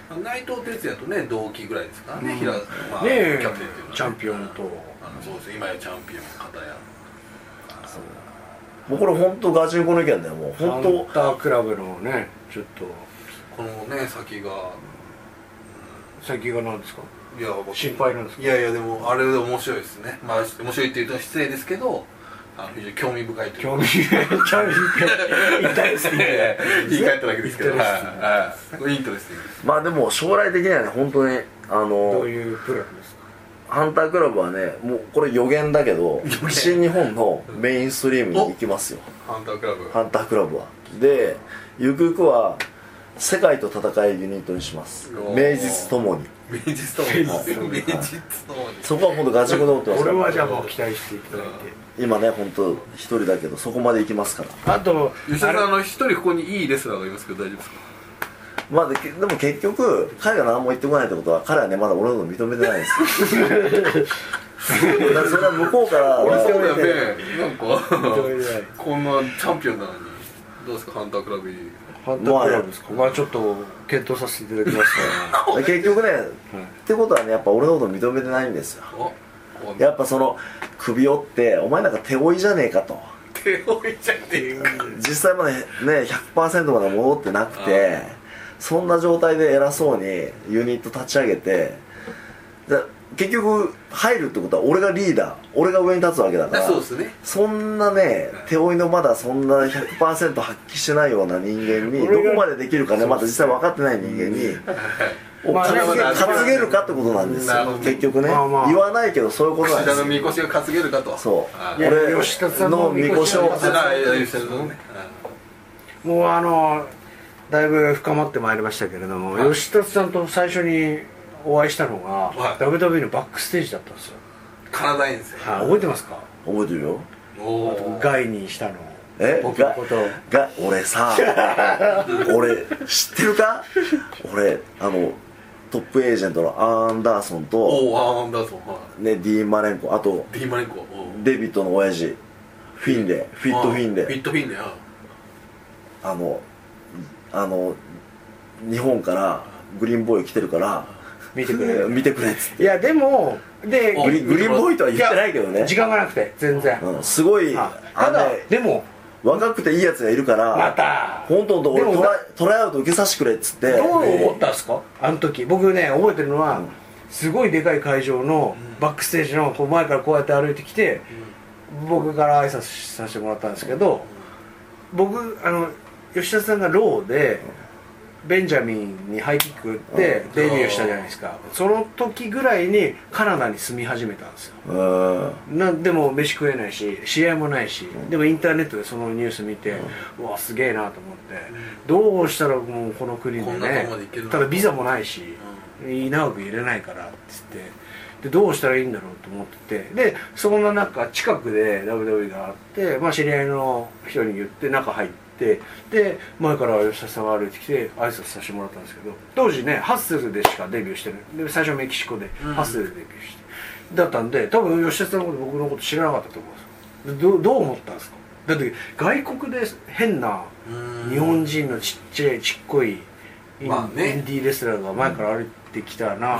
Speaker 3: 本当
Speaker 1: 内藤哲也とね同期ぐらいですからね、
Speaker 2: うん
Speaker 1: 平まあ、
Speaker 2: ねえ
Speaker 1: キャプテンっていうのはね
Speaker 2: チャンピオンと
Speaker 1: うんあのそうです今やチャンピオン片や
Speaker 3: もうこれ本当ガチンコの意見だよもう
Speaker 2: ハ
Speaker 3: 本
Speaker 2: ン
Speaker 3: 当
Speaker 2: タークラブのねちょっと
Speaker 1: このね先が
Speaker 2: 先が何ですか
Speaker 1: いや僕
Speaker 2: 心配なんですか
Speaker 1: いやいやでもあれで面白いですねまあ面白いって言うと失礼ですけどあの非常に興味深いという
Speaker 2: 興味がちゃう痛いです
Speaker 1: いや
Speaker 2: ね
Speaker 1: いや言い換えただけですけど
Speaker 2: イン
Speaker 1: はい
Speaker 2: タレスティ
Speaker 1: はい
Speaker 2: ング
Speaker 1: これイントレスティングです
Speaker 3: まあでも将来的にはね本当にあ
Speaker 2: ど
Speaker 3: の
Speaker 2: ういうプランですか
Speaker 3: ハンタークラブはねもうこれ予言だけど
Speaker 1: 言
Speaker 3: 新日本のメインストリームに行きますよ
Speaker 1: ハンタークラブ
Speaker 3: ハンタークラブはでゆくゆくは世界と戦いユニットにします
Speaker 1: おー
Speaker 3: 名実ともに
Speaker 1: 名実ともに名実ともに
Speaker 3: そこは本当ガチンコで思ってます
Speaker 2: 俺
Speaker 3: から
Speaker 2: はじゃあもう期待していただいて
Speaker 3: 今ね本当一人だけどそこまで行きますから
Speaker 2: あと
Speaker 1: 吉田さんあの一人ここにいいレスラーがいますけど大丈夫ですか
Speaker 3: まあでけでも結局彼が何も言ってこないってことは彼はねまだ俺のこと認めてないんです
Speaker 1: [LAUGHS]
Speaker 3: よだからそれは向こうから
Speaker 1: 俺そうだ
Speaker 3: 認めて
Speaker 1: よねなん
Speaker 2: 認めてない
Speaker 1: かこんなチャンピオンなのにどうですかハンタークラブに
Speaker 2: ハンタークラブですかまあちょっと検討させていただきました
Speaker 3: 結局ね、ってことはねやっぱ俺のこと認めてないんですよ
Speaker 1: おこ
Speaker 3: やっぱその首折ってお前なんか手負いじゃねえかと
Speaker 1: 手を置いちゃっていいか
Speaker 3: 実際までね100%まで戻ってなくてそんな状態で偉そうにユニット立ち上げてだ結局入るってことは俺がリーダー俺が上に立つわけだから
Speaker 1: そうですね
Speaker 3: そんなね手負いのまだそんな100%発揮してないような人間にど
Speaker 2: 俺が
Speaker 3: こまでできるかねまだ実際分かってない人間にを
Speaker 2: まあ
Speaker 3: 担げ
Speaker 1: まあ
Speaker 3: 担げるかってことなんです
Speaker 1: なるほ
Speaker 3: よ
Speaker 1: ど
Speaker 3: 結局ね
Speaker 2: まあまあ
Speaker 3: 言わないけどそういうことなん
Speaker 1: 串
Speaker 3: で
Speaker 1: 田
Speaker 3: す
Speaker 1: のみ
Speaker 3: よ
Speaker 1: こしが担げるかと
Speaker 3: そう
Speaker 1: あー
Speaker 2: や
Speaker 3: 俺
Speaker 2: 吉田さんの
Speaker 3: の
Speaker 2: 神
Speaker 3: み
Speaker 2: 輿
Speaker 3: こしを
Speaker 2: を
Speaker 1: ああいや吉田さんのね
Speaker 2: もうあのだいぶ深まってまいりましたけれども、
Speaker 1: はい
Speaker 2: 吉達さんと最初にお会いしたのが、
Speaker 1: はい
Speaker 2: WWE のバックステージだったんですよ、
Speaker 1: うん体いいんですよ
Speaker 2: はい、覚えてますか
Speaker 3: 覚えてるよ
Speaker 1: おお
Speaker 2: ガイにしたの
Speaker 3: え
Speaker 2: 僕の
Speaker 3: が
Speaker 2: こと
Speaker 3: が
Speaker 2: [LAUGHS]
Speaker 3: 俺さ俺知ってるか俺あのトップエージェントのアンダーソンと、
Speaker 1: おおアーマンダーソンは
Speaker 3: ね、ディーン・マレンコあと
Speaker 1: いディーマネコおー
Speaker 3: デビットの親父フィンレフィット・フィン
Speaker 1: フィ
Speaker 3: レ
Speaker 1: ットフィンレあ
Speaker 3: あのあの日本からグリーンボーイ来てるから
Speaker 2: 見てく
Speaker 3: [LAUGHS]
Speaker 2: れる
Speaker 3: 見てくれっつって
Speaker 2: いやでもで
Speaker 1: お
Speaker 3: グリグリーンボーイとは言ってないけどね
Speaker 2: 時間がなくて全然、
Speaker 3: うん、すごい
Speaker 2: あ
Speaker 3: あ
Speaker 2: ただ
Speaker 3: のね
Speaker 2: でも
Speaker 3: 若くていいやつがいるから
Speaker 2: また
Speaker 3: 本当本当俺
Speaker 2: でも
Speaker 3: トライトライアウト受けさせてくれっつって
Speaker 2: どう思ったんですかあの時僕ね覚えてるのは、すごいでかい会場のバックステージのこう前からこうやって歩いてきて、僕から挨拶させてもらったんですけど、僕あの吉田さんがローで、ベンジャミンにハイキック打って
Speaker 1: ん
Speaker 2: デビューしたじゃないですか、その時ぐらいにカナダに住み始めたんですよ
Speaker 3: うん
Speaker 2: なんでも飯食えないし試合もないし、でもインターネットでそのニュース見て、うわすげえなと思って、どうしたらもうこの国で
Speaker 1: こんなと
Speaker 2: ね
Speaker 1: こまで行けるの
Speaker 2: ただビザもないし、稲垣入れないからって言ってでどうしたらいいんだろうと思っててでそんな中近くで WWE があって、まあ、知り合いの人に言って中入ってで前から吉田さんが歩いてきて挨拶させてもらったんですけど当時ねハッスルでしかデビューしてないで最初メキシコで
Speaker 1: うん
Speaker 2: ハッスルでデビューして、だったんで多分吉田さんのこと僕のこと知らなかったと思うんですよでどうどう思ったんですかだって外国で変な
Speaker 1: うん
Speaker 2: 日本人のちっちゃいちっこいイン,、
Speaker 1: まあね
Speaker 2: ディーレスラーが前から歩いてきたな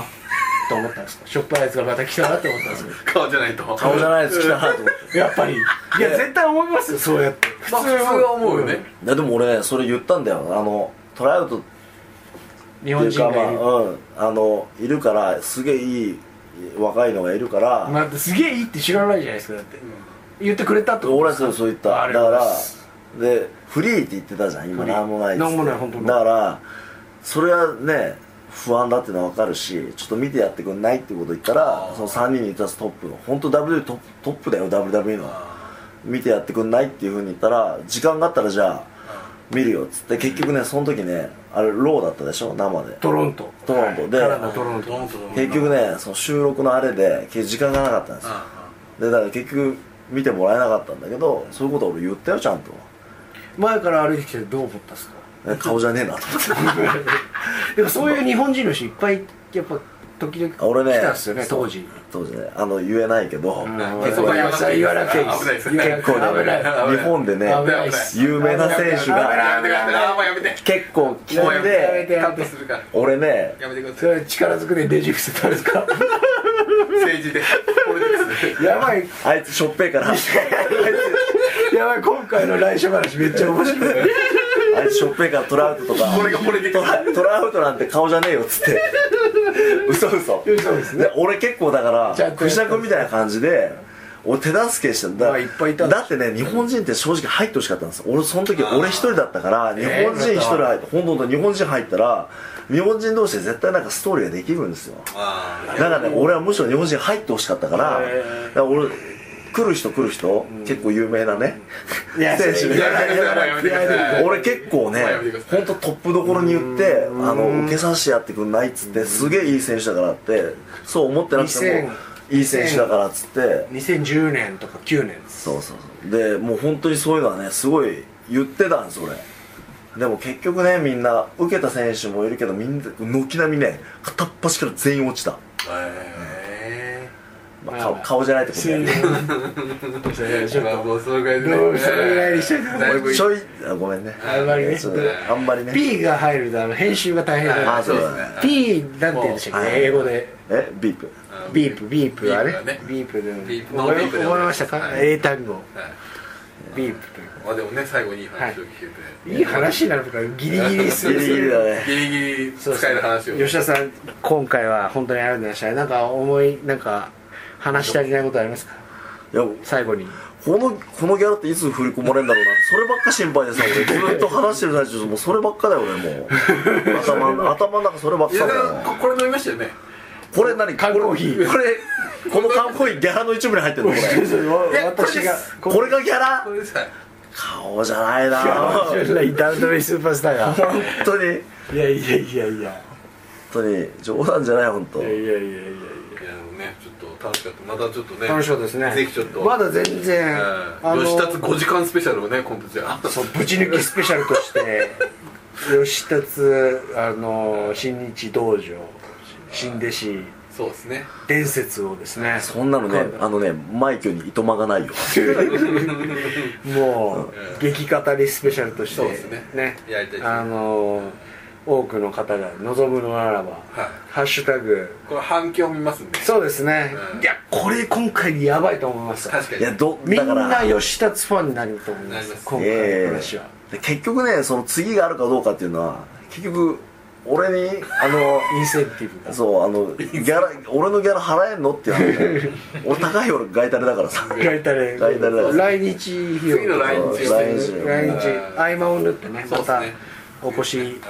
Speaker 2: と思ったんですかしょっぱいやつがまた来たなって思ったんですか
Speaker 1: 顔じゃないと
Speaker 3: 顔じ [LAUGHS] ゃないやつ来たなと思っ
Speaker 2: [LAUGHS]
Speaker 3: て
Speaker 2: やっぱりいや絶対思いますよそうやって普
Speaker 1: まあ普通は思うよね
Speaker 3: いやでも俺ねそれ言ったんだよあのトライアウトって
Speaker 2: 日
Speaker 3: い
Speaker 2: 本
Speaker 3: う
Speaker 2: 人
Speaker 3: かま
Speaker 2: が
Speaker 3: あ
Speaker 2: いる
Speaker 3: うんあのいるからすげえいい若いのがいるから、
Speaker 2: まあ、すげえいいって知らないじゃないですかだって言ってくれたってことで
Speaker 3: 俺は
Speaker 2: すか
Speaker 3: そうそう言った
Speaker 2: あり
Speaker 3: だ
Speaker 2: が
Speaker 3: か
Speaker 2: とうござい
Speaker 3: ら
Speaker 2: ます
Speaker 3: でフリーって言ってたじゃん今
Speaker 2: フリー
Speaker 3: 何もないっつって
Speaker 2: なんもない本当に
Speaker 3: だからそれはね不安だってのは分かるしちょっと見てやってくんないってこと言ったらその3人に立つトップの本当 W トップトップだよ WWE の見てやってくんないっていうふうに言ったら時間があったらじゃあ見るよっつって結局ねその時ねあれローだったでしょ生で
Speaker 2: トロント
Speaker 3: トロントで
Speaker 2: カナダトロント
Speaker 1: ドンとドンと
Speaker 3: 結局ねその収録のあれで結時間がなかったんですよでだから結局見てもらえなかったんだけどそういうこと俺言ったよちゃんと
Speaker 2: 前から歩いてきてどう思ったんですか
Speaker 3: え顔じゃねえ
Speaker 2: [LAUGHS]
Speaker 3: なと思って
Speaker 2: でもそういう日本人の人いっぱいやっぱ時々
Speaker 3: 俺ね
Speaker 2: 来たんですよね
Speaker 3: そう
Speaker 2: 当時
Speaker 3: 当時ねあの言えないけど、
Speaker 1: ん
Speaker 3: 結
Speaker 1: そこは
Speaker 3: 構
Speaker 1: 言わ
Speaker 3: ね
Speaker 1: なくていい
Speaker 2: 言わなくていいです
Speaker 1: 危ないです
Speaker 2: 言わなくてい
Speaker 3: 結
Speaker 2: い
Speaker 3: 構ね
Speaker 2: 危ない
Speaker 1: 危ない
Speaker 3: 日本でね
Speaker 2: 危ないっ
Speaker 1: す
Speaker 3: 有名な選手
Speaker 1: 危ない
Speaker 3: が
Speaker 1: やめてくださいあーもうやめて
Speaker 3: 結構来
Speaker 1: もうやめて
Speaker 2: やめ
Speaker 3: て
Speaker 2: て
Speaker 3: で
Speaker 1: カットするから
Speaker 3: 俺ね
Speaker 1: やめてくだ
Speaker 2: そ
Speaker 1: さい
Speaker 2: れは力ずくでデジ伏せたんですか
Speaker 1: 政治でポリティクスで
Speaker 2: [LAUGHS] やばい
Speaker 3: あいつしょっぺ
Speaker 2: [LAUGHS]
Speaker 3: いからあい
Speaker 2: やばい今回の来所話めっちゃ面白い
Speaker 3: つしょっぺいからトラウトとか
Speaker 1: これがポリティ
Speaker 3: ト
Speaker 1: クス
Speaker 3: ラトラウトなんて顔じゃねえよっつって嘘嘘
Speaker 2: そうですね
Speaker 3: で俺結構だか
Speaker 2: ちゃ
Speaker 3: ら
Speaker 2: んと
Speaker 3: クジャ君みたいな感じで俺手助けしてんだ
Speaker 2: まあいっぱいいたんです
Speaker 3: だってね日本人って正直入ってほしかったんです俺その時俺一人だったから日本人一人入って本当だ日本人入ったら日本人同士で絶対なんかストーリーができるんですよ
Speaker 1: あ
Speaker 3: だからね俺はむしろ日本人入ってほしかったから
Speaker 2: へー
Speaker 3: だから俺来る人来る人結構有名なね
Speaker 2: いや
Speaker 3: 選手
Speaker 2: そ
Speaker 3: ね
Speaker 2: れ
Speaker 1: ーやめてくださいやめてください
Speaker 3: 俺結構ね
Speaker 1: もうやめてください
Speaker 3: 本当トップどころに言ってあの受けさせてやってくんないっつってすげえいい選手だからってそう思ってなくても
Speaker 2: 2000
Speaker 3: いい選手だからっつって
Speaker 2: 2010年とか9年 [LAUGHS] です
Speaker 3: そうそうそうでもう本当にそういうのはねすごい言ってたんです俺でも結局ねみんな受けた選手もいるけどみんな軒並みね片っ端から全員落ちた、
Speaker 1: え
Speaker 3: まあ
Speaker 2: まあ
Speaker 3: 顔顔じゃないってことだよね
Speaker 1: ーちょっともうそのぐらいで
Speaker 2: どうそれぐらいにしといて
Speaker 1: だいぶいい
Speaker 3: ちょいあごめんね
Speaker 2: あんまりね
Speaker 3: そうあんまりね
Speaker 2: P が入るとあの編集が大変
Speaker 3: あ
Speaker 2: だ
Speaker 3: ーそうだね
Speaker 2: P なんて言うんでしたっけ
Speaker 3: はい
Speaker 2: 英語で
Speaker 3: えビープ
Speaker 2: ビープビープはね
Speaker 1: ビ
Speaker 2: ビープで
Speaker 1: ビープ
Speaker 2: 覚
Speaker 1: ノ
Speaker 2: え
Speaker 1: ービープで
Speaker 2: 覚えましたか
Speaker 1: はい
Speaker 2: 英単語
Speaker 1: はい
Speaker 2: ビープという
Speaker 1: まあでもね最後にいい話を聞けて、
Speaker 2: いい話になるのかギリギリす
Speaker 3: ギ
Speaker 1: [LAUGHS]
Speaker 3: リギリだね
Speaker 1: ギリギリ使える話を
Speaker 2: 吉田さん今回は本当にありがとうございましたなんか思いなんか話し足りないことありますか
Speaker 3: いや
Speaker 2: 最後に
Speaker 3: このこのギャラっていつ振り込まれるんだろうなってそればっか心配でさ俺ずっと話してる最中もうそればっかだよ俺もう頭の頭の中そればっか
Speaker 1: 吉田
Speaker 3: だ
Speaker 1: さん
Speaker 3: よ
Speaker 1: ここれ飲みましたよね
Speaker 3: これ何
Speaker 2: 缶コーヒー
Speaker 3: これこの缶コーヒーギャラの一部に入ってるのこ
Speaker 1: やこれ
Speaker 2: 私
Speaker 1: で
Speaker 2: が
Speaker 1: す
Speaker 3: れこれがギャラ
Speaker 1: これですはい
Speaker 3: 顔じゃないな本
Speaker 1: [LAUGHS]
Speaker 2: イタドリスーパースターが
Speaker 3: 当に
Speaker 2: いやいやいやいや
Speaker 3: 本当に冗談じゃない本当
Speaker 2: いやいやいやいや
Speaker 1: いやでもねちょっと楽しかったまたちょっとね
Speaker 2: 楽しかったですね
Speaker 1: ぜひちょっと
Speaker 2: まだ全
Speaker 1: え
Speaker 2: 然
Speaker 1: ー
Speaker 2: あの
Speaker 1: 吉達5時間スペシャルをね今度じゃあ
Speaker 2: そうぶち抜きスペシャルとして
Speaker 1: [LAUGHS]
Speaker 2: 吉達あの新日道場新弟子
Speaker 1: そうですね
Speaker 2: 伝説をですね
Speaker 3: そんなのねあのねマイケルにいとまが
Speaker 2: [LAUGHS]
Speaker 3: ないよ
Speaker 2: もう激語りスペシャルとして
Speaker 1: そうですねやりたいですね
Speaker 2: あのー多くの方が望むのならば「
Speaker 1: はい
Speaker 2: ハッシュタグ
Speaker 1: これ反響見ますんで
Speaker 2: そうですね、
Speaker 1: うん
Speaker 2: いやこれ今回やばいと思います
Speaker 1: 確か
Speaker 3: い
Speaker 1: に
Speaker 3: やど
Speaker 2: み
Speaker 3: だ
Speaker 2: ん
Speaker 3: から
Speaker 2: な吉達ファンになると思いま
Speaker 1: なり
Speaker 2: す
Speaker 1: ます
Speaker 2: 今回の
Speaker 3: え
Speaker 2: 話は、
Speaker 3: えで結局ねその次があるかどうかっていうのは結局俺にあの [LAUGHS]
Speaker 2: インセンティブが
Speaker 3: そうあのギャラ俺のギャラ払えんのって話
Speaker 2: [LAUGHS]
Speaker 3: だよ俺高い俺ガイタレだからさ
Speaker 2: 外タレ
Speaker 3: 外タレだ
Speaker 2: 来日費用
Speaker 1: 次の来日
Speaker 3: を
Speaker 2: 来日来
Speaker 1: 来日
Speaker 2: 日合間を縫ってね
Speaker 1: そう
Speaker 2: ま
Speaker 1: ですね
Speaker 2: たお越しい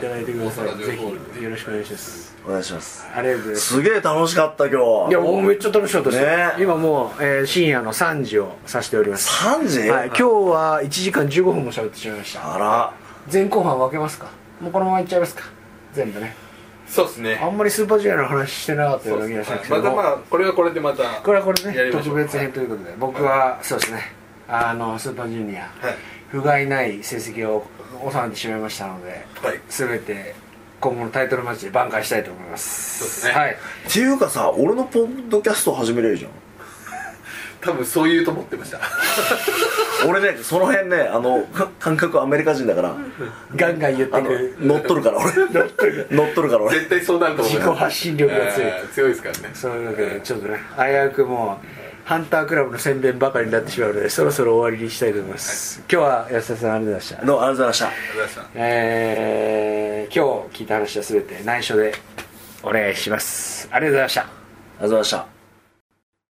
Speaker 2: ただいてくださ
Speaker 1: うん
Speaker 2: いぜひよろしくお願いします
Speaker 3: お願いします
Speaker 2: ありがとうございます
Speaker 3: すげえ楽しかった今
Speaker 2: いや
Speaker 3: 日
Speaker 2: もうめっちゃ楽しかったですよ、
Speaker 3: ね
Speaker 2: 今もう、えー深夜の3時を指しております、
Speaker 3: 3時、
Speaker 2: はい、今日は1時間15分も喋ってしまいました
Speaker 3: あら
Speaker 2: 前後半分けますかもうこのままいっちゃいますか全部ね
Speaker 1: そうですね
Speaker 2: あんまりスーパージュニアの話してなかったよ
Speaker 1: そうう
Speaker 2: な
Speaker 1: っ
Speaker 2: 気
Speaker 1: す
Speaker 2: が
Speaker 1: ね
Speaker 2: しますけ
Speaker 1: ま
Speaker 2: ど
Speaker 1: た
Speaker 2: も、
Speaker 1: まあこれはこれでまた
Speaker 2: これはこれ
Speaker 1: や
Speaker 2: ね
Speaker 1: りましょ
Speaker 2: 特
Speaker 1: う
Speaker 2: 別編ということで僕はそうですねあのスーパージュニア、
Speaker 1: はい
Speaker 2: 不甲斐ない成績を収めてしまいましたので
Speaker 1: はい
Speaker 2: 全て今後のタイトルマッチで挽回したいと思います
Speaker 1: そうですね
Speaker 2: はい
Speaker 3: っていうかさ俺のポッドキャスト始めれるじゃん
Speaker 1: 多分そう言うと思ってました
Speaker 3: 俺ねその辺ねあのか感覚アメリカ人だから
Speaker 2: ガンガン言っ
Speaker 3: あ
Speaker 2: て
Speaker 3: の
Speaker 2: くる
Speaker 3: 乗っとるから俺乗っとるから俺
Speaker 1: 絶対そうなると思います
Speaker 2: 自己発信力が強い
Speaker 1: えー強いですからね
Speaker 2: そういうわけでちょっとね危うくもうハンタークラブの宣伝ばかりになってしまうのでそろそろ終わりにしたいと思います、今日は安田さんありがとうございました
Speaker 3: どうもありがとうございました
Speaker 1: ありがとうございました
Speaker 2: えー今日聞いた話は全て内緒でお願いしますありがとうございました
Speaker 3: ありがとうございました